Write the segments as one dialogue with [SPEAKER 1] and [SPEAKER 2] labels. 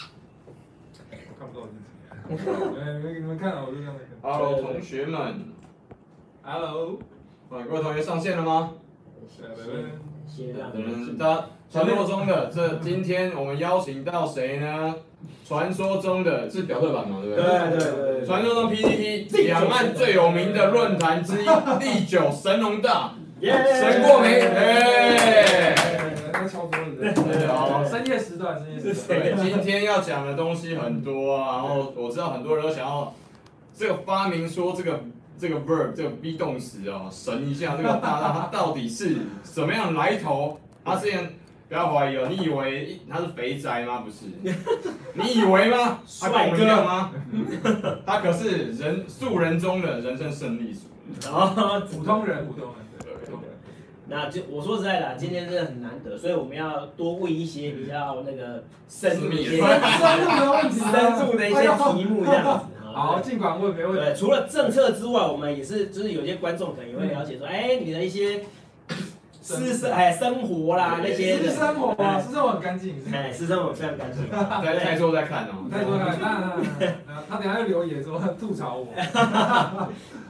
[SPEAKER 1] 我看不到我自己。哎，你们你们看啊，我就这样在看。
[SPEAKER 2] Hello，同学们，
[SPEAKER 1] Hello，
[SPEAKER 2] 啊，各位同学上线了吗？
[SPEAKER 3] 先让
[SPEAKER 2] 嗯，大传说中的这今天我们邀请到谁呢？传说中的是表特版嘛，对不对？
[SPEAKER 3] 对对对，
[SPEAKER 2] 传说中 PTT 两岸最有名的论坛之一，第九神农大，神过没？哎、
[SPEAKER 1] 在敲桌子。
[SPEAKER 2] 对哦。
[SPEAKER 1] 深夜时段，深夜时段。
[SPEAKER 2] 对，今天要讲的东西很多啊，然后我知道很多人都想要这个发明说这个这个 verb 这个 be 动词哦，神一下这个大大它到底是什么样的来头？他之前不要怀疑哦，你以为他是肥宅吗？ 不是，你以为吗？他跟我们一样吗？ 他可是人素人中的人生胜利组。
[SPEAKER 3] 后
[SPEAKER 1] 普通人，普通人，对，普通人。
[SPEAKER 3] 那就我说实在的，今天真的很难得，所以我们要多问一些比较那个深入一些、
[SPEAKER 1] 深入的问题，
[SPEAKER 3] 深入的一些题目这样子。
[SPEAKER 1] 好，尽管问，没问
[SPEAKER 3] 对，
[SPEAKER 1] 题。
[SPEAKER 3] 除了政策之外，我们也是，就是有些观众可能也会了解说，哎，你的一些私生哎生活啦那些
[SPEAKER 1] 私
[SPEAKER 3] 的，
[SPEAKER 1] 生活啊，私生活很干净。
[SPEAKER 3] 哎，私生活非常干净。
[SPEAKER 2] 在在座在看哦，
[SPEAKER 1] 再说看，那他等下又留言说吐槽我。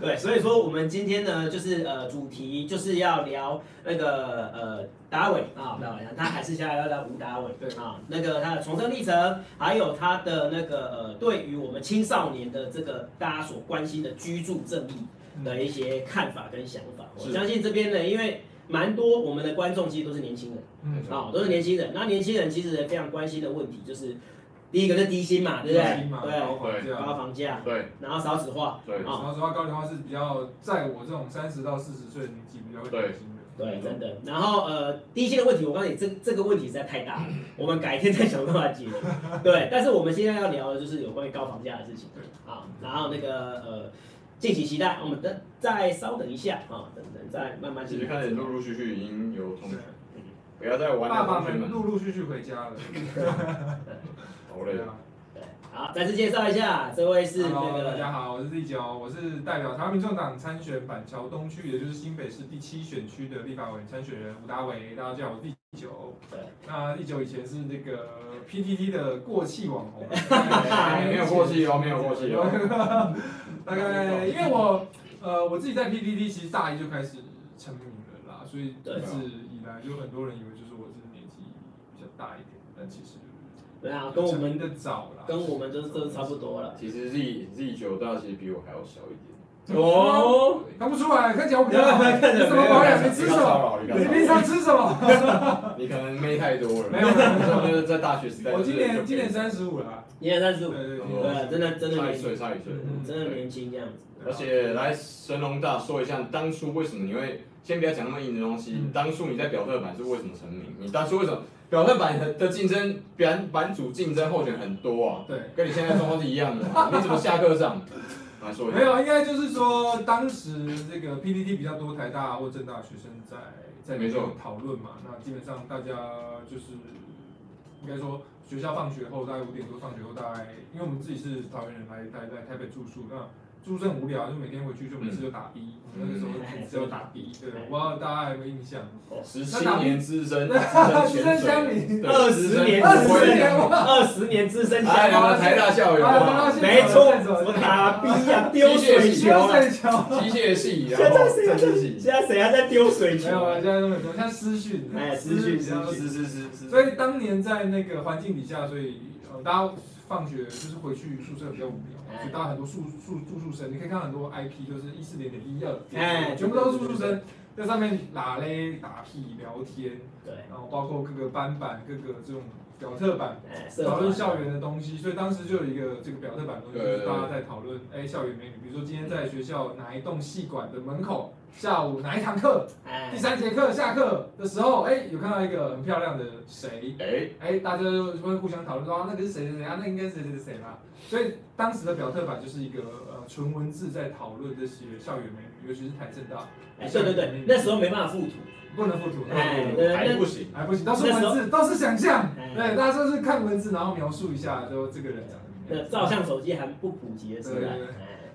[SPEAKER 3] 对，所以说我们今天呢，就是呃，主题就是要聊那个呃达伟啊，达伟，他还是下来要聊吴达伟
[SPEAKER 1] 对
[SPEAKER 3] 啊，那个他的从政历程，还有他的那个呃，对于我们青少年的这个大家所关心的居住正
[SPEAKER 1] 嗯
[SPEAKER 3] 义的一些看法跟想法，我
[SPEAKER 2] 是
[SPEAKER 3] 相信这边呢，因为蛮多我们的观众其实都是年轻人。
[SPEAKER 1] 嗯，
[SPEAKER 3] 啊、都是年轻人。那年轻人其实非常关心的问题就是，第一个是低薪嘛，对不对？
[SPEAKER 1] 高啊
[SPEAKER 3] 对，
[SPEAKER 1] 房价。
[SPEAKER 3] 高房价，
[SPEAKER 2] 对
[SPEAKER 3] 然后少子化，
[SPEAKER 2] 对
[SPEAKER 1] 然后说到高龄化是比较在我这种三十到四十岁的年纪比较会担心的。
[SPEAKER 3] 对，真的。然后呃，低薪的问题，我告诉你，这这个问题实在太大了，我们改天再想办法解决。对，但是我们现在要聊的就是有关于高房价的事情啊。然后那个呃，敬请期待，我们等再稍等一下啊，等等再慢慢
[SPEAKER 2] 其实开始陆陆续续已经有同学，不要再玩
[SPEAKER 1] 爸
[SPEAKER 2] 了，
[SPEAKER 1] 爸
[SPEAKER 2] 同学
[SPEAKER 1] 们
[SPEAKER 2] 们，
[SPEAKER 1] 陆陆续续回家了。啊
[SPEAKER 2] 好累。哦
[SPEAKER 3] 对，好，再次介绍一下，这位是那
[SPEAKER 1] Hello，大
[SPEAKER 3] 个
[SPEAKER 1] 家好，我是第九，我是代表台湾民众党参选板桥东区，也就是新北市第七选区的立法委员参选人吴达伟，大家叫我第九。
[SPEAKER 3] 对，
[SPEAKER 1] 那第九以前是那个 PTT 的过气网 红，
[SPEAKER 2] 没有过气哦，没有过气哦。
[SPEAKER 1] 大概因为我呃我自己在 PPT 其实大一就开始成名了啦，所以
[SPEAKER 3] 对
[SPEAKER 1] 一直以来就很多人以为就是我是年纪比较大一点，但其实
[SPEAKER 3] 对啊，跟我
[SPEAKER 1] 成名
[SPEAKER 3] 们
[SPEAKER 1] 的早啦，
[SPEAKER 3] 跟我们就是都差不多了。
[SPEAKER 2] 其实 Z Z 九大其实比我还要小一点。
[SPEAKER 3] 哦，
[SPEAKER 1] 看不出来，看起来我比较老，你怎么保养？你吃什么？
[SPEAKER 2] 么
[SPEAKER 1] 你平常吃什么？
[SPEAKER 2] 你可能妹太多了。
[SPEAKER 1] 没有没有没有
[SPEAKER 2] 这种就是在大学时代。
[SPEAKER 1] 我今年今年三十五了啊，
[SPEAKER 3] 一二三
[SPEAKER 1] 对
[SPEAKER 3] 十五，
[SPEAKER 1] 对
[SPEAKER 2] 哦
[SPEAKER 1] 对，
[SPEAKER 3] 对，真的真的
[SPEAKER 2] 差
[SPEAKER 3] 年
[SPEAKER 2] 一岁，
[SPEAKER 3] 轻，
[SPEAKER 2] 差一岁。
[SPEAKER 1] 嗯
[SPEAKER 3] 真的年轻这样子。
[SPEAKER 2] 而且来神农大说一下，当初为什么你会先不要讲那么硬的东西，
[SPEAKER 1] 嗯
[SPEAKER 2] 当初你在表特版是为什么成名？你当初为什么表特版的竞争版版主竞争候选很多啊？
[SPEAKER 1] 对。
[SPEAKER 2] 跟你现在状况是一样的，啊你怎么下课上？来说一下。
[SPEAKER 1] 没有，应该就是说，当时这个 PPT 比较多台大或政大学生在在
[SPEAKER 2] 没错
[SPEAKER 1] 讨论嘛，那基本上大家就是应该说学校放学后大概五点多放学后大概，因为我们自己是桃园人来来来台北住宿，那住宿很无聊，就每天回去就每次就打 B，、
[SPEAKER 2] 嗯
[SPEAKER 1] 那个时候只有打 B，对，我不知道大家有没有印象，
[SPEAKER 2] 十七年资深，
[SPEAKER 1] 资深乡民
[SPEAKER 2] 对
[SPEAKER 3] 二十年
[SPEAKER 1] 二十
[SPEAKER 3] 资
[SPEAKER 1] 年
[SPEAKER 3] 深，
[SPEAKER 1] 哇，
[SPEAKER 3] 二十年资深
[SPEAKER 2] 哎，
[SPEAKER 3] 香
[SPEAKER 2] 我
[SPEAKER 3] 港
[SPEAKER 2] 们台大校友啊，
[SPEAKER 3] 没错，我打 B 呀，丢水球
[SPEAKER 1] 丢
[SPEAKER 3] 啊！
[SPEAKER 1] 水球，
[SPEAKER 2] 机械系，
[SPEAKER 3] 现
[SPEAKER 2] 然
[SPEAKER 3] 在
[SPEAKER 2] 后
[SPEAKER 3] 谁还
[SPEAKER 2] 政
[SPEAKER 3] 在
[SPEAKER 2] 治？系，
[SPEAKER 3] 现在谁还在丢水
[SPEAKER 1] 没有
[SPEAKER 3] 球
[SPEAKER 1] 啊，
[SPEAKER 3] 啊
[SPEAKER 1] 现？在都很多，像私讯，
[SPEAKER 3] 哎私讯
[SPEAKER 1] 比较
[SPEAKER 2] 是
[SPEAKER 3] 私讯
[SPEAKER 2] 是是是，
[SPEAKER 1] 所以当年在那个环境底下，所以呃大家放学就是回去宿舍比较无聊，
[SPEAKER 3] 哎
[SPEAKER 1] 所以大家很多宿宿住宿生，你可以看到很多 IP 都是一四点点一二，
[SPEAKER 3] 哎
[SPEAKER 1] 全部都是住宿生在上面拉嘞打屁聊天，
[SPEAKER 3] 对，
[SPEAKER 1] 然后包括各个班版、各个这种表特版。
[SPEAKER 3] 哎，社
[SPEAKER 1] 讨论
[SPEAKER 3] 团
[SPEAKER 1] 校园的东西，所以当时就有一个这个表特版的东西，就是大家在讨论，哎，校园美女，比如说今天在学校哪一栋系馆的门口，下午哪一堂课，
[SPEAKER 3] 哎
[SPEAKER 1] 第，三节课下课的时候，哎，有看到一个很漂亮的谁，
[SPEAKER 2] 哎，
[SPEAKER 1] 哎，大家就会互相讨论说啊，那个是谁谁谁啊，那应该是谁谁谁啦。所以当时的表特版就是一个呃纯文字在讨论这些校园美女，尤其是台政大，
[SPEAKER 3] 哎，对对对，那时候没办法附图，
[SPEAKER 1] 不能附图，
[SPEAKER 3] 哎对
[SPEAKER 2] 还不行，
[SPEAKER 1] 哎不行，都是文
[SPEAKER 3] 那
[SPEAKER 1] 字，都是想象，
[SPEAKER 3] 哎
[SPEAKER 1] 对，大家就是看文字，然后描述一下，就这个人长什么
[SPEAKER 3] 那
[SPEAKER 1] 样。
[SPEAKER 3] 照相手机还不普及的时代
[SPEAKER 1] 对对，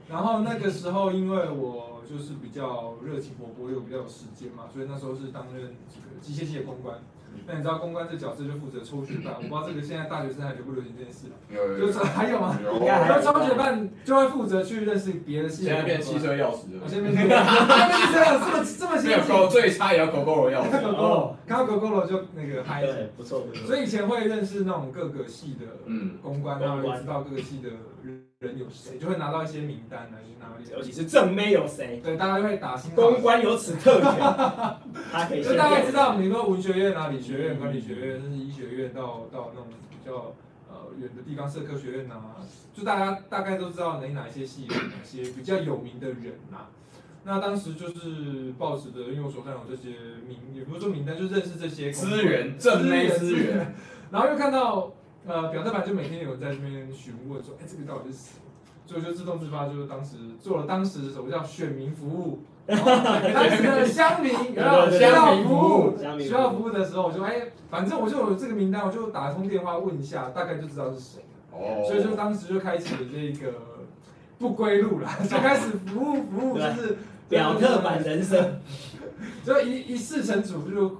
[SPEAKER 1] 然后那个时候，因为我就是比较热情活泼，又比较有时间嘛，所以那时候是担任这个机械系的公关。
[SPEAKER 3] 哎
[SPEAKER 1] 那你知道公关这角色就负责抽学办，我不知道这个现在大学生还流不流行这件事，
[SPEAKER 2] 有有
[SPEAKER 1] 就
[SPEAKER 2] 有
[SPEAKER 1] 是还有吗？
[SPEAKER 2] 有
[SPEAKER 3] 应该还
[SPEAKER 1] 那抽学办就会负责去认识别的系。
[SPEAKER 2] 现在变汽，车钥匙
[SPEAKER 1] 我
[SPEAKER 2] 了，
[SPEAKER 1] 现在变这样这么这么
[SPEAKER 2] 没有
[SPEAKER 1] 先进。
[SPEAKER 2] 狗最差也要狗狗的钥匙。
[SPEAKER 1] 看狗狗了，看到狗狗了就那个嗨了。
[SPEAKER 3] 哦对，不错不错。
[SPEAKER 1] 所以以前会认识那种各个系的
[SPEAKER 2] 嗯，
[SPEAKER 1] 公关，
[SPEAKER 3] 公
[SPEAKER 1] 然
[SPEAKER 3] 关
[SPEAKER 1] 后知道各个系的人有谁，就会拿到一些名单啊来去拿到一
[SPEAKER 3] 尤其
[SPEAKER 1] 些。
[SPEAKER 3] 是正妹有谁？
[SPEAKER 1] 对，大家会打星
[SPEAKER 3] 公关有此特权，他可以
[SPEAKER 1] 就
[SPEAKER 3] 先
[SPEAKER 1] 大概知道，你说文学院啊、理学院、管理学院，甚至医学院，到到那种比较呃远的地方，社科学院啊，就大家大概都知道哪哪一些系有哪些比较有名的人啊。那当时就是报纸的，因为我手上有这些名，也不是说名单，就认识这些公关
[SPEAKER 2] 资源正妹资源，
[SPEAKER 1] 然后又看到呃表特版就每天有人在这边询问说，哎，这个到底是谁？所以我就自动自发，就是当时做了当时什么叫选民服 务，然后给当时的乡民，然后
[SPEAKER 3] 对
[SPEAKER 1] 需
[SPEAKER 3] 对对
[SPEAKER 1] 要服
[SPEAKER 3] 乡
[SPEAKER 1] 务，
[SPEAKER 3] 民服务
[SPEAKER 1] 需要服务的时候，我就哎，反正我就有这个名单，我就打通电话问一下，大概就知道是谁了。
[SPEAKER 2] 哦，
[SPEAKER 1] 所以就当时就开启了这个不归路啦，就开始服务服务，就是
[SPEAKER 3] 啊表特版人生，
[SPEAKER 1] 就一一事成主就。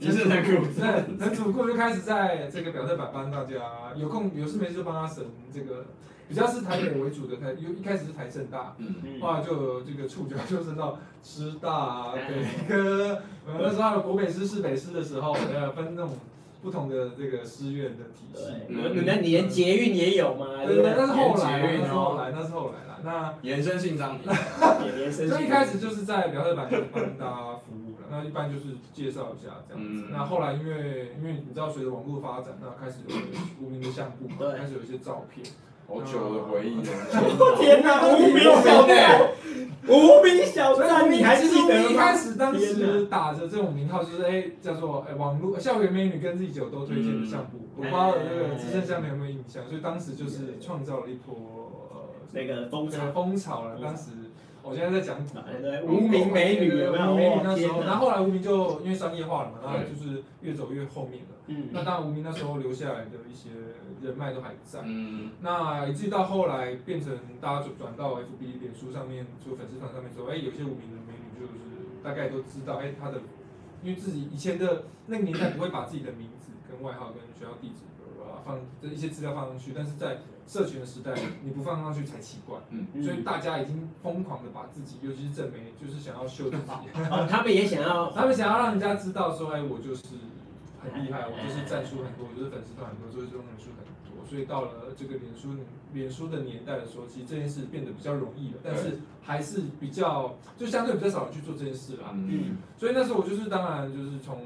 [SPEAKER 2] 一次内裤，
[SPEAKER 1] 那男主顾就开始在这个表特版帮大家有空有事没事就帮他审这个，比较是台北为主的台，有一开始是台政大，
[SPEAKER 2] 嗯，
[SPEAKER 3] 嗯，
[SPEAKER 1] 后来就有这个触角就升到师大、
[SPEAKER 3] 哎
[SPEAKER 1] 北 科，我那时候还有国北师、市北师的时候，呃，分那种不同的这个师院的体系。
[SPEAKER 3] 对，
[SPEAKER 2] 嗯
[SPEAKER 3] 你那你连捷运也有吗？
[SPEAKER 1] 对
[SPEAKER 3] 不
[SPEAKER 1] 对，那是后来啦，
[SPEAKER 2] 连捷
[SPEAKER 1] 那
[SPEAKER 2] 运
[SPEAKER 1] 是
[SPEAKER 2] 哦
[SPEAKER 1] 后来，那是后来啦。那
[SPEAKER 2] 延伸性商品，
[SPEAKER 3] 也连生
[SPEAKER 1] 所以一开始就是在表特版就帮大家服务了，那一般就是介绍一下这样子
[SPEAKER 2] 嗯。
[SPEAKER 1] 那后来因为因为你知道随着网络发展，那开始有无名的相簿嘛，
[SPEAKER 3] 对
[SPEAKER 1] 开始有一些照片，
[SPEAKER 2] 好久的回忆
[SPEAKER 3] 我
[SPEAKER 2] 哦。
[SPEAKER 3] 天哪，无 名小站，无名小
[SPEAKER 1] 所
[SPEAKER 3] 站，
[SPEAKER 1] 以
[SPEAKER 3] 你还记
[SPEAKER 1] 是
[SPEAKER 3] 得
[SPEAKER 1] 哦一开
[SPEAKER 3] 吗？
[SPEAKER 1] 始当
[SPEAKER 3] 天
[SPEAKER 1] 时打着这种名号，就是哎、叫做哎、网络校园美女跟 Z 九都推荐的相簿，我不知道这个资深下面有没有印象，所以当时就是创造了一波
[SPEAKER 3] 那个风
[SPEAKER 1] 呃
[SPEAKER 3] 潮，
[SPEAKER 1] 风潮了。
[SPEAKER 3] 风潮
[SPEAKER 1] 当时我现在在讲古嘛
[SPEAKER 3] 对，无名美女有没有？哦
[SPEAKER 1] 无名美女那
[SPEAKER 3] 哇
[SPEAKER 1] 时
[SPEAKER 3] 天
[SPEAKER 1] 候，然
[SPEAKER 3] 哪，
[SPEAKER 1] 后后来无名就因为商业化了嘛，然后
[SPEAKER 2] 对
[SPEAKER 1] 就是越走越后面了。
[SPEAKER 3] 嗯，
[SPEAKER 1] 那当然，无名那时候留下来的一些人脉都还在。
[SPEAKER 2] 嗯，
[SPEAKER 1] 那以至于到后来变成大家就转到 FB 脸书上面，就粉丝团上面说，哎、有些无名的美女就是大概都知道，哎、她的，因为自己以前的那个年代不会把自己的名字、跟外号、跟学校地址啊放这一些资料放上去，但是在社群的时代，你不放上去才奇怪，
[SPEAKER 3] 嗯
[SPEAKER 1] 所以大家已经疯狂的把自己，尤其是正媒，就是想要秀自己。
[SPEAKER 3] 哦，他们也想要，
[SPEAKER 1] 他们想要让人家知道说，哎，我就是很厉害，我就是战术很多，我就是粉丝团很多，就是忠粉数很多。所以到了这个脸书脸书的年代的时候，其实这件事变得比较容易了，但是还是比较就相对比较少人去做这件事啦。
[SPEAKER 2] 嗯，
[SPEAKER 1] 所以那时候我就是当然就是从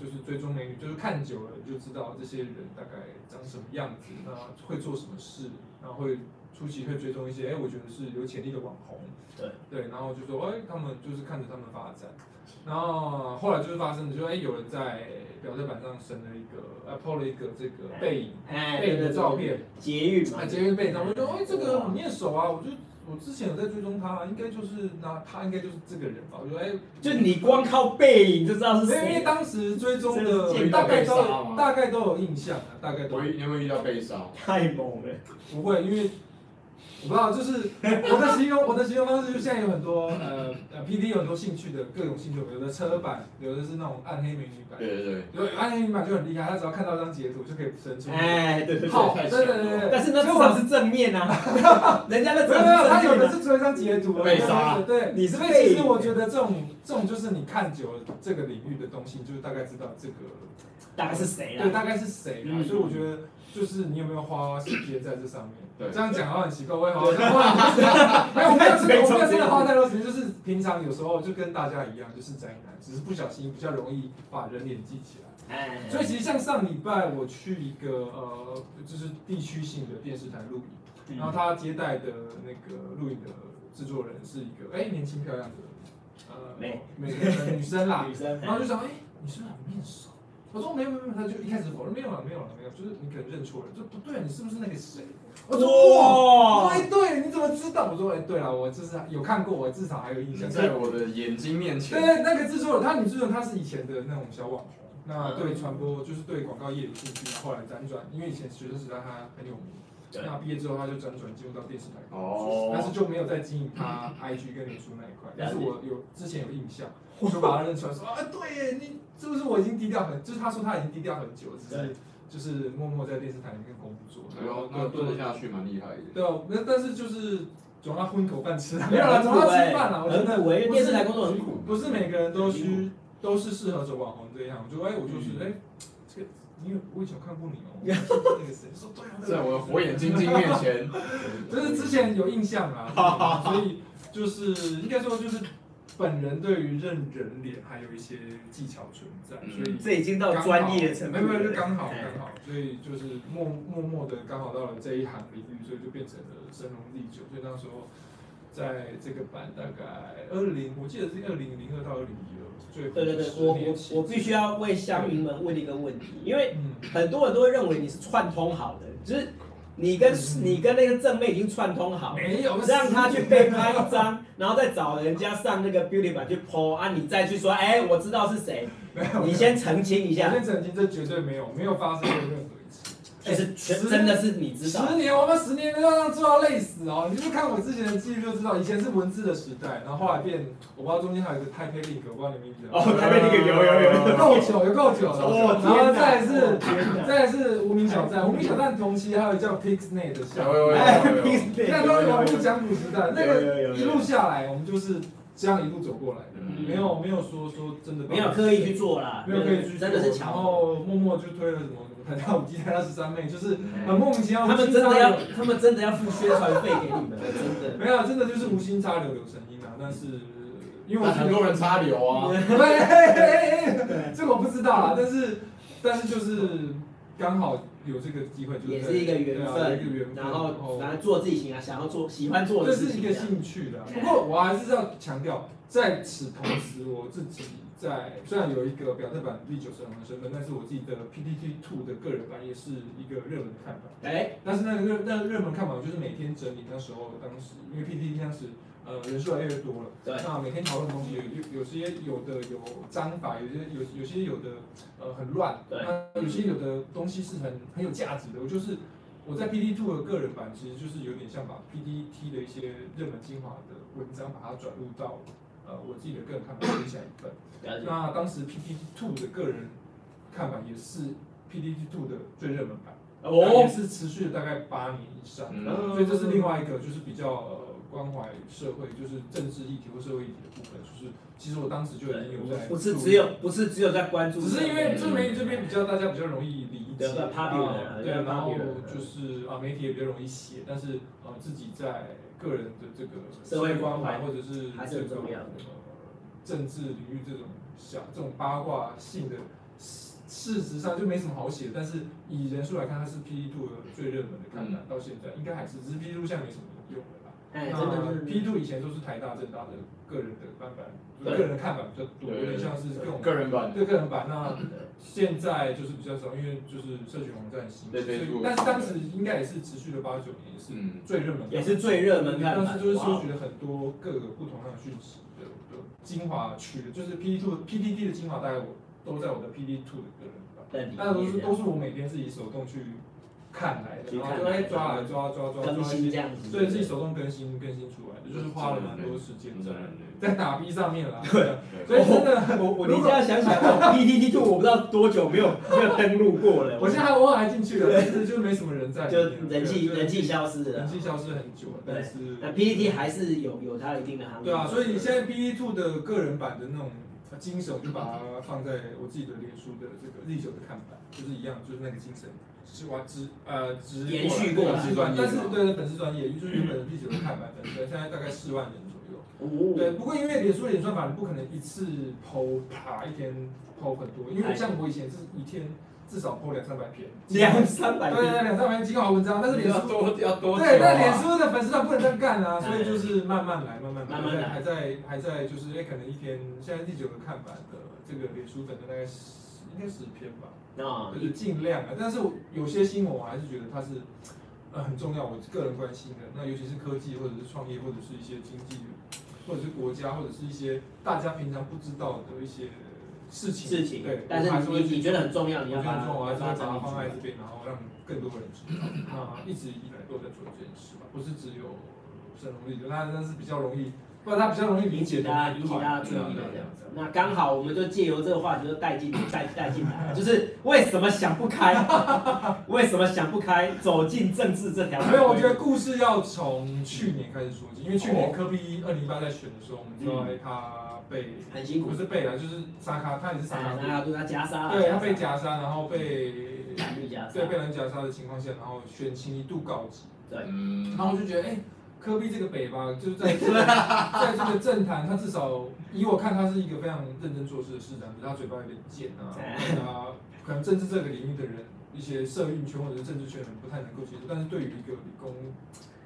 [SPEAKER 1] 就是追踪美女，就是看久了就知道这些人大概长什么样子，那会做什么事，然后会初期会追踪一些，哎，我觉得是有潜力的网红。
[SPEAKER 3] 对
[SPEAKER 1] 对，然后就说，哎，他们就是看着他们发展，然后后来就是发生的，就哎有人在表特板上审了一个，呃，PO 了一个这个背影，
[SPEAKER 3] 哎，
[SPEAKER 1] 背
[SPEAKER 3] 对
[SPEAKER 1] 影
[SPEAKER 3] 对
[SPEAKER 1] 的
[SPEAKER 3] 对，
[SPEAKER 1] 照片，
[SPEAKER 3] 捷运嘛
[SPEAKER 1] 啊，，捷运背影照片，我就说，哎，这个
[SPEAKER 3] 嗯哇
[SPEAKER 1] 很面熟啊，我就我之前有在追踪他，应该就是那他应该就是这个人吧，我说，哎，
[SPEAKER 3] 就你光靠背影就知道是
[SPEAKER 1] 没有，因为
[SPEAKER 3] 谁。
[SPEAKER 1] 当时追踪
[SPEAKER 3] 这是
[SPEAKER 1] 的大概都
[SPEAKER 2] 见过被杀吗
[SPEAKER 1] 有大概都有印象啊，大概都
[SPEAKER 2] 我
[SPEAKER 1] 有
[SPEAKER 2] 遇你有没有遇到被烧？
[SPEAKER 3] 太猛了，
[SPEAKER 1] 不会，因为我不知道，就是我的形容，我的形容方式就现在有很多呃呃，P D 有很多兴趣的各种兴趣，有的车版，有的是那种暗黑美女版，
[SPEAKER 2] 对对对，
[SPEAKER 1] 有暗黑美女版就很厉害，他只要看到一张截图就可以生出。
[SPEAKER 3] 哎，对对对。
[SPEAKER 1] 好，对对对对对。
[SPEAKER 3] 但是那至少是正面啊，人家那至
[SPEAKER 1] 没有没有，
[SPEAKER 3] 少
[SPEAKER 1] 他
[SPEAKER 3] 是
[SPEAKER 1] 有
[SPEAKER 3] 正面
[SPEAKER 1] 的
[SPEAKER 3] 啊。
[SPEAKER 1] 是只有一张截图而已
[SPEAKER 2] 被杀
[SPEAKER 1] 对对对，
[SPEAKER 3] 你是
[SPEAKER 1] 所以
[SPEAKER 3] 被
[SPEAKER 1] 其实我觉得这种这种就是你看久了这个领域的东西，你就大概知道这个
[SPEAKER 3] 大概是谁
[SPEAKER 1] 对，
[SPEAKER 3] 啦？
[SPEAKER 1] 大概是谁啦？
[SPEAKER 3] 嗯
[SPEAKER 1] 所以我觉得就是你有没有花时间在这上面？
[SPEAKER 2] 对
[SPEAKER 1] 这样讲的话很奇怪，我也好像花， 没有，我没有真的，我没有真的花太多时间，就是平常有时候就跟大家一样，就是宅男，只是不小心比较容易把人脸记起来。
[SPEAKER 3] 哎，
[SPEAKER 1] 所以其实像上礼拜我去一个呃，就是地区性的电视台录影，
[SPEAKER 3] 嗯
[SPEAKER 1] 然后他接待的那个录影的制作人是一个哎年轻漂亮的呃
[SPEAKER 3] 美
[SPEAKER 1] 美呃女生 啦，
[SPEAKER 3] 女生，
[SPEAKER 1] 然后就想，哎、你是不是很面熟？我说哦没有没有没有，他就一开始否认，没有了没有了没有，就是你可能认错了，就不对，你是不是那个谁？我说哇，我说
[SPEAKER 3] 哇，
[SPEAKER 1] 哎对，你怎么知道？我说哎对了，我至少有看过，我至少还有印
[SPEAKER 2] 你
[SPEAKER 1] 象。
[SPEAKER 2] 在我的眼睛
[SPEAKER 1] 对啊
[SPEAKER 2] 面前，
[SPEAKER 1] 对，那个制作人，他女制作人，他是以前的那种小网红，那对传播就是对广告业有兴趣，然后后来辗转，因为以前学生时代他很有名，
[SPEAKER 3] 对
[SPEAKER 1] 那毕业之后他就辗转进入到电视台，但
[SPEAKER 2] 哦，
[SPEAKER 1] 是就没有再经营他 IG 跟脸书那一块。但是
[SPEAKER 3] 嗯了解
[SPEAKER 1] 我有之前有印 象，就把他认出来说啊，对耶，你是不是我已经低调很？就是他说他已经低调很久，只是就是默默在电视台里面工作。
[SPEAKER 2] 哎
[SPEAKER 3] 哦
[SPEAKER 2] 呦，
[SPEAKER 1] 对
[SPEAKER 2] 那蹲
[SPEAKER 1] 对
[SPEAKER 2] 得下去蛮厉害的。
[SPEAKER 1] 对啊，那但是就是总要混口饭吃啊，
[SPEAKER 3] 没
[SPEAKER 1] 没
[SPEAKER 3] 有
[SPEAKER 1] 有啦，
[SPEAKER 3] 啦 很
[SPEAKER 1] 总
[SPEAKER 3] 苦
[SPEAKER 1] 要
[SPEAKER 3] 欸
[SPEAKER 1] 吃饭啊啦。我
[SPEAKER 3] 很
[SPEAKER 1] 真的
[SPEAKER 3] 苦欸因为
[SPEAKER 1] 不
[SPEAKER 3] 电
[SPEAKER 1] 是
[SPEAKER 3] 视台工作很苦。
[SPEAKER 1] 不是每个人都
[SPEAKER 3] 很嗯
[SPEAKER 1] 需都是适合走网红这一行。我觉得哎，我就是哎，这个因为我以前有看过你 哦，我以前看过那个谁说对啊，对
[SPEAKER 2] 在
[SPEAKER 1] 啊
[SPEAKER 2] 我的火眼金睛面 前，
[SPEAKER 1] 就是之前有印象啦，对所以就是应该说就是本人对于认人脸还有一些技巧存在，
[SPEAKER 2] 嗯
[SPEAKER 1] 所以
[SPEAKER 4] 这已经到专业层
[SPEAKER 1] 没
[SPEAKER 4] 面
[SPEAKER 1] 有
[SPEAKER 4] 了，
[SPEAKER 1] 没有就刚好
[SPEAKER 3] 哎
[SPEAKER 1] 刚好，所以就是默默默的刚好到了这一行领域，所以就变成了神龙历久。所以那时候在这个版大概二零，我记得是二零零二到二零一二，最后
[SPEAKER 3] 对对对，
[SPEAKER 1] 10
[SPEAKER 3] 我
[SPEAKER 1] 年
[SPEAKER 3] 我
[SPEAKER 1] 前
[SPEAKER 3] 我必须要为乡民们问一个问题，因为
[SPEAKER 1] 嗯
[SPEAKER 3] 很多人都会认为你是串通好的，就是你跟你跟那个正妹已经串通好了，
[SPEAKER 1] 嗯没有
[SPEAKER 3] 让他去被拍一张，然后再找人家上那个 beauty 版去 po 啊，你再去说，哎、我知道是谁，你先澄清一
[SPEAKER 1] 我
[SPEAKER 3] 下，
[SPEAKER 1] 先澄清，这绝对没有没有发生过任何一次。
[SPEAKER 3] 就是全
[SPEAKER 1] 十
[SPEAKER 3] 真的是你知道
[SPEAKER 1] 十，年，我们十年都让他做到累死哦！你就看我之前的记录就知道，以前是文字的时代，然后后来变，我不知道中间还有一个 Taipei Link，我不知道你们有没有印象。
[SPEAKER 2] 哦台北那个有有有有
[SPEAKER 1] 够久，有够久了。
[SPEAKER 2] 哦
[SPEAKER 1] 然后再
[SPEAKER 4] 天
[SPEAKER 1] 来是，再来是无名小站，无名小站同期还有叫 Pixnet 的
[SPEAKER 2] 有
[SPEAKER 1] 项
[SPEAKER 2] 有有
[SPEAKER 1] 目，
[SPEAKER 2] 有有有，
[SPEAKER 4] 必须
[SPEAKER 1] 那都是网络讲古时代，那
[SPEAKER 4] 有有有有
[SPEAKER 1] 个一路下来，我们就是这样一路走过来
[SPEAKER 2] 嗯
[SPEAKER 1] 的，没有没有说说真的
[SPEAKER 3] 没有刻意去做啦，
[SPEAKER 1] 没有可以去做，哦
[SPEAKER 3] 真的是
[SPEAKER 1] 然
[SPEAKER 3] 巧合，
[SPEAKER 1] 后默默就推了什么什么台大五 G、台大十三妹，就是很莫名其妙。
[SPEAKER 3] 他们
[SPEAKER 1] 无心
[SPEAKER 3] 真
[SPEAKER 1] 插
[SPEAKER 3] 的
[SPEAKER 1] 柳
[SPEAKER 3] 要他们真的要付宣传费给你们，真的。
[SPEAKER 1] 没有，真的就是无心插柳柳成荫啊。但是因为我
[SPEAKER 2] 但
[SPEAKER 1] 是
[SPEAKER 2] 很多人插柳啊，
[SPEAKER 1] 对，这个我不知道啊。但是但是就是刚好有这个机会，就是
[SPEAKER 3] 也是一个缘
[SPEAKER 1] 对啊
[SPEAKER 3] 分
[SPEAKER 1] 一个缘分。哦
[SPEAKER 3] 然后反正做自己想要想要做喜欢做的
[SPEAKER 1] 这
[SPEAKER 3] 事
[SPEAKER 1] 是
[SPEAKER 3] 情
[SPEAKER 1] 一
[SPEAKER 3] 这
[SPEAKER 1] 个
[SPEAKER 3] 样，
[SPEAKER 1] 兴趣的啊。不过我还是要强调，在此同时，我自己在虽然有一个表特版第九十行的身份，但是我自己的 PTT Two 的个人版也是一个热门的看法。
[SPEAKER 3] 哎，
[SPEAKER 1] 但是那个热那热门看法就是每天整理那时候，当时因为 PTT 当时呃人数越来越多了，
[SPEAKER 3] 对
[SPEAKER 1] 那每天讨论的东西有有有些有的有章法，有些有有些有的呃很乱，
[SPEAKER 3] 对
[SPEAKER 1] 那有些有的东西是很很有价值的。我就是我在 PTT Two 的个人版，其实就是有点像把 PTT 的一些热门精华的文章，把它转入到呃我自己的个人看法写下来一份。
[SPEAKER 3] 了解
[SPEAKER 1] 那当时 PTT Two 的个人看法也是 PTT Two 的最热门版。哦，也
[SPEAKER 3] 哦，
[SPEAKER 1] 是持续了大概八年以上，
[SPEAKER 2] 嗯
[SPEAKER 1] 所以这是另外一个就是比较呃关怀社会，就是政治议题或社会议题的部分，就是其实我当时就已经有在
[SPEAKER 3] 不是
[SPEAKER 1] 注意
[SPEAKER 3] 只有不是只有在关注，
[SPEAKER 1] 只是因为自媒体这边比较大家比较容易理解，
[SPEAKER 3] 对
[SPEAKER 1] 啊
[SPEAKER 3] popular 啊
[SPEAKER 1] 对，
[SPEAKER 3] 就是
[SPEAKER 1] 然后
[SPEAKER 3] popular
[SPEAKER 1] 就是啊媒体也比较容易写，但是呃自己在个人的这个
[SPEAKER 3] 社会关怀
[SPEAKER 1] 怀或者是
[SPEAKER 3] 还是很
[SPEAKER 1] 这个
[SPEAKER 3] 重要的
[SPEAKER 1] 呃政治领域这种小这种八卦性的。事事实上就没什么好写，但是以人数来看，它是 P two 的最热门的看
[SPEAKER 3] 嗯
[SPEAKER 1] 板，到现在应该还是，只是 P two 现在没什么用了啦。
[SPEAKER 3] 哎，真的
[SPEAKER 1] 那 P
[SPEAKER 3] 是
[SPEAKER 1] two 以前都是台大、政大的个人的看板，就
[SPEAKER 3] 对
[SPEAKER 1] 个人的看板比较多，
[SPEAKER 2] 对
[SPEAKER 1] 有点像是各种
[SPEAKER 2] 个人版
[SPEAKER 1] 对个人版，那现在就是比较少，因为就是社群网站兴起，
[SPEAKER 2] 对
[SPEAKER 1] 所以
[SPEAKER 2] Facebook
[SPEAKER 1] 但是当时应该也是持续了八九年，也是
[SPEAKER 2] 嗯，
[SPEAKER 1] 最热门的，
[SPEAKER 3] 也是最热门看
[SPEAKER 1] 当
[SPEAKER 3] 法
[SPEAKER 1] 时就是
[SPEAKER 3] 哇哦
[SPEAKER 1] 收集了很多各个不同样的讯息的的精华区，就是 P two P T T 的精华，大概我都在我的 P T two 的个人版，
[SPEAKER 3] 在里
[SPEAKER 1] 但都是
[SPEAKER 3] 面
[SPEAKER 1] 都是我每天自己手动去看来的，
[SPEAKER 3] 去
[SPEAKER 1] 然
[SPEAKER 3] 看
[SPEAKER 1] 后就哎抓来抓抓抓抓
[SPEAKER 3] 更
[SPEAKER 1] 一
[SPEAKER 3] 新
[SPEAKER 1] 些
[SPEAKER 3] 这样子，
[SPEAKER 1] 所以自己手动更新更新出来的，就是花了蛮多时间在在打 B 上面啦。对啊所以真的，
[SPEAKER 3] 嗯哦我我你这样想起来，我 P T T Two 我不知道多久没有没有登录过了，
[SPEAKER 1] 我现在还偶尔还进去了，但是就没什么人在里
[SPEAKER 3] 就
[SPEAKER 1] 面。
[SPEAKER 3] 人气
[SPEAKER 1] 对
[SPEAKER 3] 人气消失
[SPEAKER 1] 人
[SPEAKER 3] 了，
[SPEAKER 1] 气消失很久了，但是
[SPEAKER 3] 那 P T T 还是有有它一定的行业，
[SPEAKER 1] 对啊，所以现在 B Two 的个人版的那种精神，我就把它放在我自己的脸书的这个历久的看板，就是一样，就是那个精神，是完直呃直
[SPEAKER 3] 延续过来
[SPEAKER 1] 粉丝专业，但是对粉丝专业，就是原本的历久的看板粉丝专业，现在大概四万人左右。
[SPEAKER 3] 哦
[SPEAKER 1] 对，不过因为脸书演算法，你不可能一次剖啪一天剖很多，
[SPEAKER 3] 哎
[SPEAKER 1] 因为像我以前是一天至少剖两三百篇，
[SPEAKER 3] 两三百
[SPEAKER 1] 对啊
[SPEAKER 3] 篇，
[SPEAKER 1] 对两三百篇精华文章，但是脸
[SPEAKER 2] 要
[SPEAKER 1] 书
[SPEAKER 2] 多要多久
[SPEAKER 1] 对，但脸
[SPEAKER 2] 啊？
[SPEAKER 1] 书的粉丝团不能这样干啊，所以就是慢慢来，慢慢来，
[SPEAKER 3] 慢慢来
[SPEAKER 1] 还在还在就是哎，可能一天现在第九个看板的这个脸书等的大概十应该十篇吧，
[SPEAKER 3] 那
[SPEAKER 1] 就是尽量啊，但是我有些新闻我还是觉得它是呃很重要，我个人关心的，那尤其是科技或者是创业或者是一些经济，或者是国家或者是一些大家平常不知道的一些事情
[SPEAKER 3] 事情
[SPEAKER 1] 对，，
[SPEAKER 3] 但
[SPEAKER 1] 我还
[SPEAKER 3] 是
[SPEAKER 1] 会
[SPEAKER 3] 你
[SPEAKER 1] 去
[SPEAKER 3] 你觉得很重要，
[SPEAKER 1] 我
[SPEAKER 3] 你
[SPEAKER 1] 觉
[SPEAKER 3] 要
[SPEAKER 1] 得
[SPEAKER 3] 把
[SPEAKER 1] 很
[SPEAKER 3] 它
[SPEAKER 1] 重要，我还是会把
[SPEAKER 3] 整
[SPEAKER 1] 它
[SPEAKER 3] 理
[SPEAKER 1] 放
[SPEAKER 3] 出
[SPEAKER 1] 在
[SPEAKER 3] 来
[SPEAKER 1] 这边，然后让更多人知 道。那一直以来都在做这件事吧，不是只有沈荣立，那那是比较容易，不然他比较容易理解
[SPEAKER 3] 给
[SPEAKER 1] 的
[SPEAKER 3] 大家
[SPEAKER 1] 那
[SPEAKER 3] 给
[SPEAKER 1] 一块。
[SPEAKER 3] 大家注
[SPEAKER 1] 对啊
[SPEAKER 3] 意的
[SPEAKER 1] 对啊
[SPEAKER 3] 这
[SPEAKER 1] 对啊
[SPEAKER 3] 样子。那刚好我们就借由这个话题就带进带带进来，就是为什么想不开， 为什么想不开，走进政治这条路。
[SPEAKER 1] 没有，我觉得故事要从去年开始说起，因为去
[SPEAKER 3] 哦
[SPEAKER 1] 年科比二零一八在选的时候，我们知道哎他被
[SPEAKER 3] 很嗯辛苦
[SPEAKER 1] 不是被了，就是沙卡，他也是沙
[SPEAKER 3] 哎
[SPEAKER 1] 卡，
[SPEAKER 3] 那要对他夹杀，
[SPEAKER 1] 啊对他被夹杀，然后被
[SPEAKER 3] 蓝绿夹杀
[SPEAKER 1] 对被人夹杀的情况下，然后选情一度告急，
[SPEAKER 2] 嗯
[SPEAKER 1] 然，后我就觉得哎。科比这个北吧，就是在在这个政坛，他至少以我看，他是一个非常认真做事的市长，可是他嘴巴有点贱啊，
[SPEAKER 3] 哎
[SPEAKER 1] 啊，可能政治这个领域的人，一些社运圈或者是政治圈的人不太能够接受，但是对于一个理工，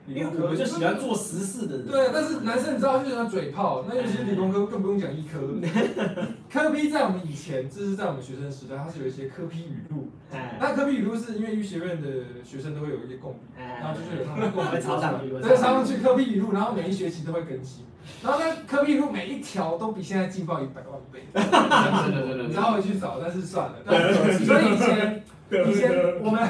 [SPEAKER 1] 理
[SPEAKER 3] 因为
[SPEAKER 1] 工科
[SPEAKER 3] 哎我就喜欢做实事的人。
[SPEAKER 1] 对，啊但是男生你知道就喜欢嘴炮，那尤其是理工科更不用讲医科。科 P 在我们以前，这是在我们学生时代，它是有一些科 P 语录。
[SPEAKER 3] 哎，
[SPEAKER 1] 那科 P 语录是因为医学院的学生都会有一些共鸣，
[SPEAKER 3] 哎
[SPEAKER 1] 然后就是有他们的共鸣
[SPEAKER 3] 会抄上去会
[SPEAKER 1] 对，
[SPEAKER 3] 抄上
[SPEAKER 1] 上去科 P 语录，然后每一学期都会更新。然后呢，科 P 语录每一条都比现在劲爆一百万倍。
[SPEAKER 2] 真的真的真
[SPEAKER 1] 你
[SPEAKER 2] 的
[SPEAKER 1] 稍微去找，但是算了。但是所以以前以前我们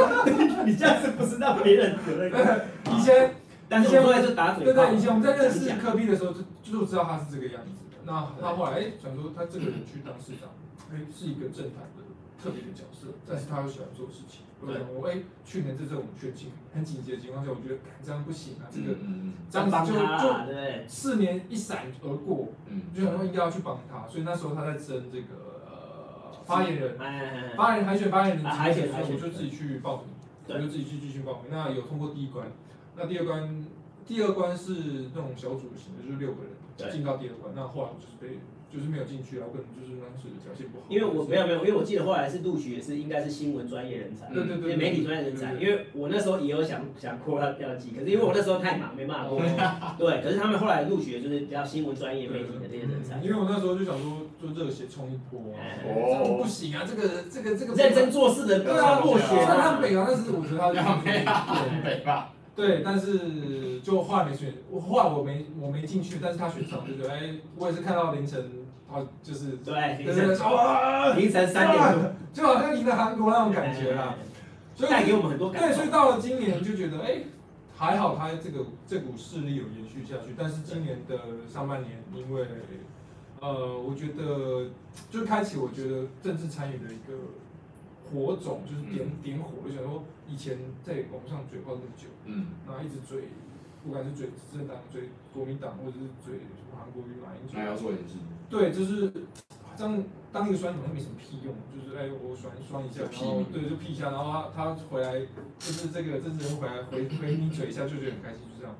[SPEAKER 3] 你这样是不知道别人的那个，
[SPEAKER 1] 以前
[SPEAKER 3] 但是我后来就打
[SPEAKER 1] 对
[SPEAKER 3] 嘴炮。
[SPEAKER 1] 对，以前我们在认识科比的时候，就就知道他是这个样子的。那他后来哎，想说他这个人去当市长，哎，是一个政坛的特别的角色，但是他又喜欢做事情。我想我哎，去年在这种选情很紧急的情况下，我觉得干这样不行啊，这个
[SPEAKER 2] 嗯
[SPEAKER 1] 这样啊
[SPEAKER 3] 帮
[SPEAKER 1] 子就
[SPEAKER 3] 他
[SPEAKER 1] 就
[SPEAKER 3] 啦，对不对？
[SPEAKER 1] 四年一闪而过，
[SPEAKER 2] 嗯
[SPEAKER 1] 就想说应该要去帮他，所以那时候他在争这个呃发言人。
[SPEAKER 3] 哎哎，哎
[SPEAKER 1] 发言海选发言人的
[SPEAKER 3] 啊海选
[SPEAKER 1] 机会
[SPEAKER 3] 海选
[SPEAKER 1] 我就自己去报名，
[SPEAKER 3] 对
[SPEAKER 1] 我就自己去继续报名。那有通过第一关，那第二关第二关是那种小组型的，就是六个
[SPEAKER 3] 对
[SPEAKER 1] 人进到第二关。那后来我就是被就是没有进去啊，我可能就是当时表现不好。
[SPEAKER 3] 因为我没有
[SPEAKER 1] 有
[SPEAKER 3] 没有，因为我记得后来是录取也是应该是新闻专业人才，
[SPEAKER 1] 对对对
[SPEAKER 3] 因为媒体专业人才，
[SPEAKER 1] 对
[SPEAKER 3] 因为我那时候也有想想扩大调剂，可是因为我那时候太忙没办法过，
[SPEAKER 1] 哦
[SPEAKER 3] 对，可是他们后来录取的就是比较新闻专业媒体的这些人才，
[SPEAKER 1] 因为我那时候就想说，就热血冲一波啊！
[SPEAKER 3] 哎
[SPEAKER 1] 这样不行啊，这个这个这个
[SPEAKER 3] 认真做事的
[SPEAKER 1] 对
[SPEAKER 3] 不
[SPEAKER 1] 啊
[SPEAKER 3] 要落
[SPEAKER 1] 虽
[SPEAKER 3] 选
[SPEAKER 1] 然他
[SPEAKER 3] 啊，
[SPEAKER 1] 北啊，但是我觉得他
[SPEAKER 2] 要没
[SPEAKER 1] 对
[SPEAKER 2] 北吧，
[SPEAKER 1] 对，但是就后来没选，我后来我没我没进去，但是他选上，我就觉得哎，我也是看到凌晨，好就是
[SPEAKER 3] 对，
[SPEAKER 1] 对
[SPEAKER 3] 凌
[SPEAKER 1] 对
[SPEAKER 3] 晨
[SPEAKER 1] 对，哇，
[SPEAKER 3] 凌晨三点多，
[SPEAKER 1] 就好像赢了韩国那种感觉啦。所以
[SPEAKER 3] 带给我们很多感
[SPEAKER 1] 对，所以
[SPEAKER 3] 动，
[SPEAKER 1] 到了今年就觉得，哎，还好他这个这股势力有延续下去。但是今年的上半年，因为呃，我觉得就是开启我觉得政治参与的一个火种，就是点
[SPEAKER 3] 嗯
[SPEAKER 1] 点火。我想说，以前在网上嘴炮那么久。
[SPEAKER 2] 嗯
[SPEAKER 1] 然后一直追，不管是追执政党、追国民党，或者是追什么韩国瑜、马英
[SPEAKER 2] 那要
[SPEAKER 1] 九，
[SPEAKER 2] 做演戏，
[SPEAKER 1] 对，就是这样当一个酸好像没什么屁用，就是哎、我酸酸一下，然后对就屁一下，然后他他回来就是这个政治人物回来回回你嘴一下，就觉得很开心，就这样，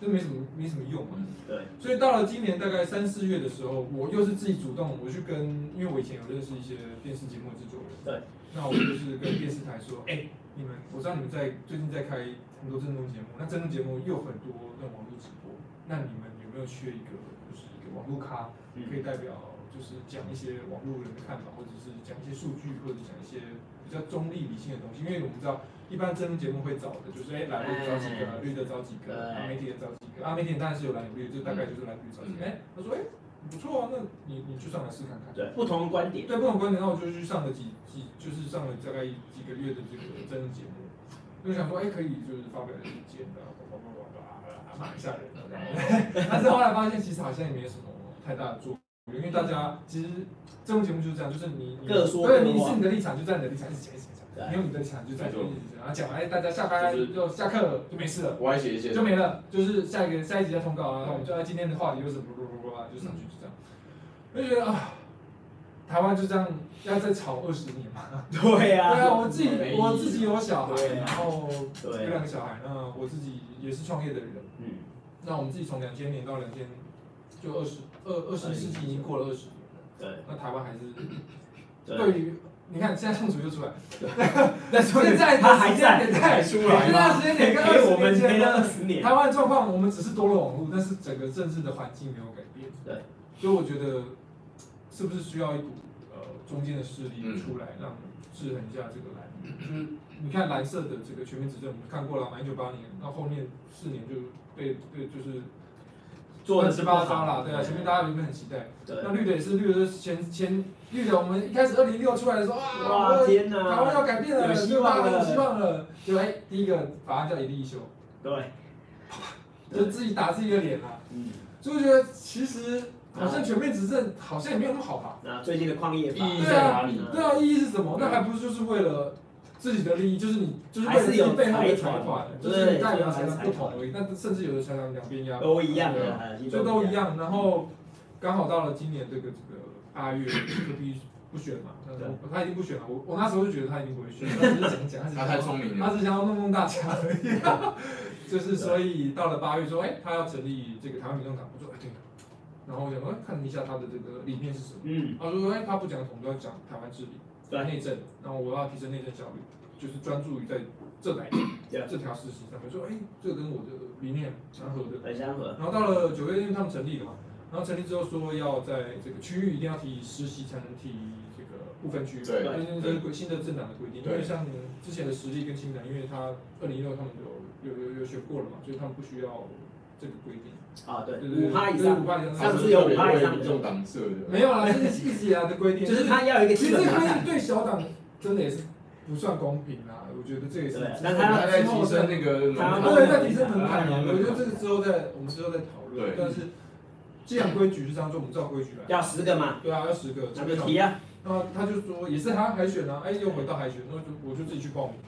[SPEAKER 1] 就没什么没什么用嘛。
[SPEAKER 2] 嗯
[SPEAKER 3] 对，
[SPEAKER 1] 所以到了今年大概三四月的时候，我又是自己主动，我去跟，因为我以前有认识一些电视节目的制作人，
[SPEAKER 3] 对，
[SPEAKER 1] 那我就是跟电视台说，哎、你们，我知道你们在最近在开很多争论节目，那争论节目又很多那种网络直播，那你们有没有缺一个就是一个网络咖，可以代表就是讲一些网络人的看法，或者是讲一些数据，或者讲一些比较中立理性的东西，因为我们知道一般争论节目会找的就是哎、蓝绿找几个，绿的找几个，然后媒体也找几个，啊媒体当然是有蓝有绿，就大概就是蓝绿找几个，哎、他说哎、不错啊，那你你去上来试看看。
[SPEAKER 3] 对，不同观点，
[SPEAKER 1] 对不同观点，那我就去上了几几，就是上了大概几个月的这个真人节目，就想说，哎，可以就是发表意见的，叭叭叭叭叭，骂一下人，然 后但是后来发现其实好像也没什么太大的作用，因为大家其实这种节目就是这样，就是你你
[SPEAKER 3] 各说各话
[SPEAKER 1] 对，你是你的立场就站你的立场，一直讲一直
[SPEAKER 3] 对
[SPEAKER 1] 讲，你有你的立场就站你的立场，然后讲完，哎，大家下班
[SPEAKER 2] 就是
[SPEAKER 1] 就下课了，就没事了。
[SPEAKER 2] 歪斜线
[SPEAKER 1] 就没了，就是下一个下一集再通告啊，然后我们就在今天的话题就是不不不不，就上去就这样，我就觉得啊，台湾就这样要再吵二十年嘛。
[SPEAKER 3] 对
[SPEAKER 1] 对啊，
[SPEAKER 3] 啊，
[SPEAKER 1] 我自己
[SPEAKER 2] 没意义
[SPEAKER 1] 我自己有小孩，
[SPEAKER 3] 对啊
[SPEAKER 1] 然后有
[SPEAKER 3] 对啊
[SPEAKER 1] 两个小孩，那我自己也是创业的人，
[SPEAKER 3] 嗯，
[SPEAKER 1] 那我们自己从两千年到两千就二十二二十世纪已经过了二十年了，
[SPEAKER 3] 对
[SPEAKER 1] 那台湾还是
[SPEAKER 3] 对
[SPEAKER 1] 对于你看现在宋楚又出来，
[SPEAKER 3] 但是
[SPEAKER 1] 现在
[SPEAKER 3] 他还在，
[SPEAKER 1] 现
[SPEAKER 2] 还
[SPEAKER 1] 在
[SPEAKER 2] 出来
[SPEAKER 1] 现在
[SPEAKER 2] 吗？
[SPEAKER 1] 时间点跟二
[SPEAKER 3] 给我
[SPEAKER 1] 十年
[SPEAKER 3] 们
[SPEAKER 1] 前
[SPEAKER 3] 黑
[SPEAKER 1] 的
[SPEAKER 3] 了。二十年，
[SPEAKER 1] 台湾的状况，我们只是多了网络，但是整个政治的环境没有改变。
[SPEAKER 3] 对，
[SPEAKER 1] 所以我觉得是不是需要一股呃中间的势力
[SPEAKER 2] 嗯
[SPEAKER 1] 出来，让制衡一下这个蓝绿？就是
[SPEAKER 3] 嗯
[SPEAKER 1] 你看蓝色的这个全面执政，我们看过了嘛，一九八年，那后面四年就被被就是
[SPEAKER 3] 做
[SPEAKER 1] 乱七八糟
[SPEAKER 3] 了。
[SPEAKER 1] 啦，对啊，前面大家原本很期待，
[SPEAKER 3] 对，
[SPEAKER 1] 那绿的也是绿的就是前前绿的，我们一开始二零六出来的时候啊，我
[SPEAKER 3] 哇
[SPEAKER 1] 们
[SPEAKER 3] 天
[SPEAKER 1] 台湾
[SPEAKER 3] 哪！
[SPEAKER 1] 要改变了，
[SPEAKER 3] 有希望
[SPEAKER 1] 大家都有
[SPEAKER 3] 了
[SPEAKER 1] 希望了，对，哎，第一个法案叫一例一休，
[SPEAKER 3] 对，
[SPEAKER 1] 就自己打自己的脸啊，
[SPEAKER 3] 嗯，
[SPEAKER 1] 就觉得其实好像全面执政好像也没有那么好吧，
[SPEAKER 3] 那最近的矿业法，
[SPEAKER 2] 意义在哪
[SPEAKER 3] 嗯
[SPEAKER 2] 里？
[SPEAKER 1] 对啊，意义是什么？那还不是就是为了自己的利益，就是你就是为了自己背后的财团，就是你代表财团不同而已。那甚至有的财团两边压，
[SPEAKER 3] 都一样
[SPEAKER 1] 对
[SPEAKER 3] 的
[SPEAKER 1] 啊，
[SPEAKER 3] 啊
[SPEAKER 1] 就都一。样。然后刚好到了今年这个这个八月，就必须不选嘛。那时候他已经不选了，我我那时候就觉得他已经不会选， 他只是讲讲，
[SPEAKER 2] 他
[SPEAKER 1] 他
[SPEAKER 2] 太
[SPEAKER 1] 只是
[SPEAKER 2] 聪明
[SPEAKER 1] 他
[SPEAKER 2] 了，
[SPEAKER 1] 只想要弄弄大家而已。 就是所以到了八月说，哎，他要成立这个台湾民众党，我说哎对。然后我想说哎看一下他的这个理念是什么。
[SPEAKER 3] 嗯，
[SPEAKER 1] 他说：“哎，他不讲统都要讲台湾治理，
[SPEAKER 3] 对啊
[SPEAKER 1] 内政，然后我要提升内政效率，就是专注于在这来
[SPEAKER 3] Yeah
[SPEAKER 1] 这条事实上面。说，哎，这个跟我的理念蛮合的。
[SPEAKER 3] 很相合。
[SPEAKER 1] 然后到了九月，因为他们成立了嘛，然后成立之后说要在这个区域一定要提实习才能提这个不分区，
[SPEAKER 2] 对
[SPEAKER 1] 因为这是规新的政党的规定。因
[SPEAKER 2] 对
[SPEAKER 1] 为像之前的实力跟清党，因为他二零一六他们有有有有选过了嘛，所以他们不需要这个规定，
[SPEAKER 3] 啊，对，
[SPEAKER 1] 对对对
[SPEAKER 3] 五趴以
[SPEAKER 1] 对
[SPEAKER 3] 上
[SPEAKER 1] 五，趴以上，
[SPEAKER 3] 上次有五趴以上
[SPEAKER 2] 民众党设的，
[SPEAKER 1] 没有啦，这是一直以来的规定，
[SPEAKER 3] 就是他要有一个
[SPEAKER 1] 其
[SPEAKER 3] 基
[SPEAKER 1] 实这
[SPEAKER 3] 本
[SPEAKER 1] 个
[SPEAKER 3] 门
[SPEAKER 1] 规定
[SPEAKER 3] 槛。
[SPEAKER 1] 对小党真的也是不算公平啊，我觉得这也是
[SPEAKER 3] 对
[SPEAKER 1] 之后。
[SPEAKER 3] 但
[SPEAKER 2] 他在
[SPEAKER 1] 之后
[SPEAKER 2] 提升
[SPEAKER 1] 再
[SPEAKER 2] 那个门
[SPEAKER 3] 他
[SPEAKER 2] 槛，
[SPEAKER 1] 对，在提升门槛啊，
[SPEAKER 2] 他
[SPEAKER 1] 我觉得这个之后再我们之后再讨论
[SPEAKER 2] 对。
[SPEAKER 1] 但是既然规矩是这样做，我们照规矩来。
[SPEAKER 3] 要十个嘛，
[SPEAKER 1] 对啊，要十个。
[SPEAKER 3] 那就提啊，
[SPEAKER 1] 那他就说也是他海选啊，哎，又回到海选，那就我就自己去报名。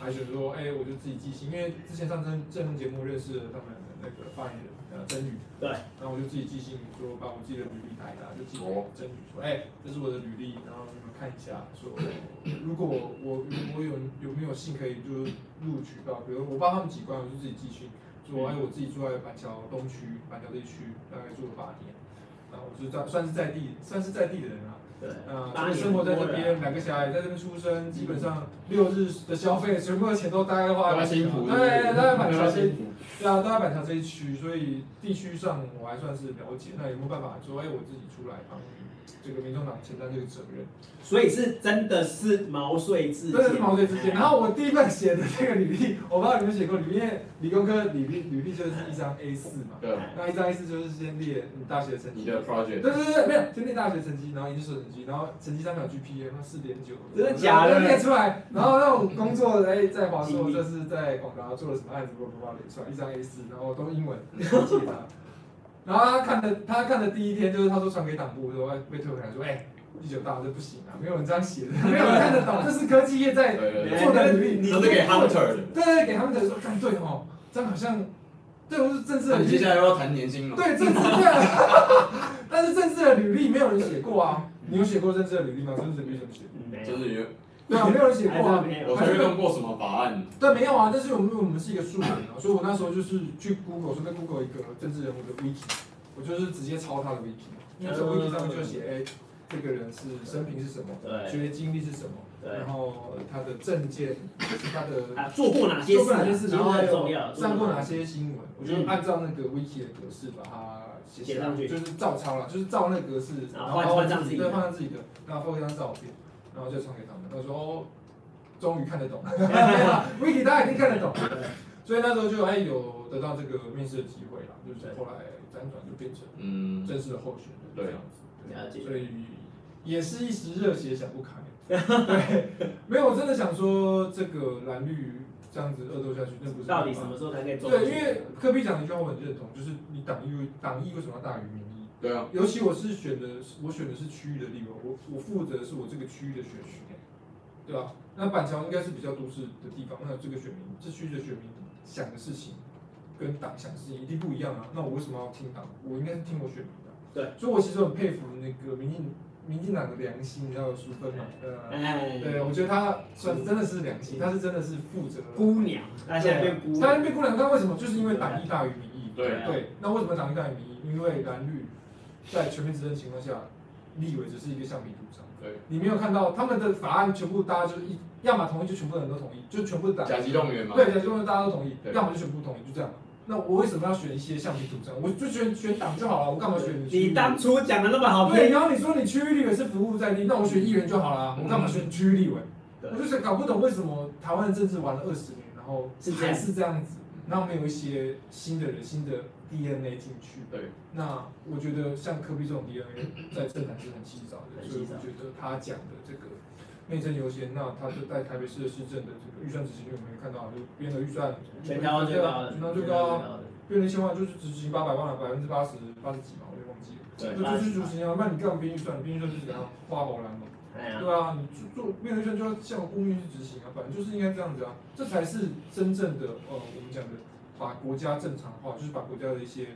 [SPEAKER 1] 海选说，哎，我就自己寄信，因为之前上政政论节目认识了他们的那个发言人呃曾宇，
[SPEAKER 3] 对，
[SPEAKER 1] 然后我就自己寄信说把我自己的履历打一打，就寄给
[SPEAKER 2] 哦
[SPEAKER 1] 曾宇说，哎，这是我的履历，然后你们看一下，说如果我我我有有没有幸可以就是录取到，比如我帮他们几关，我就自己寄信，说哎我自己住在板桥东区板桥这一区，大概住了八年，然后我是在算是在地算是在地的人啊。
[SPEAKER 3] 对，
[SPEAKER 1] 呃，
[SPEAKER 3] 八
[SPEAKER 1] 就是
[SPEAKER 3] 年
[SPEAKER 1] 生活在这
[SPEAKER 3] 多了
[SPEAKER 2] 啊
[SPEAKER 1] 边，两个小孩在这边出生，基本上六日的消费，全部的钱都大概花
[SPEAKER 2] 他辛苦，
[SPEAKER 1] 对，大概板桥
[SPEAKER 2] 他
[SPEAKER 1] 这，
[SPEAKER 2] 辛苦，
[SPEAKER 1] 对啊，都在板桥这一区，所以地区上我还算是了解。那有没有办法说，哎，我自己出来帮这个民众党承担这个责任？
[SPEAKER 3] 所以是真的是毛遂自
[SPEAKER 1] 真的是
[SPEAKER 3] 荐。
[SPEAKER 1] 毛遂自
[SPEAKER 2] 嗯
[SPEAKER 1] 荐。然后我第一份写的这个履历，我不知道你们写过履历，因为理工科履历履历就是一张 A 四嘛，
[SPEAKER 2] 对，
[SPEAKER 1] 那一张 A 四就是先列你大学成绩
[SPEAKER 2] 你。的 project，
[SPEAKER 1] 对对对，没有，先列大学成绩，然后研究所成绩，然后成绩上面有 GPA，那四点九，
[SPEAKER 3] 真的假的
[SPEAKER 1] 然后列出来，然后那种工作哎，在华硕这是在广达做了什么案子，我不知道列出来，一张 A 四，然后都英文，寄给他。然后他看的，他看的第一天就是他说传给党部，说哎被退回来，说哎，一九大这不行啊，没有人这样写的，没有人看得懂，这是科技业在
[SPEAKER 2] 对对对，
[SPEAKER 1] 做的履历，
[SPEAKER 2] 都是给 hunter 的。
[SPEAKER 1] 对对，给他们的说，看对哦，这样好像，对，我是正式
[SPEAKER 2] 那
[SPEAKER 1] 的履
[SPEAKER 2] 你接
[SPEAKER 1] 历
[SPEAKER 2] 下来又要谈年薪了，
[SPEAKER 1] 对政治的， 但是政治的履历没有人写过啊。你有写过政治的履历吗？政治的履历怎么写？
[SPEAKER 3] 嗯没有
[SPEAKER 2] 真的有，
[SPEAKER 1] 对啊，没有人写过啊
[SPEAKER 3] 还。真没有
[SPEAKER 2] 我推动过什么法案？
[SPEAKER 1] 但没有啊，但是我们我们是一个素人啊，所以我那时候就是去 Google 随便 Google 一个政治人物的 wiki，我就是直接抄他的 wiki，因为这
[SPEAKER 3] 嗯
[SPEAKER 1] wiki 上面就写哎、这个人是生平是什么，
[SPEAKER 3] 对
[SPEAKER 1] 学业经历是什么，
[SPEAKER 3] 对
[SPEAKER 1] 然后他的证件，他的
[SPEAKER 3] 啊，做过哪些
[SPEAKER 1] 做
[SPEAKER 3] 事
[SPEAKER 1] 过
[SPEAKER 3] 啊？
[SPEAKER 1] 哪些事
[SPEAKER 3] 其
[SPEAKER 1] 情，
[SPEAKER 3] 实
[SPEAKER 1] 然后还
[SPEAKER 3] 很重
[SPEAKER 1] 有
[SPEAKER 3] 要。
[SPEAKER 1] 上过哪
[SPEAKER 3] 些？
[SPEAKER 1] 些新闻，我就按照那个 wiki 的格式把它写下来
[SPEAKER 3] 写上去
[SPEAKER 1] 就是照抄了，就是照那个格式，
[SPEAKER 3] 然
[SPEAKER 1] 然
[SPEAKER 3] 后
[SPEAKER 1] 后
[SPEAKER 3] 换换上自己的
[SPEAKER 1] 对，换上自己的，然后放一张照片，然后就传给他们，他说哦，终于看得 懂，wiki 大家一定看得懂，所以那时候就还哎有得到这个面试的机会啦，就是后来辗转就变成
[SPEAKER 2] 嗯，
[SPEAKER 1] 正式的候选人这样子，啊
[SPEAKER 3] 了啊解
[SPEAKER 1] 所以也是一时热血想 不开。对，没有，我真的想说这个蓝绿这样子恶斗下去，那不是
[SPEAKER 3] 到底
[SPEAKER 1] 办法
[SPEAKER 3] 什么时候才可以做？
[SPEAKER 1] 对，因为科比讲的一句话我很认同，就是你党意党意为什么要大于民意？
[SPEAKER 2] 对啊，
[SPEAKER 1] 尤其我是选的，我选的是区域的立委，我我负责的是我这个区域的选区，对吧、那板桥应该是比较都市的地方，那这个选民这区域的选民想的事情跟党想的事情一定不一样啊。那我为什么要听党？我应该是听我选民的。
[SPEAKER 3] 对，
[SPEAKER 1] 所以我其实很佩服那个民进民进党的良心，你知道有淑芬嘛？呃，
[SPEAKER 3] 哎，
[SPEAKER 1] 对，我觉得他算真的是良心，他是真的是负责。
[SPEAKER 3] 姑娘，她现在变姑
[SPEAKER 1] 当
[SPEAKER 3] 娘
[SPEAKER 1] 然，被姑娘，但为什么？就是因为党意大于民意。
[SPEAKER 2] 对
[SPEAKER 3] 啊
[SPEAKER 1] 对，那为什么党意大于民意？因为蓝绿在全面执政情况下，立委只是一个橡皮图章。
[SPEAKER 2] 对，
[SPEAKER 1] 你没有看到他们的法案全部大家就是一，要么同意就全部人都同意，就全部党
[SPEAKER 2] 甲级动员嘛，
[SPEAKER 1] 对，就是大家都同意，
[SPEAKER 2] 对
[SPEAKER 1] 要么就全部同意，就这样。那我为什么要选一些橡皮图章？我就选选党就好了，我干嘛选区域
[SPEAKER 3] 你当初讲的那么好
[SPEAKER 1] 对，
[SPEAKER 3] 听，
[SPEAKER 1] 然后你说你区域立委是服务在地，那我选议员就好了，我干嘛选区域立委？
[SPEAKER 3] 嗯对
[SPEAKER 1] 我就是搞不懂为什么台湾的政治玩了二十年，然后
[SPEAKER 3] 是这样
[SPEAKER 1] 还
[SPEAKER 3] 嗯
[SPEAKER 1] 是这样子，然后没有一些新的人、新的 DNA 进去。
[SPEAKER 2] 对，
[SPEAKER 1] 那我觉得像科比这种 DNA 在政坛是很稀少的，
[SPEAKER 3] 很
[SPEAKER 1] 所以
[SPEAKER 3] 稀
[SPEAKER 1] 我
[SPEAKER 3] 少
[SPEAKER 1] 觉得他讲的这个内政优先，那他就在台北市的市政的这个预算执行率，我们也看到，就编的预算
[SPEAKER 3] 全台湾最高的，
[SPEAKER 1] 全台湾最
[SPEAKER 3] 全
[SPEAKER 1] 高
[SPEAKER 3] 台湾
[SPEAKER 1] 啊
[SPEAKER 3] 最，高的。
[SPEAKER 1] 编了一千万就是执行八百万了，百分之八十八十几嘛，我也忘记了。
[SPEAKER 2] 对
[SPEAKER 1] 就就是执行啊，那你干嘛编预算？你编预算就是给他花红蓝嘛。
[SPEAKER 3] 哎呀，
[SPEAKER 1] 对啊，你做做面对圈就要像顾命去执行啊，反正就是应该这样子啊，这才是真正的呃我们讲的把国家正常化，就是把国家的一些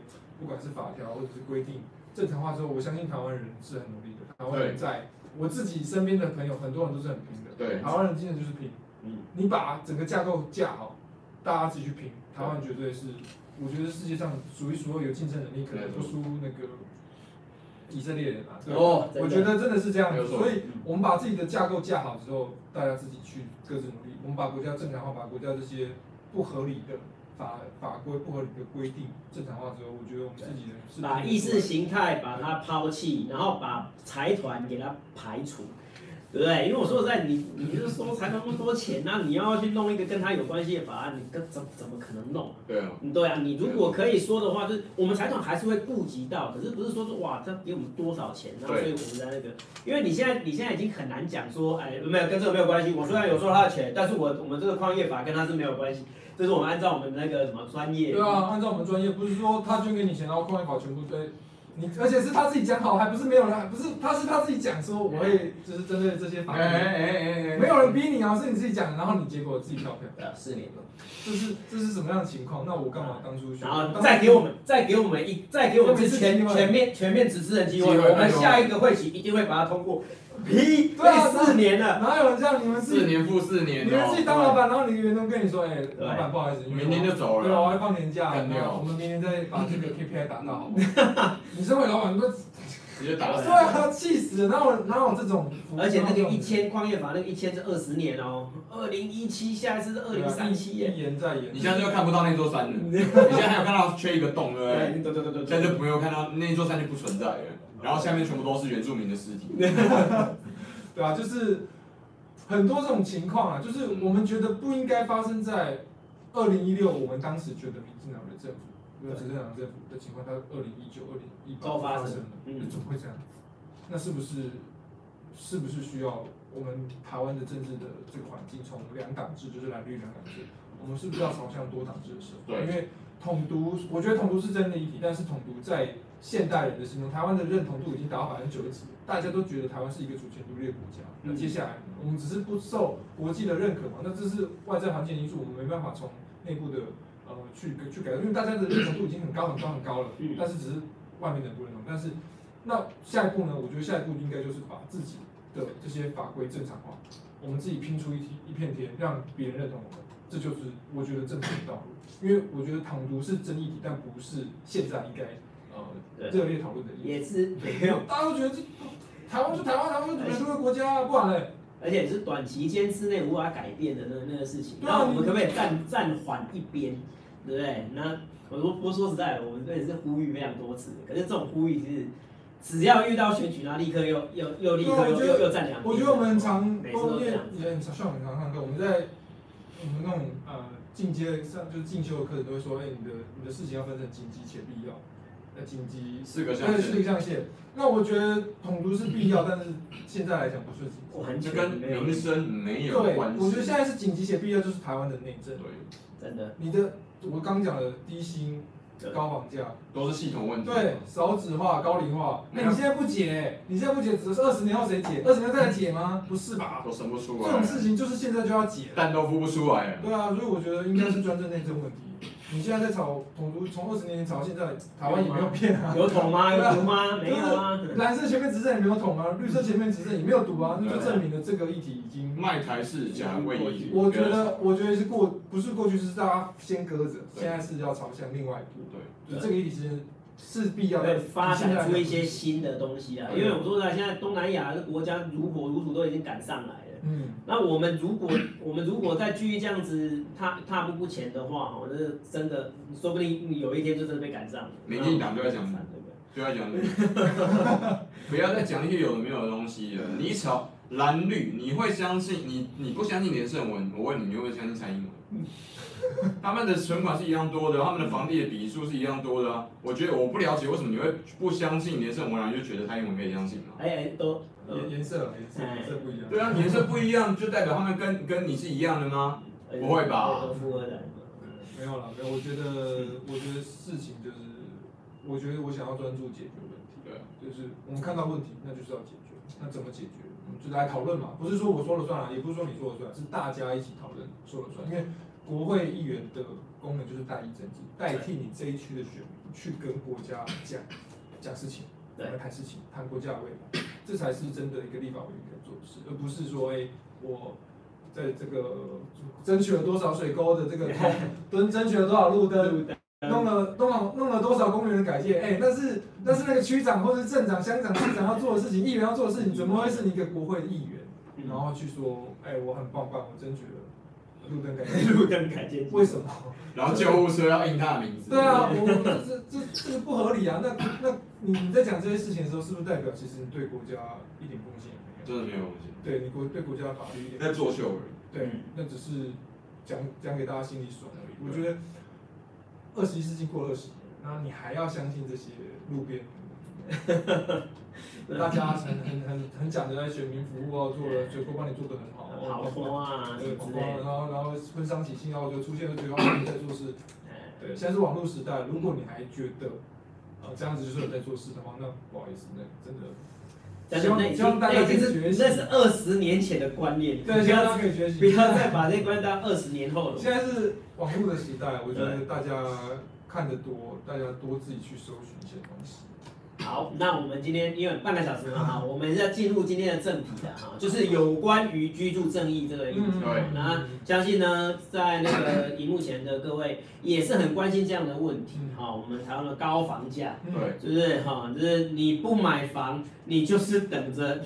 [SPEAKER 1] 不管是法条或者是规定正常化之后，我相信台湾人是很努力的，台湾人在我自己身边的朋友很多人都是很拼的，
[SPEAKER 2] 对
[SPEAKER 1] 台湾人今天就是拼，
[SPEAKER 2] 嗯，
[SPEAKER 1] 你把整个架构架好，大家自己去拼，台湾绝对是我觉得世界上数一数二有竞争能力，可能不输那个以色列人啊，对吧
[SPEAKER 2] 哦，
[SPEAKER 3] 真的
[SPEAKER 1] 我觉得真的是这样
[SPEAKER 2] 没有
[SPEAKER 1] 子，
[SPEAKER 2] 错嗯
[SPEAKER 1] 所以我们把自己的架构架好之后，大家自己去各自努力。我们把国家正常化，把国家这些不合理的法法规、不合理的规定正常化之后，我觉得我们自己的是
[SPEAKER 3] 把意识形态把它抛弃，然后把财团给它排除，对不对？因为我说实在，你你就是收财团那么多钱，那你要去弄一个跟他有关系的法案，你跟怎怎么可能弄？
[SPEAKER 2] 对啊，
[SPEAKER 3] 嗯对啊，你如果可以说的话，就是我们财团还是会顾及到，可是不是说说哇，他给我们多少钱，然后所
[SPEAKER 2] 对
[SPEAKER 3] 以我们在那个，因为你现在你现在已经很难讲说，哎，没有跟这个没有关系。我虽然有收他的钱，但是我我们这个矿业法跟他是没有关系，这是我们按照我们那个什么专业
[SPEAKER 1] 对啊，按照我们专业，不是说他捐给你钱，然后矿业法全部对你，而且是他自己讲好，还不是没有人，还不是他是他自己讲说我会就是针对这些法
[SPEAKER 2] 哎哎
[SPEAKER 1] 律，
[SPEAKER 2] 哎哎哎，
[SPEAKER 1] 没有人逼你啊，是你自己讲的，然后你结果自己跳票，
[SPEAKER 3] 呃四年。
[SPEAKER 1] 这是这是什么样的情况？那我干嘛当初选？
[SPEAKER 3] 然后
[SPEAKER 1] 当初
[SPEAKER 3] 再给我们，再给我们一，再给我们一次
[SPEAKER 1] 给
[SPEAKER 3] 全
[SPEAKER 1] 我们一次机会
[SPEAKER 3] 全面全面指示的机会，
[SPEAKER 2] 机会
[SPEAKER 3] 我们下一个会期一定会把它通过。屁，
[SPEAKER 1] 对啊
[SPEAKER 3] 这四年了，
[SPEAKER 1] 哪有人这样？你们自己
[SPEAKER 2] 四年复四年
[SPEAKER 1] 你们自己当
[SPEAKER 2] 哦，
[SPEAKER 1] 老板，然后你的员工跟你说，哎，老板不好意思，因为
[SPEAKER 2] 明天就走
[SPEAKER 1] 对啊，我
[SPEAKER 2] 了，
[SPEAKER 1] 要放年假，
[SPEAKER 2] 干掉
[SPEAKER 1] 那我们明天再把这个 KPI 达到，好不好？ 你身为老板，那
[SPEAKER 2] 直接打
[SPEAKER 1] 对
[SPEAKER 2] 死。
[SPEAKER 1] 啊，气死了，哪有哪有这种服务？
[SPEAKER 3] 而且
[SPEAKER 1] 哪
[SPEAKER 3] 那
[SPEAKER 1] 有这
[SPEAKER 3] 个
[SPEAKER 1] 种
[SPEAKER 3] 一千矿业法，那个一千是二十年哦，二零一七，下一次是二
[SPEAKER 1] 对
[SPEAKER 3] 零
[SPEAKER 1] 啊
[SPEAKER 3] 三七耶。
[SPEAKER 1] 一言再言，
[SPEAKER 2] 你现在就看不到那座山了，你现在还有看到缺一个洞，对不对？
[SPEAKER 3] 对对对对
[SPEAKER 2] 现在
[SPEAKER 3] 对
[SPEAKER 2] 就没有看到那座山就不存在了，然后下面全部都是原住民的尸体。
[SPEAKER 1] 对啊，就是很多这种情况啊，就是我们觉得不应该发生在二零一六，我们当时觉得民进党的政府，因为执政党政府的情况，它二零一九、二零一八
[SPEAKER 3] 都发生
[SPEAKER 1] 生了，
[SPEAKER 3] 嗯
[SPEAKER 1] 怎么会这样？那是不是是不是需要我们台湾的政治的这个环境从两党制就是蓝绿两党制，我们是不是要朝向多党制的时候？
[SPEAKER 2] 对
[SPEAKER 1] 因为统独，我觉得统独是真的议题，但是统独在现代人的心中，台湾的认同度已经达到百分之九十几，大家都觉得台湾是一个主权独立的国家。那接下来我们只是不受国际的认可嘛，那这是外在环境因素，我们没办法从内部的呃去去改，因为大家的认同度已经很高很高很高了
[SPEAKER 3] 嗯，
[SPEAKER 1] 但是只是外面的人不认同。但是那下一步呢？我觉得下一步应该就是把自己的这些法规正常化，我们自己拼出一一片天，让别人认同我们，这就是我觉得正确的道路。因为我觉得统独是争议题，但不是现在应该呃
[SPEAKER 3] 哦对
[SPEAKER 1] 热烈讨论的议题。
[SPEAKER 3] 也是没有，
[SPEAKER 1] 大家都觉得这台湾是台湾，台湾是主权独立国家，啊不然嘞，
[SPEAKER 3] 而且是短期间之内无法改变的那那个事情。
[SPEAKER 1] 对啊
[SPEAKER 3] 那我们可不可以暂暂缓一边，对不对？那我说不过说实在的，我们这也是呼吁非常多次，可是这种呼吁是只要遇到选举，然后立刻又又又立刻
[SPEAKER 1] 对啊
[SPEAKER 3] 又
[SPEAKER 1] 我觉得
[SPEAKER 3] 又又站两边。
[SPEAKER 1] 我觉得我们很常，
[SPEAKER 3] 每次都
[SPEAKER 1] 哦因
[SPEAKER 3] 这
[SPEAKER 1] 为
[SPEAKER 3] 样
[SPEAKER 1] 以前像我们常上课，我们在我们那种呃进阶上就是进修的课程都会说，哎，你的你的事情要分成紧急且必要，那紧急
[SPEAKER 2] 四个象
[SPEAKER 1] 对，是
[SPEAKER 2] 限，
[SPEAKER 1] 一象限。那我觉得统独是必要，但是现在来讲不是紧急。
[SPEAKER 3] 完
[SPEAKER 2] 这
[SPEAKER 3] 全
[SPEAKER 2] 跟
[SPEAKER 3] 没有
[SPEAKER 2] 民生没
[SPEAKER 1] 对，
[SPEAKER 2] 有关系。
[SPEAKER 1] 我觉得现在是紧急且必要，就是台湾的内政
[SPEAKER 2] 对。，
[SPEAKER 3] 真的
[SPEAKER 1] 你的我刚讲的低薪、
[SPEAKER 3] 对
[SPEAKER 1] 高房价，
[SPEAKER 2] 都是系统问题。
[SPEAKER 1] 对，少子化、高龄化，那
[SPEAKER 2] 没有
[SPEAKER 1] 你现在不解，你现在不解，只是二十年后谁解？二十年后再来解吗？不是吧？
[SPEAKER 2] 都生不出
[SPEAKER 1] 这
[SPEAKER 2] 来，
[SPEAKER 1] 种事情就是现在就要解。
[SPEAKER 2] 蛋都孵不出来。
[SPEAKER 1] 对啊，所以我觉得应该是专政内政问题。你现在在吵统独，从二十年前吵到现在，台湾也没有变啊。
[SPEAKER 3] 有桶吗？有
[SPEAKER 1] 对啊
[SPEAKER 3] 毒吗？没有啊。
[SPEAKER 1] 蓝色前面执政也没有捅啊，绿色前面执政也没有赌啊，那就证明了这个议题已经，
[SPEAKER 2] 卖台式假位移，
[SPEAKER 1] 我觉得我觉得是过不是过去，是大家先搁着，
[SPEAKER 2] 对
[SPEAKER 1] 现在是要朝向另外一步，
[SPEAKER 2] 对，
[SPEAKER 1] 就这个议题是是必要
[SPEAKER 3] 对，
[SPEAKER 1] 的，
[SPEAKER 3] 发展出一些
[SPEAKER 1] 现在
[SPEAKER 3] 新的东西啊。
[SPEAKER 2] 对
[SPEAKER 3] 因为我说的，现在东南亚的国家如火如荼都已经赶上来了。
[SPEAKER 1] 嗯，
[SPEAKER 3] 那我们如果我们如果再继续这样子踏踏步不前的话，哦，那真的说不定有一天就真的被赶上了。
[SPEAKER 2] 民进党就在讲
[SPEAKER 3] 那我们对
[SPEAKER 2] 就要讲， 不要再讲一些有的没有的东西了。你吵蓝绿，你会相信你你不相信连胜文？我问你，你会不会相信蔡英文？ 他们的存款是一样多的，他们的房地的笔数是一样多的啊。我觉得我不了解为什么你会不相信连胜文，啊然后就觉得蔡英文可以相信 嘛？
[SPEAKER 3] 哎哎都，
[SPEAKER 1] 颜
[SPEAKER 3] 嗯
[SPEAKER 1] 颜色啊颜色颜色不一样。
[SPEAKER 2] 对啊，颜色不一样，就代表他们跟跟你是一样的吗？不会吧
[SPEAKER 3] 哎都富二代嘛
[SPEAKER 1] 没有啦，没有。我觉得，我觉得事情就是，我觉得我想要专注解决问题。
[SPEAKER 2] 对啊，
[SPEAKER 1] 就是我们看到问题，那就是要解决。那怎么解决？我们就来讨论嘛，不是说我说了算啊，也不是说你说了算，是大家一起讨论说了算。因为国会议员的功能就是代议政治，代替你这一区的选民去跟国家讲讲事情，
[SPEAKER 3] 对
[SPEAKER 1] 来谈事情，谈国家的未来，这才是真的一个立法委员该做的事，而不是说哎、我。在这个争取了多少水沟的这个蹲，争取了多少路灯，弄了弄了弄了多少公园的改建？哎、那是那是那个区长或者镇长、乡长、市长要做的事情，议员要做的事情，怎么会是你一个国会议员，
[SPEAKER 3] 嗯
[SPEAKER 1] 然后去说，哎、我很棒棒，我争取了路灯改建？
[SPEAKER 3] 路灯改建，
[SPEAKER 1] 为什么？
[SPEAKER 2] 然后救护车要印他的名字。
[SPEAKER 1] 对啊，我这这这个不合理啊！那那你你在讲这些事情的时候，是不是代表其实你对国家一点贡献也没有？
[SPEAKER 2] 真的没有东西，
[SPEAKER 1] 对你国对国家法律一点贡献也没有
[SPEAKER 2] 在作秀而已。
[SPEAKER 1] 对
[SPEAKER 3] 嗯，
[SPEAKER 1] 那只是讲讲给大家心里爽而已。我觉得二十一世纪过了二十年，然后你还要相信这些路边，大家很很很很讲究在选民服务哦，做了水果帮你做的很好哦，
[SPEAKER 3] 跑脱啊什
[SPEAKER 1] 对，
[SPEAKER 3] 么
[SPEAKER 1] 包
[SPEAKER 3] 之
[SPEAKER 1] 括
[SPEAKER 3] 类
[SPEAKER 1] 然
[SPEAKER 3] 的，
[SPEAKER 1] 后然后婚丧喜庆啊，我觉得出现了觉得哦你在做事，
[SPEAKER 3] 哎
[SPEAKER 1] 对，现在是网络时代，如果你还觉得呃这样子就是有在做事的话，那不好意思，那真的
[SPEAKER 3] 但
[SPEAKER 1] 希
[SPEAKER 3] 是
[SPEAKER 1] 望
[SPEAKER 3] 那已
[SPEAKER 1] 希
[SPEAKER 3] 经
[SPEAKER 1] 望大
[SPEAKER 3] 那
[SPEAKER 1] 家
[SPEAKER 3] 已经
[SPEAKER 1] 可以学
[SPEAKER 3] 是
[SPEAKER 1] 习
[SPEAKER 3] 那是二十年前的观念，
[SPEAKER 1] 对，
[SPEAKER 3] 不
[SPEAKER 1] 希望大
[SPEAKER 3] 要
[SPEAKER 1] 家可以学习，
[SPEAKER 3] 不要再把这关到二十年后了。
[SPEAKER 1] 现在是网络的时代，我觉得大家看得多，大家多自己去搜寻一些东西。
[SPEAKER 3] 好，那我们今天因为半个小时了哈，我们要进入今天的正题了哈，就是有关于居住正义这个议题。
[SPEAKER 1] 嗯
[SPEAKER 2] 对
[SPEAKER 3] 那相信呢，在那个荧幕前的各位也是很关心这样的问题
[SPEAKER 1] 嗯
[SPEAKER 3] 哈。我们台湾的高房价，
[SPEAKER 1] 嗯
[SPEAKER 2] 对，
[SPEAKER 3] 是不是哈？就是你不买房，你就是等着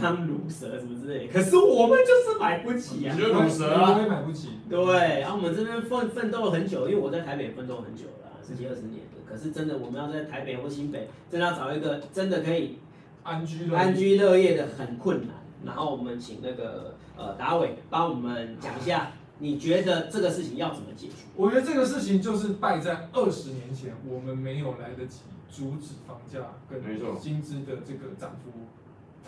[SPEAKER 3] 当乳蛇什么之类的。可是我们就是买不起
[SPEAKER 2] 你
[SPEAKER 3] 啊。
[SPEAKER 2] 就是毒蛇啊
[SPEAKER 1] 我！也买不起。
[SPEAKER 3] 对，然、后我们这边奋奋斗了很久，因为我在台北奋斗很久了啊，十几二十年了。可是真的，我们要在台北或新北，真的要找一个真的可以
[SPEAKER 1] 安居乐业
[SPEAKER 3] 安居乐业的很困难。然后我们请那个呃达伟帮我们讲一下，你觉得这个事情要怎么解决？
[SPEAKER 1] 我觉得这个事情就是败在二十年前，我们没有来得及阻止房价跟
[SPEAKER 2] 没错
[SPEAKER 1] 薪资的这个涨幅。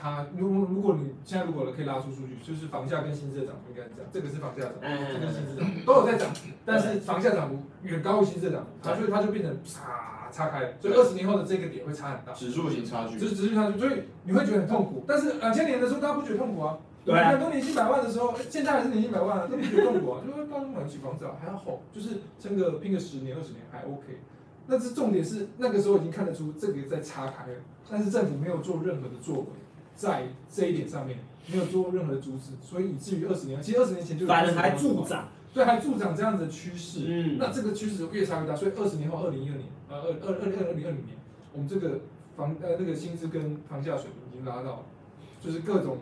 [SPEAKER 1] 它如果如果你现在如果可以拉出数据，就是房价跟薪资的涨幅应该是这样，这个是房价涨幅，
[SPEAKER 3] 嗯
[SPEAKER 1] 这个是薪资涨幅都有在涨，但是房价涨幅远高于薪资的涨幅，它就它就变成啪岔开了，所以二十年后的这个点会差很大。
[SPEAKER 2] 指数型差距
[SPEAKER 1] 只，是只是他，所以你会觉得很痛苦。但是两千年的时候，大家不觉得痛苦啊。
[SPEAKER 3] 对啊
[SPEAKER 1] 很多年薪百万的时候，哎现在还是年薪百万啊，都不觉得痛苦啊，就会刚买不起房子啊，还要吼，就是撑个拼个十年二十年还 OK。那是重点是那个时候已经看得出这个在岔开了，但是政府没有做任何的作为，在这一点上面没有做任何的阻止，所以以至于二十年，其实二十年前就有
[SPEAKER 3] 反而还
[SPEAKER 1] 这种
[SPEAKER 3] 助
[SPEAKER 1] 状况，
[SPEAKER 3] 长，
[SPEAKER 1] 对，还助长这样子的趋势。
[SPEAKER 3] 嗯，
[SPEAKER 1] 那这个趋势越差越大，所以二十年后，二零一二年，呃，二二二二二零二零年，我们这个房呃那个薪资跟房价水平已经拉到，就是各种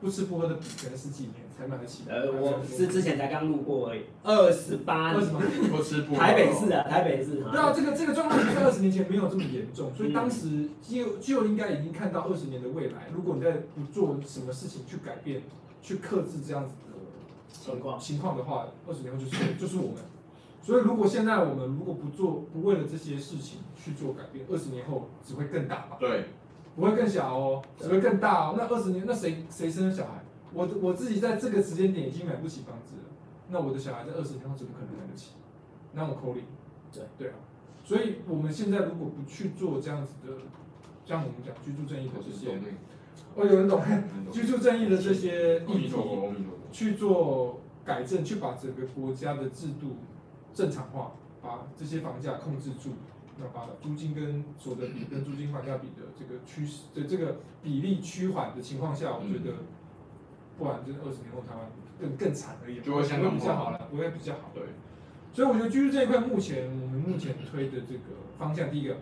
[SPEAKER 1] 不吃不喝的比，可能十几年才买得起。
[SPEAKER 3] 呃，我是之前才刚路过而已，二十八
[SPEAKER 1] 为什么？
[SPEAKER 2] 不吃不喝
[SPEAKER 3] 台北市啊，台北市
[SPEAKER 1] 对啊，
[SPEAKER 3] 啊，
[SPEAKER 1] 这个这个状况在二十年前没有这么严重，
[SPEAKER 3] 嗯
[SPEAKER 1] 所以当时就就应该已经看到二十年的未来。如果你在不做什么事情去改变、去克制这样子的
[SPEAKER 3] 情况
[SPEAKER 1] 情况的话，二十年后就是 就是我们。所以如果现在我们如果不做，不为了这些事情去做改变，二十年后只会更大吧，
[SPEAKER 2] 对，
[SPEAKER 1] 不会更小哦，只会更大哦。那二十年，那谁谁生小孩？我我自己在这个时间点已经买不起房子了，那我的小孩在二十年后怎么可能买得起？那我扣零。
[SPEAKER 3] 对
[SPEAKER 1] 对啊，所以我们现在如果不去做这样子的，像我们讲居住正义的
[SPEAKER 2] 我
[SPEAKER 1] 这
[SPEAKER 2] 是
[SPEAKER 1] 些
[SPEAKER 2] 懂，那
[SPEAKER 1] 哦，有人懂
[SPEAKER 2] 个，
[SPEAKER 1] 居住正义的这些
[SPEAKER 2] 阿弥
[SPEAKER 1] 议
[SPEAKER 2] 陀佛，
[SPEAKER 1] 题
[SPEAKER 2] 阿弥陀佛。
[SPEAKER 1] 去做改正，去把整个国家的制度正常化，把这些房价控制住，那把租金跟所得比跟租金房价比的这个趋势的这个比例趋缓的情况下，我觉得，不然就是二十年后台湾更更惨而已，
[SPEAKER 2] 就会像那种
[SPEAKER 1] 比较好啊了，不会比较好。
[SPEAKER 2] 对，
[SPEAKER 1] 所以我觉得居住这一块，目前我们目前推的这个方向，第一个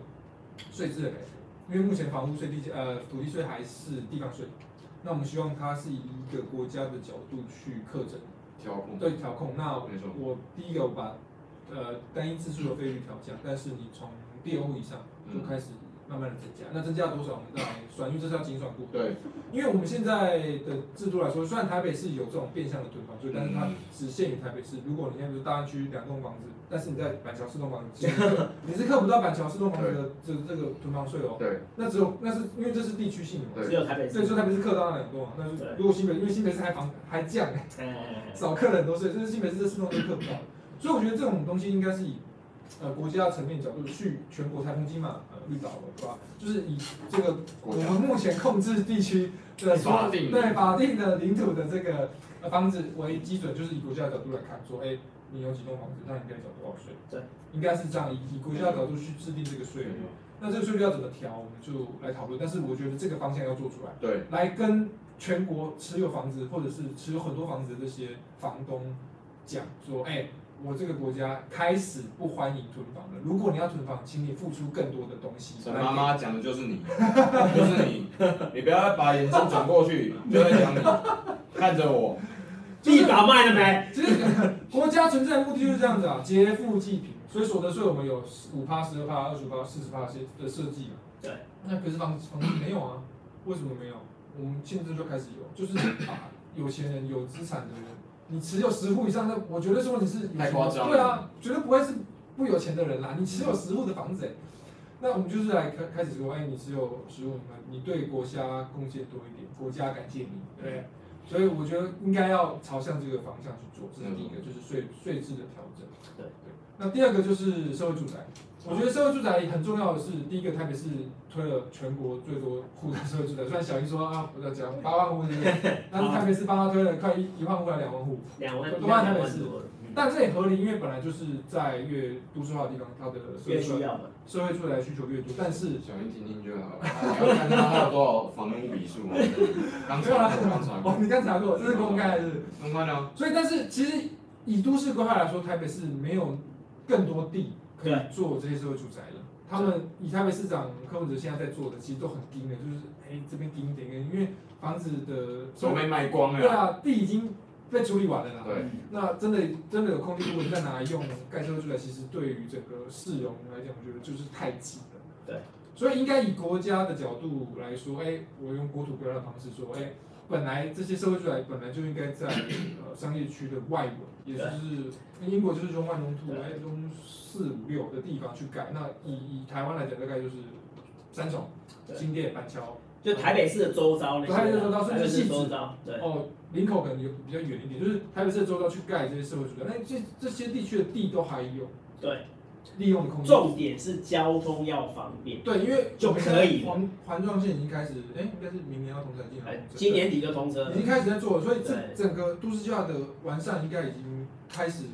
[SPEAKER 1] 税制的改革，因为目前房屋税、地价呃土地税还是地方税，那我们希望它是以一个国家的角度去克制，
[SPEAKER 2] 调控，
[SPEAKER 1] 对调控。那
[SPEAKER 2] 没错
[SPEAKER 1] 我第一个我把呃单一次数的费率调降，但是你从第二户以上就开始慢慢的增加。那增加多少，我们再来算，因为这是要精算过。
[SPEAKER 2] 对，
[SPEAKER 1] 因为我们现在的制度来说，虽然台北市有这种变相的囤房税，但是它
[SPEAKER 2] 嗯
[SPEAKER 1] 只限于台北市。如果你现在比如大安区两栋房子，但是你在板桥四栋房子， 你是克服到板桥四栋房子的这这个囤房税哦。
[SPEAKER 2] 对，
[SPEAKER 1] 那只有那是因为这是地区性的嘛，
[SPEAKER 2] 对
[SPEAKER 3] 只有台北
[SPEAKER 1] 所以
[SPEAKER 3] 市。哎
[SPEAKER 1] 说台北市克到那两栋啊。那是
[SPEAKER 3] 对
[SPEAKER 1] 如果新北，因为新北市还房还降欸
[SPEAKER 3] 哎哎哎
[SPEAKER 1] 少克了很多税，就是新北市这四栋都克不到的。所以我觉得这种东西应该是以呃国家层面角度去全国台风金嘛，呃绿岛是吧？就是以这个我
[SPEAKER 2] 国家
[SPEAKER 1] 们目前控制地区的所
[SPEAKER 2] 法定
[SPEAKER 1] 对法定的领土的这个呃房子为基准，就是以国家的角度来看，说，哎、你有几栋房子，那你该缴多少税？
[SPEAKER 3] 对，
[SPEAKER 1] 应该是这样，以以国家的角度去制定这个税率。那这个税率要怎么调，我们就来讨论。但是我觉得这个方向要做出来。
[SPEAKER 2] 对，
[SPEAKER 1] 来跟全国持有房子或者是持有很多房子的这些房东讲说，哎、我这个国家开始不欢迎囤房了。如果你要囤房，请你付出更多的东西。
[SPEAKER 2] 陈妈妈讲的就是你，就是你，你不要把眼睛转过去，就在讲你，看着我，
[SPEAKER 3] 地保卖了 没？
[SPEAKER 1] 其实国家存在的目的就是这样子啊，劫富济贫。所以所得税我们有五趴、十二趴、二十趴、四十趴的设计嘛。
[SPEAKER 2] 嗯
[SPEAKER 3] 对。
[SPEAKER 1] 那可是房子房子没有啊？为什么没有？我们现在就开始有，就是把有钱人、有资产的人，你持有十户以上，那我绝对是问题是有钱人
[SPEAKER 2] 太夸张了
[SPEAKER 1] 对啊，绝对不会是不有钱的人啦。你持有十户的房子、欸，那我们就是来开开始说，哎、你持有十户，你对国家贡献多一点，国家感谢你，对不
[SPEAKER 3] 嗯
[SPEAKER 1] 对。所以我觉得应该要朝向这个方向去做，这是第一个，就是税税制的调整。
[SPEAKER 3] 嗯对
[SPEAKER 1] 那第二个就是社会住宅，我觉得社会住宅很重要的是，第一个台北市推了全国最多户的社会住宅，虽然小英说啊，我在讲八万户是不 是，但是台北市帮他推了快一一万户还两万户，
[SPEAKER 3] 两万，
[SPEAKER 1] 多半台
[SPEAKER 3] 两
[SPEAKER 1] 北
[SPEAKER 3] 万
[SPEAKER 1] 市
[SPEAKER 3] 多了，嗯
[SPEAKER 1] 但这也合理，因为本来就是在越都市化的地方，它的社
[SPEAKER 3] 越啊
[SPEAKER 1] 会
[SPEAKER 3] 需
[SPEAKER 1] 住宅
[SPEAKER 3] 要嘛。
[SPEAKER 1] 社会住宅需求越多，但是
[SPEAKER 2] 小心听听就好了，你要看看他有多少房屋笔数嘛，刚查过，刚查
[SPEAKER 1] 哦
[SPEAKER 2] 过，，
[SPEAKER 1] 你刚查过，这是公开的是不是。
[SPEAKER 2] 刚刚呢，
[SPEAKER 1] 所以，但是其实以都市规划来说，台北市没有更多地可以
[SPEAKER 3] 对
[SPEAKER 1] 做这些社会住宅了。他们以台北市长柯文哲现在在做的，其实都很低的，就是哎、这边低一点，因为房子的
[SPEAKER 2] 都被卖光
[SPEAKER 1] 对
[SPEAKER 2] 了，
[SPEAKER 1] 啊，地已经被处理完了啦。
[SPEAKER 2] 对
[SPEAKER 1] 那真的真的有空地，如果你再拿来用盖社会住宅，其实对于整个市容来讲，我觉得就是太挤了。
[SPEAKER 3] 对，
[SPEAKER 1] 所以应该以国家的角度来说，哎、我用国土规划的方式说，哎、本来这些社会住宅本来就应该在呃商业区的外围，也就是英国就是中外中土，
[SPEAKER 3] 对
[SPEAKER 1] 哎，中四五六的地方去盖。那以以台湾来讲，大概就是三种：
[SPEAKER 3] 对
[SPEAKER 1] 新店、板桥。
[SPEAKER 3] 就台北市的周遭那些啊，
[SPEAKER 1] 台北市周遭
[SPEAKER 3] 台北
[SPEAKER 1] 甚至
[SPEAKER 3] 市
[SPEAKER 1] 细致
[SPEAKER 3] 周遭，对，
[SPEAKER 1] 哦，林口可能有比较远一点，就是台北市的周遭去盖这些社会住宅，那这这些地区的地都还有
[SPEAKER 3] 对
[SPEAKER 1] 利用的空间。
[SPEAKER 3] 重点是交通要方便，
[SPEAKER 1] 对，因为
[SPEAKER 3] 就可以了
[SPEAKER 1] 环环状线已经开始，哎、应该是明年要通车，今年要
[SPEAKER 3] 哎
[SPEAKER 1] 通车，
[SPEAKER 3] 今年底就通车
[SPEAKER 1] 对
[SPEAKER 3] 了
[SPEAKER 1] 已，经开始在做了，所以
[SPEAKER 3] 对
[SPEAKER 1] 这整个都市计划的完善应该已经开始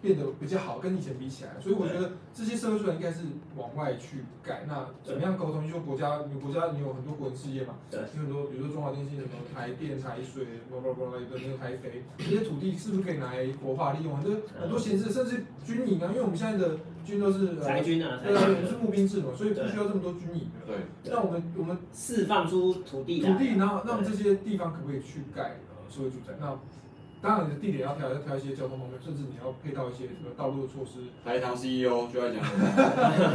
[SPEAKER 1] 变得比较好，跟以前比起来，所以我觉得这些社会住宅应该是往外去改。那怎么样沟通？就国家，你国家你有很多国营事业嘛，
[SPEAKER 3] 对
[SPEAKER 1] 有很多，比如说中华电信什么台电、台水，巴拉巴拉，有的没有台肥，这些土地是不是可以拿来活化利用？很多
[SPEAKER 3] 嗯
[SPEAKER 1] 很多闲置，甚至军营啊，因为我们现在的军都是呃
[SPEAKER 3] 裁军啊，裁
[SPEAKER 1] 对啊，我们
[SPEAKER 3] 军
[SPEAKER 1] 是募兵制嘛，所以不需要这么多军营的。
[SPEAKER 2] 对，
[SPEAKER 3] 对
[SPEAKER 1] 那我们我们
[SPEAKER 3] 释放出土地啊来，
[SPEAKER 1] 土地，然后那我们
[SPEAKER 3] 对
[SPEAKER 1] 这些地方可不可以去盖呃社会住宅？那当然，你的地点要挑，要挑一些交通方面，甚至你要配套一些什么道路的措施。
[SPEAKER 2] 台糖 CEO 就在讲我，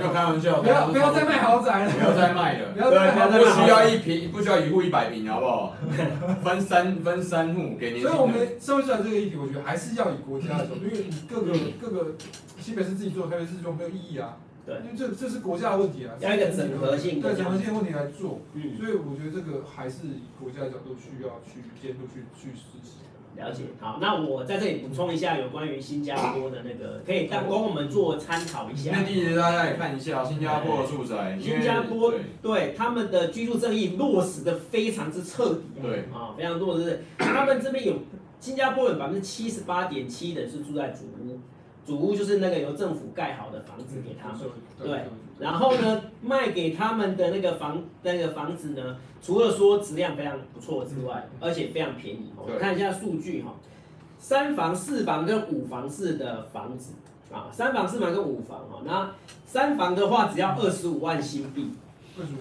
[SPEAKER 2] 没有开玩笑，
[SPEAKER 1] 不要
[SPEAKER 3] 啊
[SPEAKER 1] 不要再卖豪宅
[SPEAKER 2] 不要
[SPEAKER 1] 了，
[SPEAKER 2] 再卖了，
[SPEAKER 1] 不要再卖了
[SPEAKER 2] 对不需要一平，不需要一户一百平，好不好？分三分三户给年
[SPEAKER 1] 所以我
[SPEAKER 2] 轻人。
[SPEAKER 1] 们社会住宅这个议题，我觉得还是要以国家的角度，因为你 各个各个新北市自己做，台北市做没有意义啊。
[SPEAKER 3] 对
[SPEAKER 1] 因为这这是国家的问题啊，
[SPEAKER 3] 要一个整合性的
[SPEAKER 1] 对整合性的问题来做。
[SPEAKER 3] 嗯，
[SPEAKER 1] 所以我觉得这个还是以国家的角度需要去监督、去去实施的。
[SPEAKER 3] 了解。好，那我在这里补充一下有关于新加坡的那个，可以当供我们做参考一下。
[SPEAKER 1] 嗯
[SPEAKER 2] 那第一大家也看一下新加坡的住宅，因为
[SPEAKER 3] 新加坡
[SPEAKER 2] 对
[SPEAKER 3] 对他们的居住正义落实的非常之彻底
[SPEAKER 2] 对
[SPEAKER 3] 啊、非常落实。 他们这边有新加坡有百分之七十八点七的人是住在主屋，主屋就是那个由政府盖好的房子给
[SPEAKER 2] 嗯
[SPEAKER 3] 他们。对
[SPEAKER 1] 对
[SPEAKER 3] 然后呢，卖给他们的那个房那个房子呢，除了说质量非常不错之外，而且非常便宜。哦
[SPEAKER 2] 嗯对
[SPEAKER 3] 我看一下数据哈、三房、四房跟五房式的房子啊，三房、四房跟五房哈、那三房的话只要二十五万新币，
[SPEAKER 1] 为什么？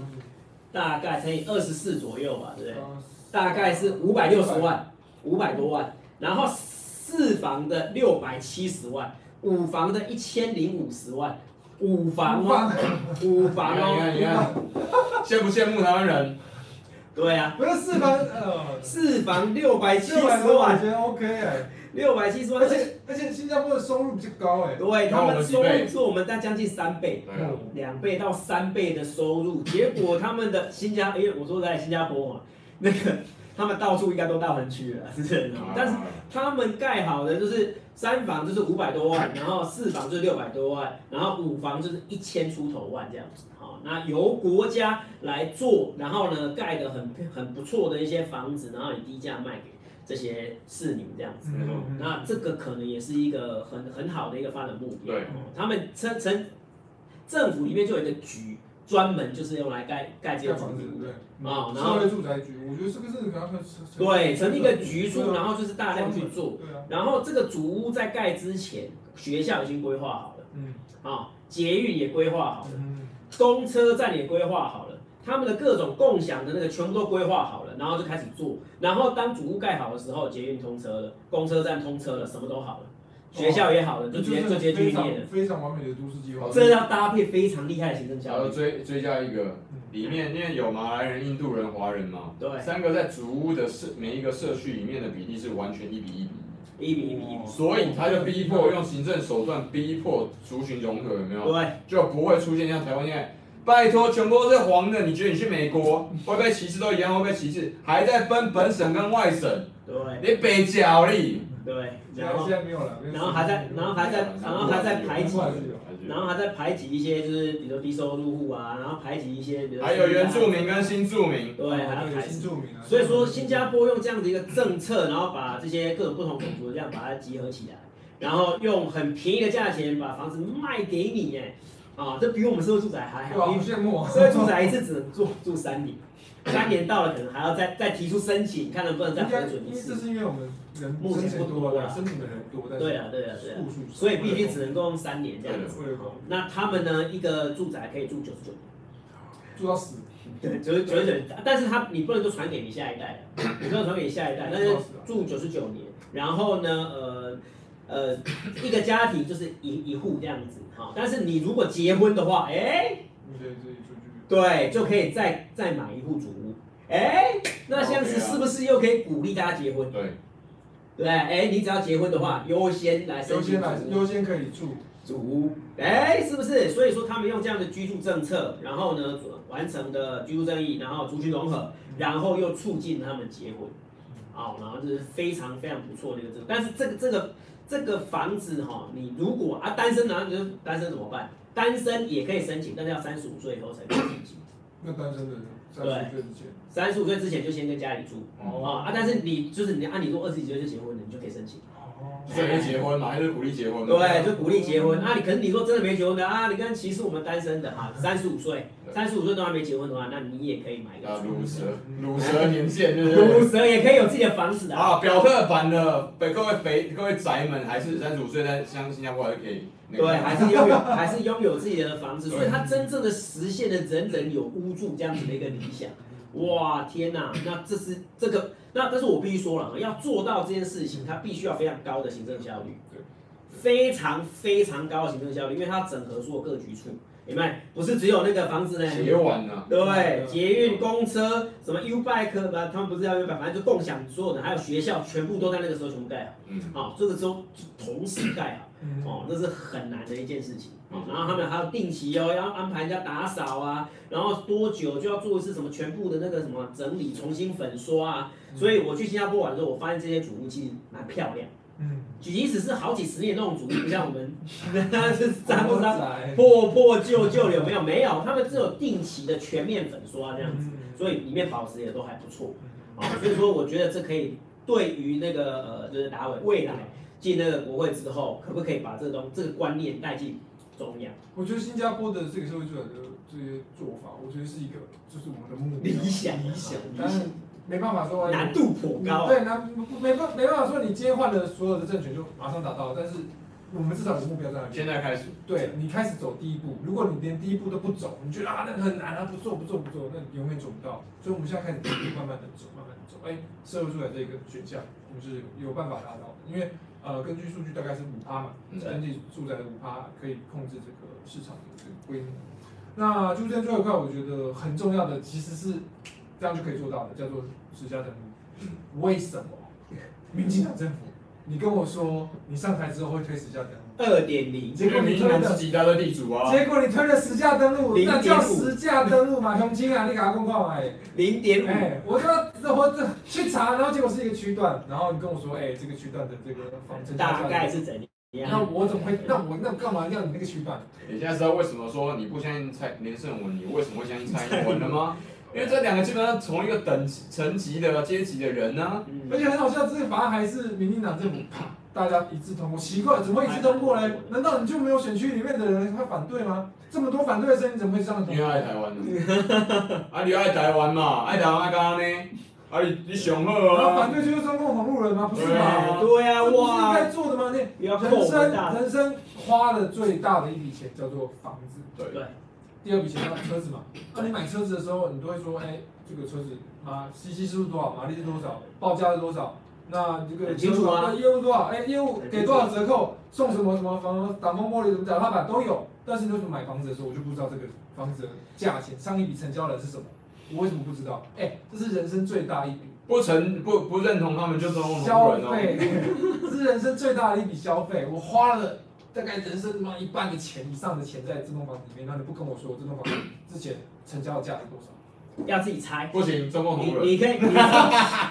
[SPEAKER 3] 大概乘以二十四左右吧，对不对？大概是五百六十万，五百多万。然后四房的六百七十万，五房的一千零五十万，五房哦，五房
[SPEAKER 2] 你
[SPEAKER 3] 哦，
[SPEAKER 2] 看，你看，你看， 羡不羡慕台湾人？
[SPEAKER 3] 对啊，
[SPEAKER 1] 不是四房，呃，
[SPEAKER 3] 四房六百七
[SPEAKER 1] 四百
[SPEAKER 3] 十
[SPEAKER 1] 多我
[SPEAKER 3] 万，
[SPEAKER 1] 觉得 OK 哎，
[SPEAKER 3] 六百七十万，
[SPEAKER 1] 而
[SPEAKER 3] 而且
[SPEAKER 1] 且而且新加坡的收入比较高哎，
[SPEAKER 3] 对他
[SPEAKER 2] 高我
[SPEAKER 3] 们
[SPEAKER 2] 们几
[SPEAKER 3] 收入
[SPEAKER 2] 倍
[SPEAKER 3] 是我们大将近三倍。
[SPEAKER 2] 对啊，
[SPEAKER 3] 两倍到三倍的收入，结果他们的新加，因为我说在新加坡嘛，那个他们到处应该都大湾区了，是真的。
[SPEAKER 2] 啊
[SPEAKER 3] 但是他们盖好的就是三房就是五百多万，然后四房就是六百多万，然后五房就是一千出头万这样子。好，那由国家来做，然后呢盖的很很不错的一些房子，然后以低价卖给这些市民这样子。
[SPEAKER 1] 嗯嗯嗯
[SPEAKER 3] 那这个可能也是一个很很好的一个发展目标。
[SPEAKER 2] 对
[SPEAKER 3] 哦他们城城政府里面就有一个局，专门就是用来盖盖这
[SPEAKER 1] 盖
[SPEAKER 3] 些
[SPEAKER 1] 房子对不对
[SPEAKER 3] 的。？啊
[SPEAKER 1] 嗯
[SPEAKER 3] 然后
[SPEAKER 1] 社会住宅局，我觉得这个是比较
[SPEAKER 3] 对，成立一个局
[SPEAKER 1] 对
[SPEAKER 3] 处，
[SPEAKER 1] 啊
[SPEAKER 3] 然后就是大量去做。
[SPEAKER 1] 对啊，
[SPEAKER 3] 然后这个主屋在盖之前，学校已经规划好了
[SPEAKER 1] 嗯
[SPEAKER 3] 啊、捷运也规划好了，
[SPEAKER 1] 嗯，
[SPEAKER 3] 公车站也规划好了，他们的各种共享的那个全部都规划好了，然后就开始做。然后当主屋盖好的时候，捷运通车了，公车站通车了，什么都好了，学校也
[SPEAKER 1] 哎
[SPEAKER 3] 好了，就直接就直接去
[SPEAKER 1] 非
[SPEAKER 3] 念了
[SPEAKER 1] 常。非常完美的都市计划，
[SPEAKER 3] 这要搭配非常厉害的行政
[SPEAKER 2] 然
[SPEAKER 3] 效
[SPEAKER 2] 后
[SPEAKER 3] 率，
[SPEAKER 2] 追追加一个，
[SPEAKER 1] 嗯
[SPEAKER 2] 里面因为有马来人、印度人、华人嘛，
[SPEAKER 3] 对，
[SPEAKER 2] 三个在主屋的社每一个社区里面的比例是完全一比一比一，
[SPEAKER 3] 一比一比一，
[SPEAKER 2] 所以他就逼迫用行政手段逼迫族群融合，有没有？
[SPEAKER 3] 对，
[SPEAKER 2] 就不会出现像台湾现在，拜托全部都是黄的，你觉得你去美国会被歧视都一样会被歧视，还在分本省跟外省，
[SPEAKER 3] 对，
[SPEAKER 2] 你北角哩，
[SPEAKER 3] 对，
[SPEAKER 1] 现
[SPEAKER 3] 然
[SPEAKER 1] 在
[SPEAKER 3] 后
[SPEAKER 1] 现。在没有了，没有
[SPEAKER 3] 然后还在然后还在然后还在排挤然后还在排挤一些，就是比如说低收入户啊，然后排挤一些，比如说
[SPEAKER 2] 还有原住民跟新住民，
[SPEAKER 3] 对，还要
[SPEAKER 1] 有
[SPEAKER 3] 排
[SPEAKER 1] 新
[SPEAKER 3] 挤。
[SPEAKER 1] 住民啊，
[SPEAKER 3] 所以说，新加坡用这样的一个政策，然后把这些各种不同种族这样把它集合起来，然后用很便宜的价钱把房子卖给你，哎，啊，这比我们社会住宅还
[SPEAKER 1] 对吧？
[SPEAKER 3] 好。因
[SPEAKER 1] 好
[SPEAKER 3] 为
[SPEAKER 1] 羡慕啊，
[SPEAKER 3] 社会住宅一次只能住住三年，三年到了可能还要再再提出申请，看能不能再
[SPEAKER 1] 应该
[SPEAKER 3] 核准
[SPEAKER 1] 因
[SPEAKER 3] 一
[SPEAKER 1] 为这
[SPEAKER 3] 次。
[SPEAKER 1] 是因为我们人
[SPEAKER 3] 目前
[SPEAKER 1] 申请
[SPEAKER 3] 不多啦
[SPEAKER 1] 了，申请的人多，但是
[SPEAKER 3] 对啊，对啊，对啊。
[SPEAKER 1] 户数少
[SPEAKER 3] 所以必须只能够用三年这样子。
[SPEAKER 1] 为了
[SPEAKER 3] 好那他们呢，一个住宅可以住九十九
[SPEAKER 1] 住到死，
[SPEAKER 3] 对，九十九十九，但是他你不能就传给你下一代啊，你不能传给你下一代，但是住九十九年，然后呢，呃呃，一个家庭就是一一户这样子，好，但是你如果结婚的话，哎、
[SPEAKER 1] 你可以自己出去。
[SPEAKER 3] 对，就可以再再买一户主屋，哎、那这样
[SPEAKER 1] 哦
[SPEAKER 3] 子
[SPEAKER 2] OK 啊
[SPEAKER 3] 是不是又可以鼓励大家结婚？
[SPEAKER 2] 对，
[SPEAKER 3] 对不对，哎、你只要结婚的话，优先来申
[SPEAKER 1] 优
[SPEAKER 3] 请
[SPEAKER 1] 先
[SPEAKER 3] 主
[SPEAKER 1] 来，
[SPEAKER 3] 屋
[SPEAKER 1] 优先可以住，
[SPEAKER 3] 主屋，哎，是不是？所以说他们用这样的居住政策，然后呢完成的居住正义，然后族群融合，然后又促进他们结婚，好、然后这是非常非常不错的一个制度。但是这个这个这个房子哈、你如果啊单身男，你就单身怎么办？单身也可以申请，但是要三十五岁以后才可以申请，
[SPEAKER 1] 那单身的人三十岁之前，
[SPEAKER 3] 三十五岁之前就先跟家里住。
[SPEAKER 2] 哦，
[SPEAKER 3] 啊啊！但是你就是你按理说二十几岁就结婚了，你就可以申请。
[SPEAKER 1] 哦
[SPEAKER 2] 所以就结婚嘛，还是鼓励结婚嘛，
[SPEAKER 3] 对，就鼓励结婚。啊，你可是你说真的没结婚的啊，你看歧视我们单身的哈，三十五岁，三十五岁都还没结婚的话，那你也可以买一
[SPEAKER 2] 啊，
[SPEAKER 3] 个。
[SPEAKER 2] 乳蛇，乳蛇年限对不
[SPEAKER 3] 乳
[SPEAKER 2] 对？
[SPEAKER 3] 蛇也可以有自己的房子的啊。
[SPEAKER 2] 啊，表特版的，北各位肥各位宅们，还是三十五岁在像新加坡还是可以那
[SPEAKER 3] 对，
[SPEAKER 2] 个，
[SPEAKER 3] 还是拥有， 还是拥有自己的房子，所以他真正的实现了人人有屋住这样子的一个理想。哇，天哪！那这是这个，那但是我必须说了，要做到这件事情，它必须要非常高的行政效率，
[SPEAKER 1] 对
[SPEAKER 3] 非常非常高的行政效率，因为它整合所有各局处，有没有？不是只有那个房子呢，
[SPEAKER 2] 结完了，
[SPEAKER 3] 对不对？捷运、公车、什么 U Bike 吧，他们不是要 U Bike，反正就共享所有的，还有学校，全部都在那个时候全部盖
[SPEAKER 2] 嗯，
[SPEAKER 3] 好。哦好，这个时候就同时盖好，
[SPEAKER 1] 嗯
[SPEAKER 3] 哦，这是很难的一件事情。
[SPEAKER 2] 嗯
[SPEAKER 3] 哦然后他们还要定期哦，要安排人家打扫啊，然后多久就要做一次什么全部的那个什么整理、重新粉刷啊。所以我去新加坡玩的时候，我发现这些主屋其实蛮漂亮，
[SPEAKER 1] 嗯，
[SPEAKER 3] 即使是好几十年那种主屋，不像我们 就是脏不脏、
[SPEAKER 1] 宅，
[SPEAKER 3] 破破旧旧的，有没有？没有，他们只有定期的全面粉刷这样子。
[SPEAKER 1] 嗯
[SPEAKER 3] 所以里面保值也都还不错啊、所以说我觉得这可以对于那个呃，就是达伟未来进那个国会之后，可不可以把这个东这个观念带进中央？
[SPEAKER 1] 我觉得新加坡的这个社会主义的这些做法，我觉得是一个就是我们的目标
[SPEAKER 3] 理想
[SPEAKER 1] 理想
[SPEAKER 3] 理，
[SPEAKER 1] 但是没办法说
[SPEAKER 3] 难度颇高啊，
[SPEAKER 1] 对，那没办没办法说你今天换了所有的政权就马上达到，但是我们至少有目标在那里。
[SPEAKER 2] 现在开始，
[SPEAKER 1] 对你开始走第一步，如果你连第一步都不走，你觉得啊那个很难啊，不做不做不做，那你永远做不到。所以我们现在开始慢慢的走，慢慢的走。哎，社会出来这个选项，我们是有办法达到的，因为呃，根据数据大概是五趴嘛，
[SPEAKER 2] 嗯
[SPEAKER 1] 登记住宅的五趴可以控制这个市场的这个规模。那住宅最后一块，我觉得很重要的其实是这样就可以做到的，叫做实价登录。
[SPEAKER 2] 嗯
[SPEAKER 1] 为什么？民进党政府，你跟我说你上台之后会推实价登录，
[SPEAKER 3] 二点零，
[SPEAKER 1] 结
[SPEAKER 2] 因
[SPEAKER 1] 果
[SPEAKER 2] 为
[SPEAKER 1] 你
[SPEAKER 2] 民进
[SPEAKER 1] 推
[SPEAKER 2] 党
[SPEAKER 1] 的
[SPEAKER 2] 自己家的地主啊，
[SPEAKER 1] 结果你推了实价登录，
[SPEAKER 3] 0.5
[SPEAKER 1] 那叫实价登录嘛，雄青啊，你给他公告嘛，哎、
[SPEAKER 3] 零点
[SPEAKER 1] 哎、
[SPEAKER 3] 五，
[SPEAKER 1] 我就要这我这去查，然后结果是一个区段，然后你跟我说，哎、这个区段的这个房成交价
[SPEAKER 3] 大概是怎
[SPEAKER 1] 那
[SPEAKER 3] 样？
[SPEAKER 1] 我怎么会？那我那干嘛要你那个区段？
[SPEAKER 2] 你现在知道为什么说你不相信蔡连胜文，你为什么会相信蔡英文 了吗？因为这两个基本上同一个等级层级的阶级的人呢、
[SPEAKER 3] 嗯
[SPEAKER 1] 而且很好笑，这个法案还是民进党政府啪大家一致通过，奇怪，怎么会一致通过嘞？难道你就没有选区里面的人会反对吗？这么多反对的声音，怎么会这样
[SPEAKER 2] 你爱台湾呢？啊，你爱台湾嘛？爱台湾干呢？啊，你你上好
[SPEAKER 1] 然后
[SPEAKER 2] 啊
[SPEAKER 1] 反！对就是中共同路人吗？不是
[SPEAKER 2] 对
[SPEAKER 1] 吗
[SPEAKER 2] 啊？
[SPEAKER 3] 对呀，
[SPEAKER 1] 这不是应
[SPEAKER 3] 哇，
[SPEAKER 1] 该做的吗？你
[SPEAKER 3] 不要扣
[SPEAKER 1] 人
[SPEAKER 3] 我们
[SPEAKER 1] 生
[SPEAKER 3] 大，
[SPEAKER 1] 人生花的最大的一笔钱叫做房子，
[SPEAKER 2] 对
[SPEAKER 3] 对啊
[SPEAKER 1] 第二笔钱叫车子嘛。那你买车子的时候，你都会说，哎，这个车子啊，CC 是多少，马力是多少，报价是多少？那这个
[SPEAKER 3] 很清楚啊
[SPEAKER 1] 对业务多少？哎，业务给多少折扣？送什么什么房挡风玻璃、什么脚踏板都有。但是你为什么买房子的时候，我就不知道这个房子的价钱，上一笔成交的是什么？我为什么不知道？哎，这是人生最大一笔
[SPEAKER 2] 不承不不认同他们就是同路
[SPEAKER 1] 消
[SPEAKER 2] 人哦。
[SPEAKER 1] 费，这是人生最大的一笔消费。我花了大概人生他妈一半的钱以上的钱在这栋房子里面，那你不跟我说我这栋房子之前成交的价值多少？
[SPEAKER 3] 要自己猜。
[SPEAKER 2] 不行，中共
[SPEAKER 3] 你
[SPEAKER 2] 同路人。
[SPEAKER 3] 你可以，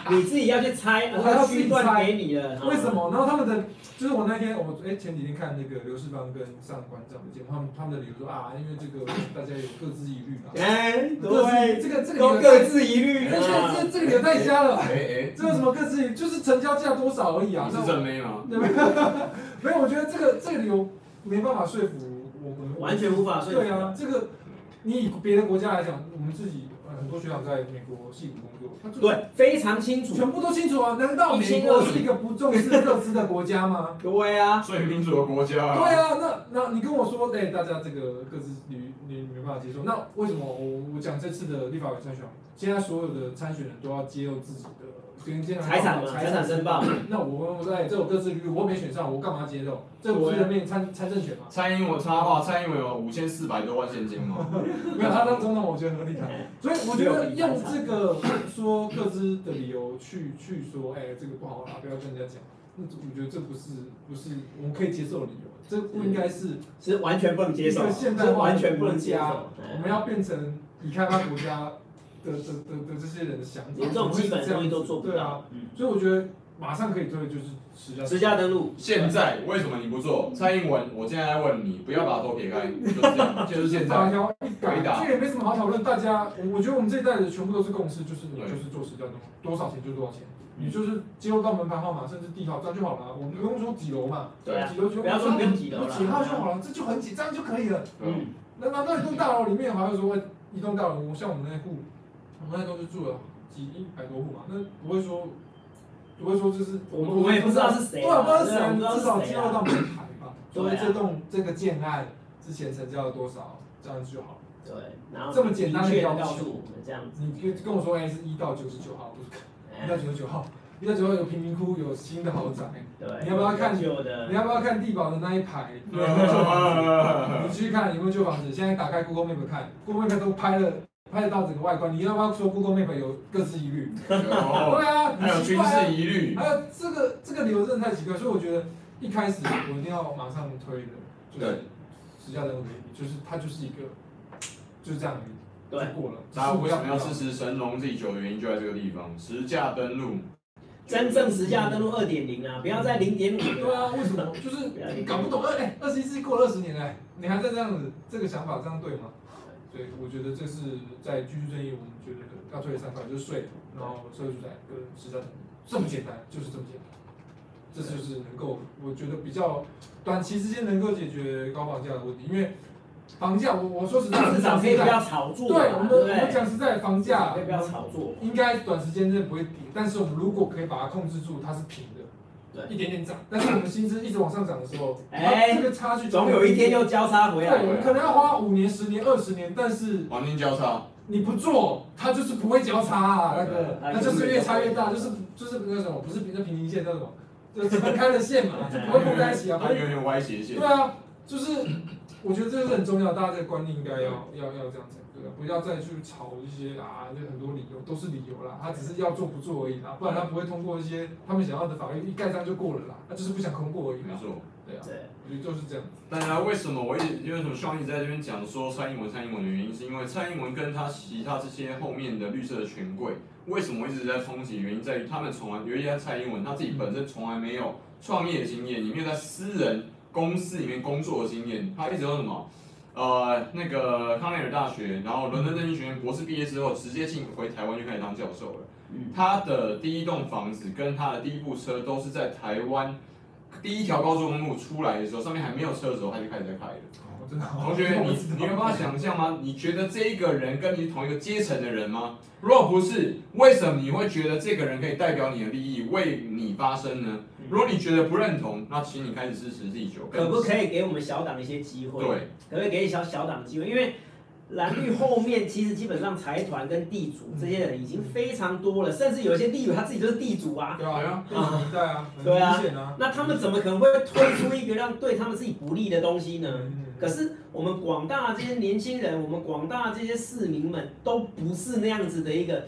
[SPEAKER 3] 你你自己要去猜，
[SPEAKER 1] 我还要
[SPEAKER 3] 他区段给你了。
[SPEAKER 1] 为什？么？然后他们的就是我那天我哎、前几天看那个刘世芳跟上官长的节目，他们他们的理由说啊，因为这个大家有各自疑虑嘛，
[SPEAKER 3] 哎，
[SPEAKER 1] 各自
[SPEAKER 3] 对，
[SPEAKER 1] 这个这个理
[SPEAKER 3] 都
[SPEAKER 1] 由
[SPEAKER 3] 各
[SPEAKER 1] 太，
[SPEAKER 3] 自一律
[SPEAKER 1] 而
[SPEAKER 3] 啊
[SPEAKER 1] 且。这这个理由太瞎了吧，
[SPEAKER 2] 哎哎，
[SPEAKER 1] 这有什么各自疑虑？就是成交价多少而已啊，
[SPEAKER 2] 你
[SPEAKER 1] 那
[SPEAKER 2] 是
[SPEAKER 1] 我
[SPEAKER 2] 正妹吗？
[SPEAKER 1] 对吧？ 没有，我觉得这个这个理由没办法说服我们，
[SPEAKER 3] 完全无法说服
[SPEAKER 1] 对啊，这个你以别的国家来讲，我们自己呃很多学长在美国戏骨工作，他就
[SPEAKER 3] 对，非常清楚。
[SPEAKER 1] 全部都清楚啊。难道美国是一个不重视各自的国家吗？
[SPEAKER 3] 对啊，
[SPEAKER 2] 所以民主的国家
[SPEAKER 1] 对
[SPEAKER 2] 啊。
[SPEAKER 1] 啊，那那你跟我说，哎、大家这个各自你你没办法接受，那为什么我我讲这次的立法委参选，现在所有的参选人都要揭露自己的跟健康
[SPEAKER 3] 财产嘛，
[SPEAKER 1] 财
[SPEAKER 3] 财产申报。
[SPEAKER 1] 那我我在这我各自律，我没选上，我干嘛揭露？这不是
[SPEAKER 3] 啊
[SPEAKER 1] 人民参参政权吗？
[SPEAKER 2] 蔡英文插话，蔡英文有五千四百多万现金吗？
[SPEAKER 1] 没有他当总统，我觉得合理啊。
[SPEAKER 3] 哎
[SPEAKER 1] 所以我觉得用这个说各自的理由去去说，哎、这个不好啦，不要跟人家讲。那我觉得这不是不是我们可以接受的理由，这不应该是
[SPEAKER 3] 是完全不能接
[SPEAKER 1] 一
[SPEAKER 3] 受，
[SPEAKER 1] 个
[SPEAKER 3] 是
[SPEAKER 1] 现代化
[SPEAKER 3] 完全
[SPEAKER 1] 的
[SPEAKER 3] 不
[SPEAKER 1] 国
[SPEAKER 3] 能接
[SPEAKER 1] 家
[SPEAKER 3] 受。，
[SPEAKER 1] 我们要变成已开发国家的的的的这些人的想法，
[SPEAKER 3] 连这种基本的东西都做不
[SPEAKER 1] 对啊
[SPEAKER 3] 到。，嗯，
[SPEAKER 1] 所以我觉得马上可以推的就是实价
[SPEAKER 3] 直加登录，
[SPEAKER 2] 现在为什么你不做？蔡英文，我现在问你，不要把头撇开，就是这样， 哦就是现
[SPEAKER 1] 法
[SPEAKER 2] 在。
[SPEAKER 1] 条一改，这个也没什么好讨论。大家，我我觉得我们这一代的全部都是共识，就是你就是做实价登录，多少钱就多少钱，
[SPEAKER 3] 嗯
[SPEAKER 1] 你就是接入到门牌号码甚至地号，这样就好了。我们不用说几楼嘛，
[SPEAKER 3] 对啊，
[SPEAKER 1] 几楼就
[SPEAKER 3] 不要说跟几
[SPEAKER 1] 几
[SPEAKER 3] 楼
[SPEAKER 1] 楼
[SPEAKER 3] 啦
[SPEAKER 1] 几号就好了，这就很简单就可以了。
[SPEAKER 2] 对啊
[SPEAKER 3] 嗯，
[SPEAKER 1] 那难道一栋大楼里面还会说一栋大楼，像我们那户，我们那都是住了几一百多户嘛，那不会说不会说就是
[SPEAKER 3] 我们我们也不知道是谁
[SPEAKER 1] 对啊，
[SPEAKER 3] 啊，
[SPEAKER 1] 不知道是
[SPEAKER 3] 对啊
[SPEAKER 1] 谁，
[SPEAKER 3] 我们
[SPEAKER 1] 你
[SPEAKER 3] 不
[SPEAKER 1] 至
[SPEAKER 3] 知道
[SPEAKER 1] 少
[SPEAKER 3] 是
[SPEAKER 1] 揭
[SPEAKER 3] 谁
[SPEAKER 1] 露到
[SPEAKER 3] 啊。
[SPEAKER 1] 门牌吧，所以
[SPEAKER 3] 对啊
[SPEAKER 1] 这栋这个建案之前成交了多少，这样就好了。
[SPEAKER 3] 对，然后
[SPEAKER 1] 这么简单的
[SPEAKER 3] 明确地
[SPEAKER 1] 要求
[SPEAKER 3] 告诉我们这样子，
[SPEAKER 1] 你跟跟我说，哎、是一到九十九号，我说一到
[SPEAKER 3] 哎
[SPEAKER 1] 九十九号，一到九十九号有贫民窟，有新的豪宅，
[SPEAKER 3] 对，
[SPEAKER 1] 你要不要看
[SPEAKER 3] 旧的？
[SPEAKER 1] 你要不要看地保的那一排？有没有旧房子？
[SPEAKER 2] 啊
[SPEAKER 1] 你去看有没有旧房子？现在打开 Google Map 看，Google Map 都拍了，拍得到整个外观。你要不要说 Google Map 有各自疑虑？对啊，
[SPEAKER 2] 哦还有
[SPEAKER 1] 很奇
[SPEAKER 2] 军
[SPEAKER 1] 怪啊
[SPEAKER 2] 事。疑虑，
[SPEAKER 1] 还有这个这个理由真的太奇怪，所以我觉得一开始我一定要马上推的，就是
[SPEAKER 2] 对
[SPEAKER 1] 实价登录原理，就是它就是一个就是这样而已，
[SPEAKER 3] 对
[SPEAKER 1] 就过了。
[SPEAKER 2] 大家为什么要
[SPEAKER 1] 只是我
[SPEAKER 2] 支持神龙自己久的原因就在这个地方，实价登录，
[SPEAKER 3] 真正实价登录二点零啊，不要再零点五
[SPEAKER 1] 对
[SPEAKER 3] 了啊。
[SPEAKER 1] 啊，为什么？就是你搞不懂二哎，二十一世纪过了二十年哎，你还在这样子，这个想法这样对吗？所以我觉得这是在居住正义，我们觉得要推的三块就是税，然后社会住宅跟实在这么简单，就是这么简单。这就是能够，我觉得比较短期之间能够解决高房价的问题，因为房价，我我说实在，
[SPEAKER 3] 市场可以不要炒
[SPEAKER 1] 啊对
[SPEAKER 3] 作嘛，
[SPEAKER 1] 我们
[SPEAKER 3] 对
[SPEAKER 1] 我
[SPEAKER 3] 不对
[SPEAKER 1] 们？讲实在，房价
[SPEAKER 3] 可以不要炒作。
[SPEAKER 1] 应该短时间之内不会跌，但是我们如果可以把它控制住，它是平的，
[SPEAKER 3] 对
[SPEAKER 1] 一点点涨。但是我们薪资一直往上涨的时候，
[SPEAKER 3] 哎
[SPEAKER 1] 它这个差距
[SPEAKER 3] 总有一天又交叉回
[SPEAKER 1] 对，
[SPEAKER 3] 来
[SPEAKER 1] 我
[SPEAKER 3] 了
[SPEAKER 1] 们可能要花五年、十年、二十年，但是
[SPEAKER 2] 黄金交叉，
[SPEAKER 1] 你不做，它就是不会交叉啊，那个
[SPEAKER 3] 对
[SPEAKER 1] 那就是越差越大，就是就是那什么，不是那平行线叫什么？就是分开的线嘛，就不会碰在一起啊，不
[SPEAKER 2] 它
[SPEAKER 1] 会
[SPEAKER 2] 有点歪斜线
[SPEAKER 1] 对。啊，就是我觉得这是很重要，大家这个观念应该要要要这样讲，对啊，不要再去吵一些啊，就很多理由都是理由啦，他只是要做不做而已啦，不然他不会通过一些他们想要的法律一盖章就过了啦，他就是不想通过而已
[SPEAKER 2] 没
[SPEAKER 1] 嘛，
[SPEAKER 2] 错。
[SPEAKER 1] 对啊，
[SPEAKER 3] 对，
[SPEAKER 1] 我觉得就是这样，
[SPEAKER 2] 当然，为什么我一直因为什么上一直在这边讲说蔡英文蔡英文的原因，是因为蔡英文跟他其他这些后面的绿色的权贵，为什么一直在冲击？原因在于他们从来，尤其在蔡英文他自己本身从来没有创业经验，也没有在私人公司里面工作的经验，他一直都什么？呃，那个康奈尔大学，然后伦敦政经学院博士毕业之后，直接进回台湾就开始当教授了。
[SPEAKER 3] 嗯
[SPEAKER 2] 他的第一栋房子跟他的第一部车都是在台湾第一条高速公路出来的时候，上面还没有车的时候，他就开始在开了。
[SPEAKER 1] 哦，真的，
[SPEAKER 2] 同学，你你有办法想象吗？你觉得这一个人跟你同一个阶层的人吗？如果不是，为什么你会觉得这个人可以代表你的利益，为你发声呢？如果你觉得不认同，那请你开始支持第九。
[SPEAKER 3] 嗯可不可以给我们小党一些机会？
[SPEAKER 2] 对，
[SPEAKER 3] 可不可以给小小党机会？因为蓝绿后面其实基本上财团跟地主这些人已经非常多了，甚至有一些地主他自己就是地主啊。
[SPEAKER 1] 对啊，对啊，对啊，很
[SPEAKER 3] 对啊
[SPEAKER 1] 明显啊，
[SPEAKER 3] 那他们怎么可能会推出一个让对他们自己不利的东西呢？
[SPEAKER 1] 嗯
[SPEAKER 3] 可是我们广大的这些年轻人，我们广大的这些市民们，都不是那样子的一个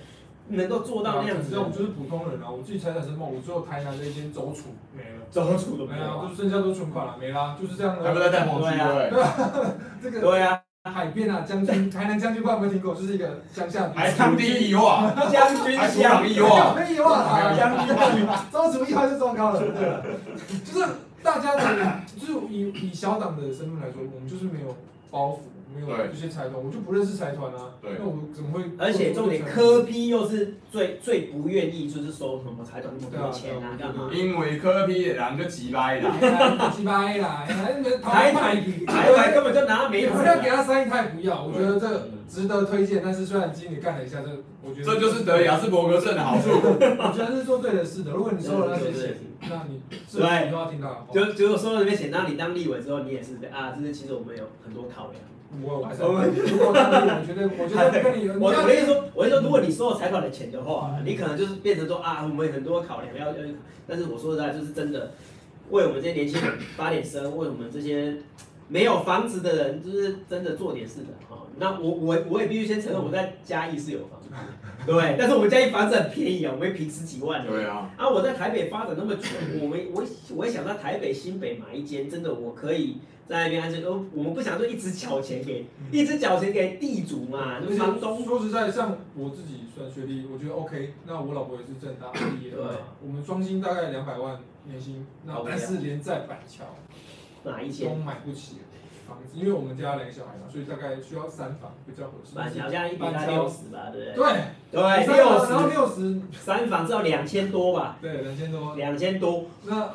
[SPEAKER 3] 能够做到那样子
[SPEAKER 1] 对啊我
[SPEAKER 3] 的
[SPEAKER 1] 就是普通人啊，我自己财产申报，我只有台南的一间走储没了，
[SPEAKER 3] 走出的
[SPEAKER 1] 没了，就是剩下都存款了，没啦，就是这样
[SPEAKER 2] 还不
[SPEAKER 1] 的。
[SPEAKER 2] 在蛋黄区
[SPEAKER 3] 啊
[SPEAKER 2] 对不对？
[SPEAKER 1] 这个
[SPEAKER 3] 对啊，
[SPEAKER 1] 海边啊，将军，台南将军不知道有没有听过，就是一个乡下的地方
[SPEAKER 2] 还土地异 化，
[SPEAKER 3] 将军
[SPEAKER 2] 还土
[SPEAKER 3] 相
[SPEAKER 2] 壤异化，
[SPEAKER 1] 没有啊，
[SPEAKER 3] 将军
[SPEAKER 1] 招什么意外就糟糕了，对啊，就是大家的，就是以以小党的身份来说，我们就是没有包袱，没有
[SPEAKER 2] 对
[SPEAKER 1] 这些财团，我就不认识财团啊，
[SPEAKER 2] 对
[SPEAKER 1] 那我怎么会？
[SPEAKER 3] 而且重点，科批又是最最不愿意，就是收什么财团那么
[SPEAKER 1] 对
[SPEAKER 3] 多
[SPEAKER 1] 啊
[SPEAKER 3] 钱啊，干嘛？
[SPEAKER 2] 因为科批人就急掰啦。
[SPEAKER 1] 鸡掰啦，
[SPEAKER 3] 台
[SPEAKER 1] 台
[SPEAKER 3] 团
[SPEAKER 1] 台
[SPEAKER 3] 台团根本就拿
[SPEAKER 1] 没
[SPEAKER 3] 没有
[SPEAKER 1] 有，
[SPEAKER 3] 啊。
[SPEAKER 1] 要给他塞，他也不要。我觉得这值得推荐，但是虽然今天你干了一下，这我觉得
[SPEAKER 2] 这就是得雅斯伯格症的好处。
[SPEAKER 1] 我觉得是做对的事的。如果你收了那些钱，那你是你都要听到的。
[SPEAKER 3] 就就是说到这边钱，那你当立委之后，你也是啊，就是其实我们有很多考量。
[SPEAKER 1] 我我还是要如果他可以我觉得我觉得跟你有，
[SPEAKER 3] 我我
[SPEAKER 1] 你
[SPEAKER 3] 的意思说，我的意思说，如果你收了财团的钱的话，你可能就是变成说啊，我们有很多考量要要，但是我说实在，就是真的为我们这些年轻人发点声，为我们这些没有房子的人，就是真的做点事的哈、哦那我我我也必须先承认，我在嘉义是有房子的，对，但是我们嘉义房子很便宜啊，我们一平十几万的。
[SPEAKER 2] 对啊，
[SPEAKER 3] 啊，我在台北发展那么久，我们我我也想在台北新北买一间，真的我可以在那边安置。呃，我们不想就一直缴钱给，一直缴钱给地主嘛，就是房东。
[SPEAKER 1] 说实在，像我自己算学历，我觉得 OK。那我老婆也是正大毕业，我们双薪大概两百万年薪，那但是连在板桥
[SPEAKER 3] 哪一
[SPEAKER 1] 都
[SPEAKER 3] 间？
[SPEAKER 1] 买不起房子，因为我们家两个小孩嘛，所以大概需要三房比较合适。
[SPEAKER 3] 板桥现在一平大六十吧，对不对？
[SPEAKER 1] 对，
[SPEAKER 3] 对，
[SPEAKER 1] 然后
[SPEAKER 3] 六十
[SPEAKER 1] 六十，
[SPEAKER 3] 三房至少两千多吧，
[SPEAKER 1] 对，两千多。
[SPEAKER 3] 两千多，
[SPEAKER 1] 那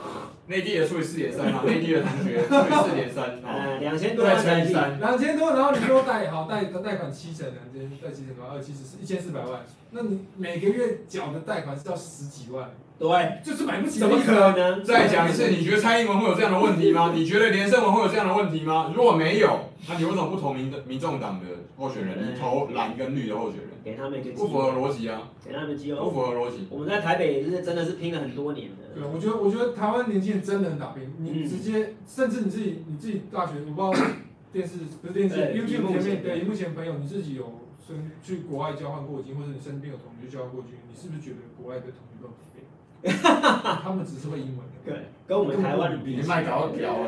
[SPEAKER 2] 内地的除以四点三嘛，啊内地的同学除以四点三，
[SPEAKER 3] 呃，
[SPEAKER 2] 哦
[SPEAKER 3] 两千多
[SPEAKER 2] 再
[SPEAKER 3] 万
[SPEAKER 2] 乘
[SPEAKER 3] 台
[SPEAKER 2] 以
[SPEAKER 3] 币。
[SPEAKER 2] 三，
[SPEAKER 1] 两千多，然后你说贷好贷贷款七成，两千贷七成多，二七十四一千四百万，那你每个月缴的贷款是要十几万，
[SPEAKER 3] 对，
[SPEAKER 1] 就是买不起。
[SPEAKER 3] 怎么可？能？
[SPEAKER 2] 再讲一次，你觉得蔡英文会有这样的问题吗？你觉得连胜文会有这样的问题吗？如果没有，那你为什么不投民民众党的候选人？你投蓝跟绿的候选人，
[SPEAKER 3] 给他们一个机
[SPEAKER 2] 不符合
[SPEAKER 3] 会，
[SPEAKER 2] 逻辑啊，
[SPEAKER 3] 给他们机
[SPEAKER 2] 不
[SPEAKER 3] 会。
[SPEAKER 2] 符合逻辑。
[SPEAKER 3] 我们在台北是真的是拼了很多年
[SPEAKER 1] 对，
[SPEAKER 3] 的，
[SPEAKER 1] 我觉得我觉得台湾年轻人真的很打拼，
[SPEAKER 3] 嗯
[SPEAKER 1] 你直接甚至你自己你自己大学，我不知道电视不是电视
[SPEAKER 3] 对荧幕
[SPEAKER 1] ，YouTube 前
[SPEAKER 3] 前
[SPEAKER 1] 面对荧幕前朋友，你自己有身去国外交换过经，或者你身边有同学交换过经，你是不是觉得国外的同学都很废？他们只是会英文的。
[SPEAKER 3] 对，跟我们台湾人比
[SPEAKER 2] 你
[SPEAKER 3] 起来
[SPEAKER 2] 卖搞屌啊！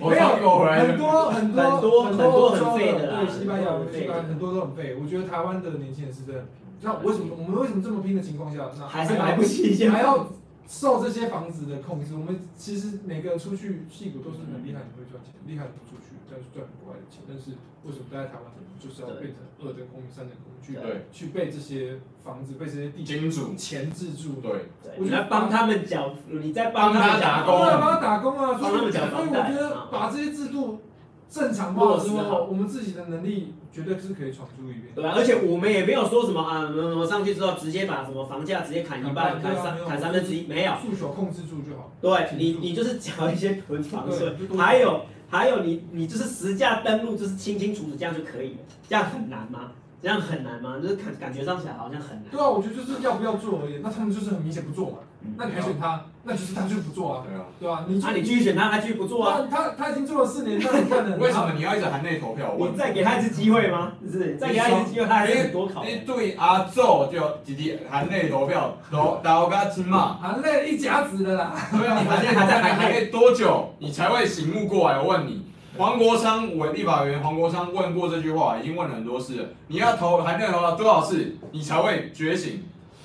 [SPEAKER 2] 我刚我回来
[SPEAKER 1] 很
[SPEAKER 2] 的，
[SPEAKER 1] 多很多
[SPEAKER 3] 很多
[SPEAKER 1] 很
[SPEAKER 3] 很多
[SPEAKER 1] 多
[SPEAKER 3] 很废的啦
[SPEAKER 1] 对，西班牙
[SPEAKER 3] 很
[SPEAKER 1] 人、
[SPEAKER 3] 多很废的
[SPEAKER 1] 西班牙人很多都很废。我觉得台湾的年轻人是真的很拼。那为什么我们为什么这么拼的情况下，那
[SPEAKER 3] 还是买不起一间
[SPEAKER 1] 还要受这些房子的控制？我们其实每个人出去屁股都是很厉害，你会赚钱，厉害你不出去，但是赚国外的钱。但是为什么待在台湾，我们就是要变成二等公民、三等公民，去
[SPEAKER 2] 对
[SPEAKER 1] 去被这些房子、被这些地
[SPEAKER 2] 金主，
[SPEAKER 1] 钳制住？
[SPEAKER 2] 对，
[SPEAKER 3] 对
[SPEAKER 1] 我
[SPEAKER 3] 你
[SPEAKER 1] 觉得
[SPEAKER 3] 在帮他们缴，你在帮他
[SPEAKER 2] 帮他
[SPEAKER 3] 们
[SPEAKER 2] 打
[SPEAKER 1] 对
[SPEAKER 2] 工
[SPEAKER 1] 啊，
[SPEAKER 3] 工，
[SPEAKER 1] 帮他打工啊，所以
[SPEAKER 3] 帮他们
[SPEAKER 1] 所
[SPEAKER 3] 缴
[SPEAKER 1] 以
[SPEAKER 3] 房
[SPEAKER 1] 我
[SPEAKER 3] 贷嗯
[SPEAKER 1] 觉得把这些制度正常化之
[SPEAKER 3] 落实好
[SPEAKER 1] 后，我们自己的能力绝对是可以闯出一片。
[SPEAKER 3] 对啊吧？而且我们也没有说什么啊，我们我们上去之后直接把什么房价直接砍一半，砍
[SPEAKER 1] 对啊
[SPEAKER 3] 三
[SPEAKER 1] 没有
[SPEAKER 3] 砍三分之一，没有。
[SPEAKER 1] 诉求控制住就好。
[SPEAKER 3] 对你，你就是缴一些囤房税
[SPEAKER 1] 对，
[SPEAKER 3] 还有还有你你就是实价登录，就是清清楚楚这样就可以了，这样很难吗？这样很难吗？就是感感觉上起来好像很难。
[SPEAKER 1] 对啊，我觉得就是要不要做而已。那他们就是很明显不做嘛，那你还选他，那就是他就是不做啊，
[SPEAKER 2] 对啊，
[SPEAKER 1] 对啊，你
[SPEAKER 3] 嗯那、你继续选他，他继续不做啊？
[SPEAKER 1] 那他他已经做了四年，那你看的
[SPEAKER 2] 为 什么你要一直含泪投票？我
[SPEAKER 3] 你再给他一次机会吗？是不是？再给他一次机会，他还是很多考
[SPEAKER 2] 你
[SPEAKER 1] 哎
[SPEAKER 3] 量。
[SPEAKER 2] 对阿宙就直接含泪投票，投投个亲嘛。
[SPEAKER 1] 含啊泪一甲子的啦？
[SPEAKER 2] 对啊，你含泪投票还含泪多久，你才会醒悟过来？我问你，黄国昌，我立法委员黄国昌问过这句话，已经问了很多次了。你要投含泪投票多少次，你才会觉醒？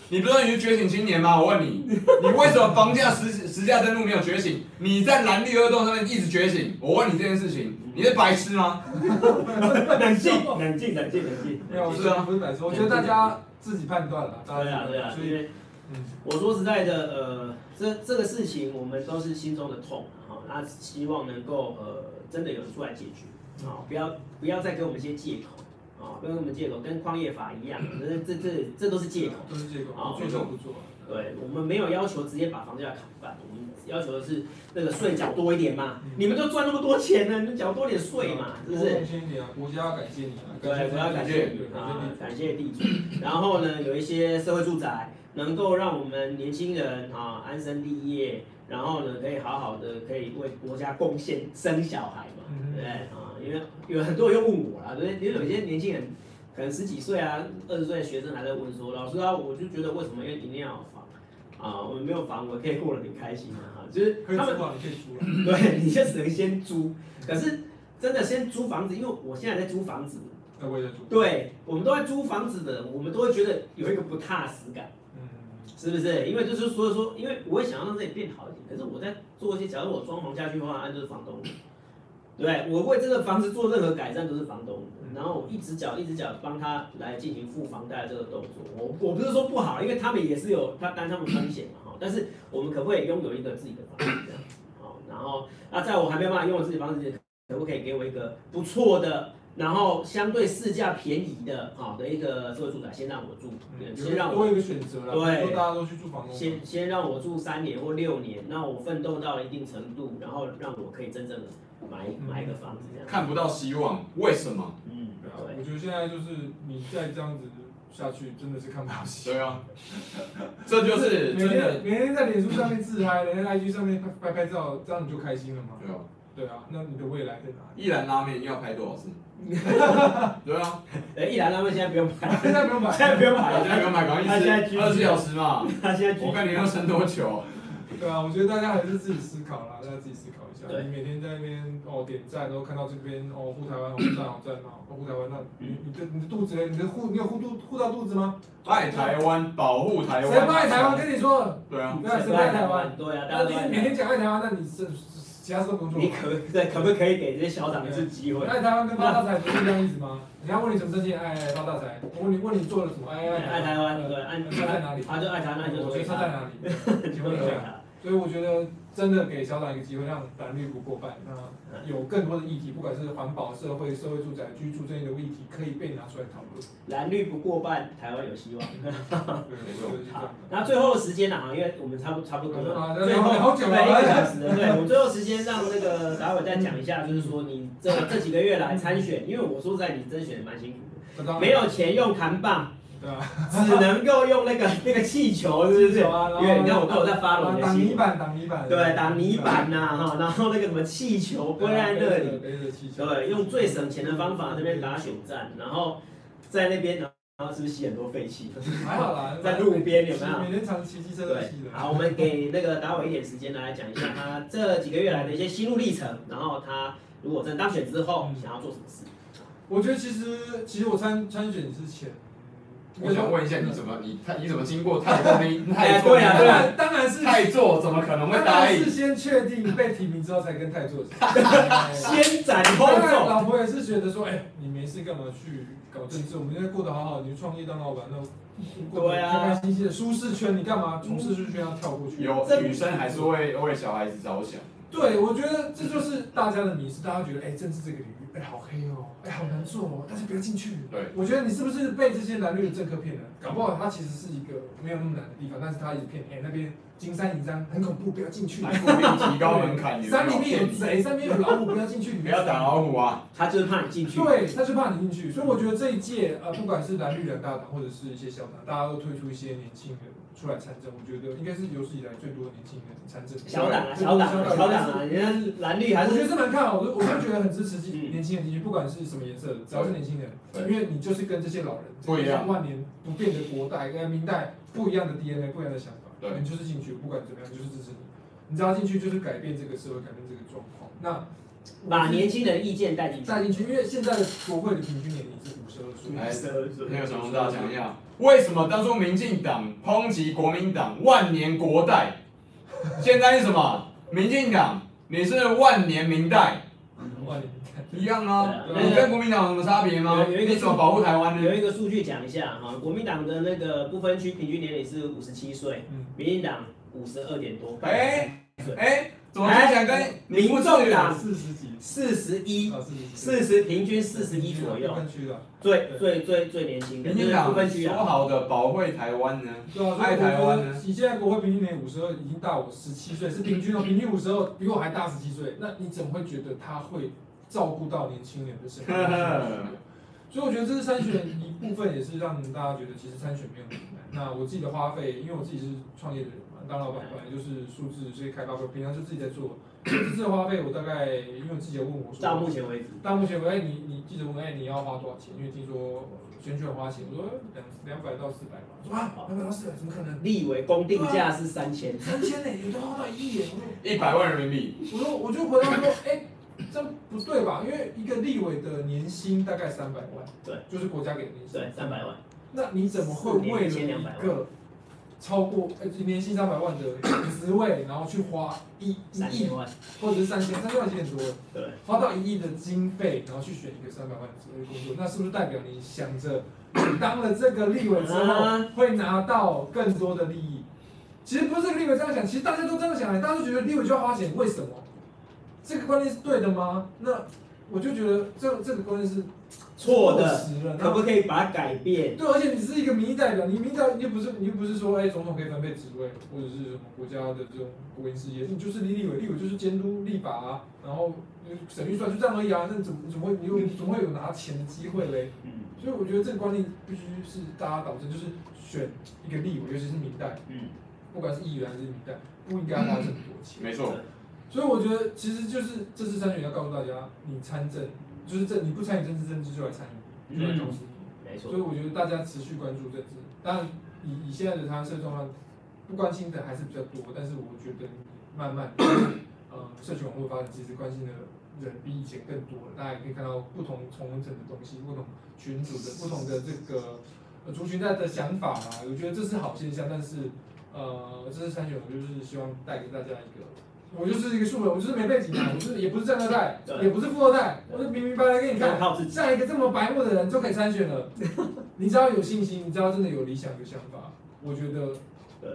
[SPEAKER 2] 你不知道你是觉醒青年吗？我问你，你为什么房价实 实价登录没有觉醒？你在蓝绿二洞上面一直觉醒，我问你这件事情，你是白痴吗？
[SPEAKER 3] 冷静，冷静，冷静，冷静。
[SPEAKER 1] 哎 没有，
[SPEAKER 2] 是啊
[SPEAKER 1] 不是白说，我觉得大家自己判断了，大
[SPEAKER 3] 对
[SPEAKER 1] 家
[SPEAKER 3] 啊，
[SPEAKER 1] 自己判断
[SPEAKER 3] 对啊，
[SPEAKER 1] 所
[SPEAKER 3] 因
[SPEAKER 1] 以
[SPEAKER 3] 为
[SPEAKER 1] 嗯
[SPEAKER 3] 我说实在的，呃，这这个事情我们都是心中的痛啊，那、希望能够呃真的有人出来解决啊、不要不要再给我们一些借口啊、不要给我们借口，跟矿业法一样，这这这这都是借口。
[SPEAKER 1] 都是借口，
[SPEAKER 3] 啊
[SPEAKER 1] 不做就不做。
[SPEAKER 3] 对我们没有要求直接把房价砍半，我们要求的是那个税缴多一点嘛，你们就赚那么多钱呢，你们缴多点税嘛，是不
[SPEAKER 1] 多
[SPEAKER 3] 是
[SPEAKER 1] 贡？献一点啊，国家要感谢你啊，
[SPEAKER 3] 对，我
[SPEAKER 1] 这
[SPEAKER 3] 要
[SPEAKER 1] 些
[SPEAKER 3] 感谢
[SPEAKER 1] 对感谢
[SPEAKER 3] 啊
[SPEAKER 1] 你，
[SPEAKER 3] 感谢地主。然后呢，有一些社会住宅能够让我们年轻人啊安身立业，然后呢可以好好的可以为国家贡献生小孩嘛，
[SPEAKER 1] 嗯
[SPEAKER 3] 对不对啊？因为有很多人又问我啦，对不对，因为有些年轻人可能十几岁啊、二十岁的学生还在问说，老师啊，我就觉得为什么要一定要有房？啊，我没有房，我可以过得很开心啊！哈就是
[SPEAKER 1] 可以
[SPEAKER 3] 他们
[SPEAKER 1] 租啊，你可以租了。
[SPEAKER 3] 对，你就只能先租。可是真的先租房子，因为我现在在租房子，
[SPEAKER 1] 那我也在租。
[SPEAKER 3] 对，我们都在租房子的，我们都会觉得有一个不踏实感，
[SPEAKER 1] 嗯，
[SPEAKER 3] 是不是？因为就是所以说，因为我会想要让这里变好一点，可是我在做一些，假如我装潢下去的话，那就是房东，对我为这个房子做任何改善都是房东，然后我一只脚一只脚帮他来进行付房贷的这个动作。我我不是说不好，因为他们也是有他担他们风险嘛哈，但是我们可不可以拥有一个自己的房子这样子？好，然后那在我还没有办法拥有自己的房子之前，可不可以给我一个不错的？然后相对市价便宜的，好的一个社会住宅，先让我住，对先让
[SPEAKER 1] 嗯
[SPEAKER 3] 我
[SPEAKER 1] 多一个选择啦，不是
[SPEAKER 3] 对
[SPEAKER 1] 说大家都去住房东。
[SPEAKER 3] 先先让我住三年或六年，那我奋斗到了一定程度，然后让我可以真正的买买一个房子这样。
[SPEAKER 2] 看不到希望，为什么？
[SPEAKER 3] 嗯，
[SPEAKER 1] 对啊，我觉得现在就是你再这样子下去，真的是看不 到希望。
[SPEAKER 2] 对啊，这就是
[SPEAKER 1] 每
[SPEAKER 2] 真的。
[SPEAKER 1] 天每天在脸书上面自拍，人家 IG 上面拍拍照，这样你就开心了吗？
[SPEAKER 2] 对啊，
[SPEAKER 1] 对啊，那你的未来在哪里？
[SPEAKER 2] 一兰拉面要拍多 少次？对啊，
[SPEAKER 3] 对，哎，一兰他们现在不用买，
[SPEAKER 1] 现在不用买
[SPEAKER 3] 现，在不用
[SPEAKER 2] 我
[SPEAKER 3] 买
[SPEAKER 2] 现在
[SPEAKER 3] 了，
[SPEAKER 2] 刚买刚一
[SPEAKER 3] 他现在
[SPEAKER 2] 吃
[SPEAKER 3] 居
[SPEAKER 2] 二十四小时嘛，
[SPEAKER 3] 他现在居
[SPEAKER 2] 我看你要撑多久？
[SPEAKER 1] 对啊，我觉得大家还是自己思考啦，大家自己思考一下。
[SPEAKER 3] 对
[SPEAKER 1] 你每天在那边哦点赞，然后看到这边哦护台湾好赞好赞哦，护台湾，那
[SPEAKER 3] 嗯
[SPEAKER 1] 你你的你的肚子嘞，你的护你有护肚护到肚子吗？
[SPEAKER 2] 爱台湾，保护台湾。
[SPEAKER 1] 谁不爱台湾？？跟你说，
[SPEAKER 2] 对啊，
[SPEAKER 1] 对啊，谁不
[SPEAKER 3] 谁不
[SPEAKER 1] 爱
[SPEAKER 3] 爱
[SPEAKER 1] 台
[SPEAKER 3] 台
[SPEAKER 1] 湾？
[SPEAKER 3] 湾？对啊，大
[SPEAKER 1] 那
[SPEAKER 3] 家都
[SPEAKER 1] 你
[SPEAKER 3] 爱
[SPEAKER 1] 每
[SPEAKER 3] 台
[SPEAKER 1] 天
[SPEAKER 3] 湾。
[SPEAKER 1] 讲爱台湾，那你是其他事都不用做
[SPEAKER 3] 你
[SPEAKER 1] 吗？
[SPEAKER 3] 可不对，可不可以给这些小长一次机会？
[SPEAKER 1] 爱台湾跟发大财不是一样意思吗？人家问你什么事情，哎，发大财。我问你问你做了什么，哎，
[SPEAKER 3] 爱台湾，对，爱
[SPEAKER 1] 差在哪里？
[SPEAKER 3] 他就爱台湾，那就
[SPEAKER 1] 我
[SPEAKER 3] 所
[SPEAKER 1] 觉
[SPEAKER 3] 以
[SPEAKER 1] 得差在哪里？请问一下。
[SPEAKER 3] 他。
[SPEAKER 1] 所以我觉得真的给小党一个机会，让蓝绿不过半，那有更多的议题，不管是环保、社会、社会住宅、居住这些的议题，可以被拿出来讨论。
[SPEAKER 3] 蓝绿不过半，台湾有希望。
[SPEAKER 1] 对，我觉得是这
[SPEAKER 3] 好
[SPEAKER 1] 样，
[SPEAKER 3] 那最后的时间呢？啊哈，因为我们差不差不多
[SPEAKER 1] 啊
[SPEAKER 3] 了，
[SPEAKER 1] 对
[SPEAKER 3] 最后
[SPEAKER 1] 好久了
[SPEAKER 3] 对一个小时了。对，我 们最后时间让那个达伟再讲一下，就是说你这这几个月来参选，因为我说实在，你真选的蛮辛苦的，
[SPEAKER 1] 的。当然
[SPEAKER 3] 没有钱用扛棒，
[SPEAKER 1] 对啊，
[SPEAKER 3] 只能够用那个那个气球，是不是？
[SPEAKER 1] 气球啊然后
[SPEAKER 3] 因为你看我都有在发
[SPEAKER 1] 挡
[SPEAKER 3] 了你的
[SPEAKER 1] 挡泥
[SPEAKER 3] 新闻，
[SPEAKER 1] 板，挡泥板。
[SPEAKER 3] 对，打泥板呐、哈，然后那个什么气球
[SPEAKER 1] 对
[SPEAKER 3] 归
[SPEAKER 1] 啊，
[SPEAKER 3] 在那里，
[SPEAKER 1] 背着背着气球，
[SPEAKER 3] 对，用最省钱的方法那边打选战，然后在那边然后是不是吸很多废气？
[SPEAKER 1] 还好啦，
[SPEAKER 3] 在路边有没有
[SPEAKER 1] 每天常骑机车都
[SPEAKER 3] 对
[SPEAKER 1] 气，的。
[SPEAKER 3] 好，我们给那个达伟一点时间来讲一下他这几个月来的一些心路历程，然后他如果真当选之后
[SPEAKER 1] 嗯
[SPEAKER 3] 想要做什么事。
[SPEAKER 1] 我觉得其实其实我参参选之前，
[SPEAKER 2] 我想问一下，你怎么你太你怎么经过泰国那泰
[SPEAKER 3] 哎
[SPEAKER 2] 做
[SPEAKER 3] 对啊
[SPEAKER 1] 当
[SPEAKER 3] 对啊
[SPEAKER 1] 然当然是
[SPEAKER 2] 泰座怎么可能会答
[SPEAKER 1] 是
[SPEAKER 2] 应？
[SPEAKER 1] 先确定被提名之后才跟泰做。
[SPEAKER 3] 先斩后
[SPEAKER 1] 当然，
[SPEAKER 3] 奏，
[SPEAKER 1] 老婆也是觉得说，哎、你没事干嘛去搞政治？我们现在过得好好，你去创业当老板，那过
[SPEAKER 3] 对
[SPEAKER 1] 得
[SPEAKER 3] 啊
[SPEAKER 1] 开开心
[SPEAKER 2] 嗯
[SPEAKER 1] 心的舒适圈，你干嘛从舒适圈要跳过去？
[SPEAKER 2] 有女生还是为为小孩子着想，
[SPEAKER 1] 对，我觉得这就是大家的迷失，大家觉得哎、政治这个领域哎、好黑哦，哎、好难做哦，大家不要进去。
[SPEAKER 2] 对，
[SPEAKER 1] 我觉得你是不是被这些蓝绿的政客骗了？搞不好他其实是一个没有那么难的地方，但是他一直骗你。哎、那边金山银山很恐怖，不要进去。
[SPEAKER 2] 来固定提高门 槛，也
[SPEAKER 1] 山里
[SPEAKER 2] 没
[SPEAKER 1] 面有
[SPEAKER 2] 骗你
[SPEAKER 1] 贼，山里面有老虎，不要进去。
[SPEAKER 2] 不要打老虎啊！
[SPEAKER 3] 他就是怕你进去。
[SPEAKER 1] 对，他就怕你进去，所以我觉得这一届呃，不管是蓝绿两大党，或者是一些小党，大家都推出一些年轻人出来参政，我觉得应该是有史以来最多的年轻人参政。
[SPEAKER 3] 小党啊，小党啊，小党啊，人家蓝绿还
[SPEAKER 1] 我觉
[SPEAKER 3] 是
[SPEAKER 1] 得这门槛，我就我就觉得很支持
[SPEAKER 3] 嗯
[SPEAKER 1] 年轻人进去，不管是什么颜色的，只要是年轻人，
[SPEAKER 2] 对
[SPEAKER 1] 因为你就是跟这些老人
[SPEAKER 2] 不一样
[SPEAKER 1] 这万年不变的国代跟明代不一样的 DNA，不一样的想法，
[SPEAKER 2] 对
[SPEAKER 1] 你就是进去，不管怎么样，就是支持你。你只要进去，就是改变这个社会，改变这个状况。那
[SPEAKER 3] 把年轻人意见带进去。
[SPEAKER 1] 带进去，因为现在的国会的平均年龄是五十二岁。
[SPEAKER 2] 哎那
[SPEAKER 3] 那
[SPEAKER 2] 个小红大讲一下，为什么当初民进党抨击国民党万年国代，现在是什么？民进党你是万年明代，
[SPEAKER 1] 万年
[SPEAKER 2] 一样啊？
[SPEAKER 3] 对
[SPEAKER 1] 啊
[SPEAKER 2] 你跟国民党有什么差别吗？
[SPEAKER 3] 有有一个
[SPEAKER 2] 你怎么保护台湾
[SPEAKER 3] 有
[SPEAKER 2] 呢？
[SPEAKER 3] 一个数据讲一下哈，国民党的那个不分区平均年龄是五十七岁，
[SPEAKER 1] 嗯
[SPEAKER 3] 民进党五十二点多，
[SPEAKER 2] 哎
[SPEAKER 3] 对
[SPEAKER 2] 哎，怎么听起来跟你不正
[SPEAKER 3] 民众
[SPEAKER 2] 远？
[SPEAKER 3] 党
[SPEAKER 1] 四十几，
[SPEAKER 3] 啊四十一，
[SPEAKER 1] 啊，四十几，
[SPEAKER 3] 四十平均四十一左右，
[SPEAKER 1] 分区的，
[SPEAKER 3] 最最最最年轻的，
[SPEAKER 2] 民
[SPEAKER 3] 就
[SPEAKER 2] 进
[SPEAKER 3] 是不
[SPEAKER 2] 党
[SPEAKER 3] 分区
[SPEAKER 2] 说
[SPEAKER 3] 啊，
[SPEAKER 2] 好的保卫台湾呢？
[SPEAKER 1] 对啊，所以
[SPEAKER 2] 爱台湾
[SPEAKER 1] 我觉
[SPEAKER 2] 呢
[SPEAKER 1] 得你现在国会平均年五十二，已经大我十七岁，是平均哦，平均五十二，比我还大十七岁，那你怎么会觉得他会照顾到年轻人的 生活？所以我觉得这是参选一部分，也是让大家觉得其实参选没有那么难。那我自己的花费，因为我自己是创业的人嘛，当老板本来就是数字，所以开发会，平常就自己在做。这次的花费我大概，因为我自己有问我说，
[SPEAKER 3] 到目前为止，
[SPEAKER 1] 到目前为止，你你记者问，哎，你要花多少钱？因为听说选举很花钱，我说两两百到四百吧。我说啊，两百到四百怎么可能？
[SPEAKER 3] 立委公定价是三千，
[SPEAKER 1] 三千呢，有的花到一亿耶。
[SPEAKER 2] 一百万人民币，
[SPEAKER 1] 我说我就回答说，哎、这不对吧？因为一个立委的年薪大概三百万，
[SPEAKER 3] 对，
[SPEAKER 1] 就是国家给的年薪，
[SPEAKER 3] 对，三百。万，
[SPEAKER 1] 那你怎么会为了
[SPEAKER 3] 四年
[SPEAKER 1] 一
[SPEAKER 3] 1200
[SPEAKER 1] 个超过呃年薪三百万的职位，然后去花一
[SPEAKER 3] 三
[SPEAKER 1] 一亿
[SPEAKER 3] 千万，
[SPEAKER 1] 或者是三千三千万钱很多了？
[SPEAKER 3] 对，
[SPEAKER 1] 花到一亿的经费，然后去选一个三百万的职位工作，那是不是代表你想着你当了这个立委之后
[SPEAKER 3] 啊
[SPEAKER 1] 会拿到更多的利益？其实不是立委这样想，其实大家都这样想，大家都觉得立委就要花钱，为什么？这个观念是对的吗？那我就觉得这这个观念是
[SPEAKER 3] 错的
[SPEAKER 1] 实了。
[SPEAKER 3] 可
[SPEAKER 1] 那
[SPEAKER 3] 不可以把它改变？
[SPEAKER 1] 对，而且你是一个民意代表，你民意代表你又不是你又不是说哎总统可以分配职位，或者是什么国家的这种国营事业，你就是立委，立委就是监督立法啊，然后呃审预算就这样而已啊，那你怎么怎么会你又怎么会有拿钱的机会嘞？
[SPEAKER 3] 嗯
[SPEAKER 1] 所以我觉得这个观念必须是大家导正，就是选一个立委，尤其是民代，
[SPEAKER 3] 嗯，
[SPEAKER 1] 不管是议员还是民代，不应该花这么多钱。
[SPEAKER 2] 没错，
[SPEAKER 1] 所以我觉得其实就是这次参选要告诉大家，你参政就是这你不参与政治政治就来参与，就来告诉你。
[SPEAKER 3] 没错
[SPEAKER 1] 所以，我觉得大家持续关注政治，当然以以现在的台湾社会状况，不关心的还是比较多，但是我觉得慢慢，呃，社群网络发展，其实关心的人比以前更多了。大家也可以看到不同同文层的东西，不同群组的不同的这个呃族群在的想法嘛，我觉得这是好现象，但是呃，这是参选，我就是希望带给大家一个。我就是一个素人，我就是没背景啊，我就是也不是正二代，
[SPEAKER 3] 对
[SPEAKER 1] 也不是富二代，我就明明白白给你看，
[SPEAKER 3] 靠自己，
[SPEAKER 1] 这样一个这么白目的人就可以参选了，你只要有信心，你只要真的有理想、有想法，我觉得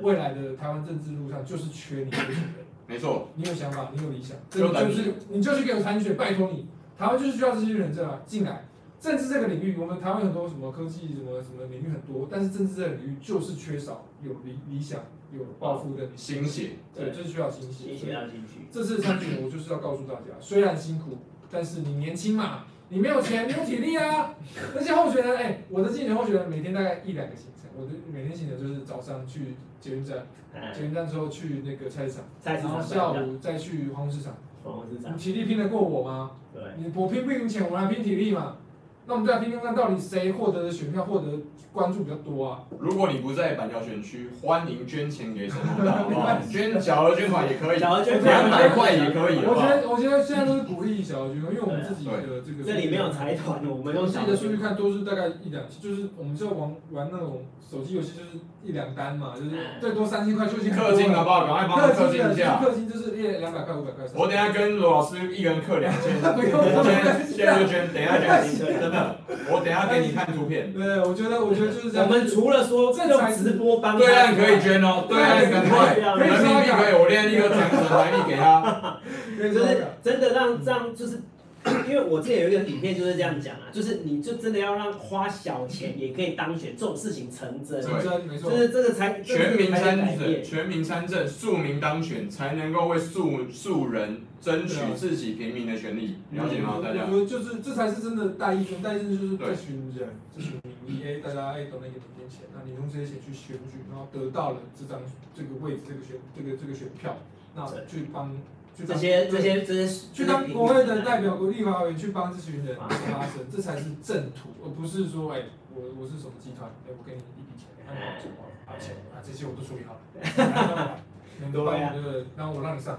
[SPEAKER 1] 未来的台湾政治路上就是缺你这种人。
[SPEAKER 2] 没错，
[SPEAKER 1] 你有想法，你有理想，这
[SPEAKER 2] 有胆
[SPEAKER 1] 就
[SPEAKER 2] 子
[SPEAKER 1] 是你就是给我参选，拜托你，台湾就是需要这些人这啊进来。政治这个领域，我们台湾很多什么科技什么什么领域很多，但是政治这个领域就是缺少有理理想、有抱负的人，
[SPEAKER 2] 心血，
[SPEAKER 1] 对，就是需要新血。
[SPEAKER 3] 一起要进去，
[SPEAKER 1] 这次参选，我就是要告诉大家，虽然辛苦，但是你年轻嘛，你没有钱，没有体力啊。那些候选人，哎、我的竞选候选人每天大概一两个行程，我的每天行程就是早上去捷运站，
[SPEAKER 3] 哎，
[SPEAKER 1] 捷运站之后去那个菜市场，
[SPEAKER 3] 菜市
[SPEAKER 1] 然后
[SPEAKER 3] 场
[SPEAKER 1] 下
[SPEAKER 3] 下，
[SPEAKER 1] 午再去黄昏市场。
[SPEAKER 3] 黄市
[SPEAKER 1] 你
[SPEAKER 3] 长，
[SPEAKER 1] 体力拼得过我吗？
[SPEAKER 3] 对，
[SPEAKER 1] 你我拼不赢钱，我来拼体力嘛。那我们再拼看看，到底谁获得的选票获得关注比较多啊？
[SPEAKER 2] 如果你不在板桥选区，欢迎捐钱给神农大，好不 好？哦捐小额捐款也可以，
[SPEAKER 3] 小额捐
[SPEAKER 1] 款
[SPEAKER 2] 两百块也可以，好
[SPEAKER 1] 我
[SPEAKER 2] 不
[SPEAKER 1] 觉
[SPEAKER 2] 好？
[SPEAKER 1] 得，我觉得现在都是鼓励小学，因为我们自己的这个
[SPEAKER 3] 这里没有财团，我们
[SPEAKER 1] 我
[SPEAKER 3] 用
[SPEAKER 1] 自
[SPEAKER 3] 小
[SPEAKER 1] 己的数据看都是大概一两，就是我们就玩玩那种手机游戏，就是一两单嘛，就是最多三千块就已经很
[SPEAKER 2] 嗯氪
[SPEAKER 1] 多
[SPEAKER 2] 金好
[SPEAKER 1] 了。
[SPEAKER 2] 不好？赶快帮我氪金
[SPEAKER 1] 的
[SPEAKER 2] 一下。
[SPEAKER 1] 氪金就是一两百块、五百块。
[SPEAKER 2] 我等一下跟罗老师一人氪两千，
[SPEAKER 1] 不用不用
[SPEAKER 2] 捐现在就捐，等一下
[SPEAKER 3] 太
[SPEAKER 2] 捐，
[SPEAKER 3] 奇怪了
[SPEAKER 2] 真的，我等一下给你看图 片。
[SPEAKER 1] 对，我觉得我觉得就是这
[SPEAKER 3] 我
[SPEAKER 1] 样。
[SPEAKER 3] 们除了说
[SPEAKER 1] 这
[SPEAKER 3] 用
[SPEAKER 1] 才
[SPEAKER 3] 直播帮，
[SPEAKER 2] 对啊岸可以，捐哦，对岸赶快，人民币可以，我练一个奖惩台币给他，
[SPEAKER 1] 可以
[SPEAKER 3] 就
[SPEAKER 1] 说
[SPEAKER 3] 是
[SPEAKER 1] 的嗯
[SPEAKER 3] 真的让让就是， 因为我之前有一个影片就是这样讲啊，就是你就真的要让花小钱也可以当选这种事情成真，
[SPEAKER 2] 对
[SPEAKER 1] 真没错
[SPEAKER 3] 就，是这个才
[SPEAKER 2] 全民
[SPEAKER 3] 才
[SPEAKER 2] 参
[SPEAKER 3] 能改
[SPEAKER 2] 政，
[SPEAKER 3] 变。
[SPEAKER 2] 全民参政，庶民当选，才能够为庶庶人争取自己平民的权利，了解吗？大家
[SPEAKER 1] 我觉得就是这才是真的大医生，大医生就是
[SPEAKER 2] 对
[SPEAKER 1] 这群人，这群民意，哎，大家哎都能给你一点钱，那你用这些钱去选举，然后得到了这张这个位置，这个选这个这个选票，那
[SPEAKER 3] 对
[SPEAKER 1] 去帮去
[SPEAKER 3] 这
[SPEAKER 1] 帮
[SPEAKER 3] 些
[SPEAKER 1] 对
[SPEAKER 3] 这些这些
[SPEAKER 1] 去当国会的代表、国立法委员去帮这群人发声，这才是正途，而不是说哎我我是什么集团，哎我给你一笔钱，那你要怎么花钱啊这些我都处理好了，能够
[SPEAKER 3] 对啊
[SPEAKER 1] 对不对？然后我让你上，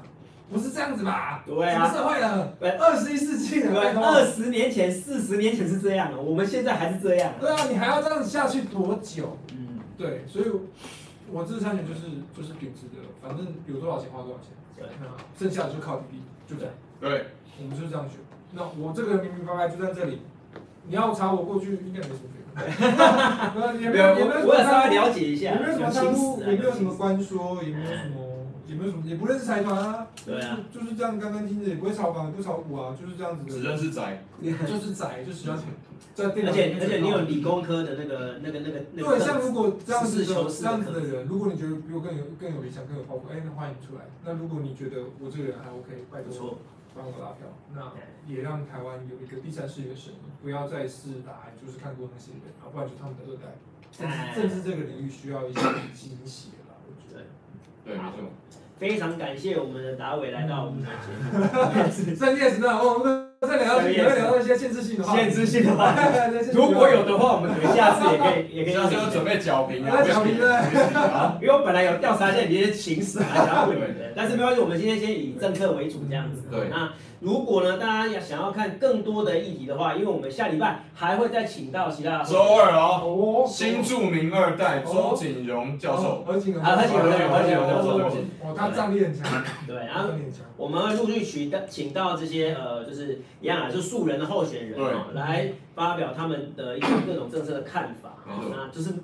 [SPEAKER 1] 不是这样子吧？
[SPEAKER 3] 对
[SPEAKER 1] 什么
[SPEAKER 3] 啊，
[SPEAKER 1] 社会了？
[SPEAKER 3] 对
[SPEAKER 1] 哎二十一世纪了，
[SPEAKER 3] 对，
[SPEAKER 1] 拜托
[SPEAKER 3] 二十年前、四十年前是这样的，啊我们现在还是这样。
[SPEAKER 1] 对啊，你还要这样子下去多久？
[SPEAKER 3] 嗯，
[SPEAKER 1] 对，所以我我这次参选就是就是秉持着，反正有多少钱花多少钱，
[SPEAKER 3] 对
[SPEAKER 1] 那剩下的就靠体力，就这样，
[SPEAKER 2] 对，
[SPEAKER 1] 我们就是这样选。那我这个人明明白白就在这里，你要查我过去应该没什么罪， 对啊，也没
[SPEAKER 3] 没
[SPEAKER 1] 有
[SPEAKER 3] 有，
[SPEAKER 1] 也没有
[SPEAKER 3] 我我有稍微
[SPEAKER 1] 什么
[SPEAKER 3] 了解一下，
[SPEAKER 1] 也没有什么
[SPEAKER 3] 有
[SPEAKER 1] 贪
[SPEAKER 3] 心
[SPEAKER 1] 污，
[SPEAKER 3] 思啊
[SPEAKER 1] 也没有什么
[SPEAKER 3] 心思
[SPEAKER 1] 官说，也没有什么，也没有什么，也不认识财团啊，
[SPEAKER 3] 对啊，
[SPEAKER 1] 就是就是这样干干净净，也不会炒房，也不炒股啊，就是这样子
[SPEAKER 2] 只
[SPEAKER 1] 的，
[SPEAKER 2] 认识宅，
[SPEAKER 1] 就是宅，就喜欢在电脑
[SPEAKER 3] 啊而
[SPEAKER 1] 里面
[SPEAKER 3] 且而且你有
[SPEAKER 1] 弄
[SPEAKER 3] 理工科的那个那个那个那个
[SPEAKER 1] 对，像如果这样子
[SPEAKER 3] 实事求
[SPEAKER 1] 的
[SPEAKER 3] 是
[SPEAKER 1] 这
[SPEAKER 3] 的
[SPEAKER 1] 样子的人，如果你觉得比我更有更有理想、更有抱负，哎、那欢迎出来。那如果你觉得我这个人还 OK，拜
[SPEAKER 3] 不
[SPEAKER 1] 托
[SPEAKER 3] 错，
[SPEAKER 1] 帮我拉票，那也让台湾有一个第三世界的声音，不要再是哎，就是看过那些人，啊，不然就他们的二代。政
[SPEAKER 3] 哎
[SPEAKER 1] 治政治这个领域需要一些倾斜啦，我觉得。
[SPEAKER 2] 对，没错。
[SPEAKER 3] 非常感谢我们的达伟来到我们的 节目。
[SPEAKER 1] 三 yes 呢？哦，我们再聊到
[SPEAKER 3] 三 yes
[SPEAKER 1] 也会聊到一些限制性的话题。
[SPEAKER 3] 限制性的话题，
[SPEAKER 1] 题
[SPEAKER 3] 如果有的话，我们可能下次也可以也可以
[SPEAKER 2] 下次要准备缴平啊，
[SPEAKER 1] 要哎缴平了
[SPEAKER 2] 了，
[SPEAKER 3] 因为我本来有调查一下你的情史啊，想要问 你的，但是没关系，我们今天先以政客为主这样子。
[SPEAKER 2] 对
[SPEAKER 3] 那如果呢，大家要想要看更多的议题的话，因为我们下礼拜还会再请到其他的
[SPEAKER 2] 周二哦，
[SPEAKER 1] 哦，
[SPEAKER 2] 新著名二代周景荣教授，
[SPEAKER 1] 何景
[SPEAKER 3] 啊何景
[SPEAKER 2] 荣何景荣教授对不起
[SPEAKER 1] 哦，他战力很强，
[SPEAKER 3] 对，然
[SPEAKER 1] 他
[SPEAKER 3] 后
[SPEAKER 1] 战力很强。
[SPEAKER 3] 我们会陆续取的请到这些呃，就是一样啊，就素人的候选人哦，来发表他们的一些各种政策的看法啊
[SPEAKER 2] 没错
[SPEAKER 3] 那就是。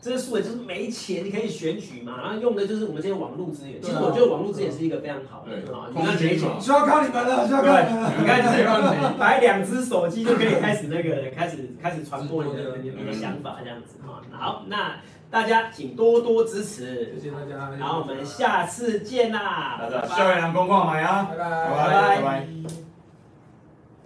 [SPEAKER 3] 这些素人就是没钱，你可以选举嘛，然后用的就是我们这些网络资源。其
[SPEAKER 1] 对啊
[SPEAKER 3] 实我觉得网络资源是一个非常好的
[SPEAKER 2] 对
[SPEAKER 3] 啊，你
[SPEAKER 2] 空
[SPEAKER 3] 看谁
[SPEAKER 2] 军
[SPEAKER 3] 选
[SPEAKER 2] 嘛，
[SPEAKER 1] 需要靠你们了，需要靠你们了。
[SPEAKER 3] 你看，就是有买两只手机就可以开始那个开始开始传播你的你的你的想法这样子啊。好，那大家请多多支持
[SPEAKER 1] 谢，谢大家。
[SPEAKER 3] 然后我们下次见啦，
[SPEAKER 2] 大家校园公逛买啊，
[SPEAKER 1] 拜拜
[SPEAKER 2] 拜拜拜拜。
[SPEAKER 1] 拜拜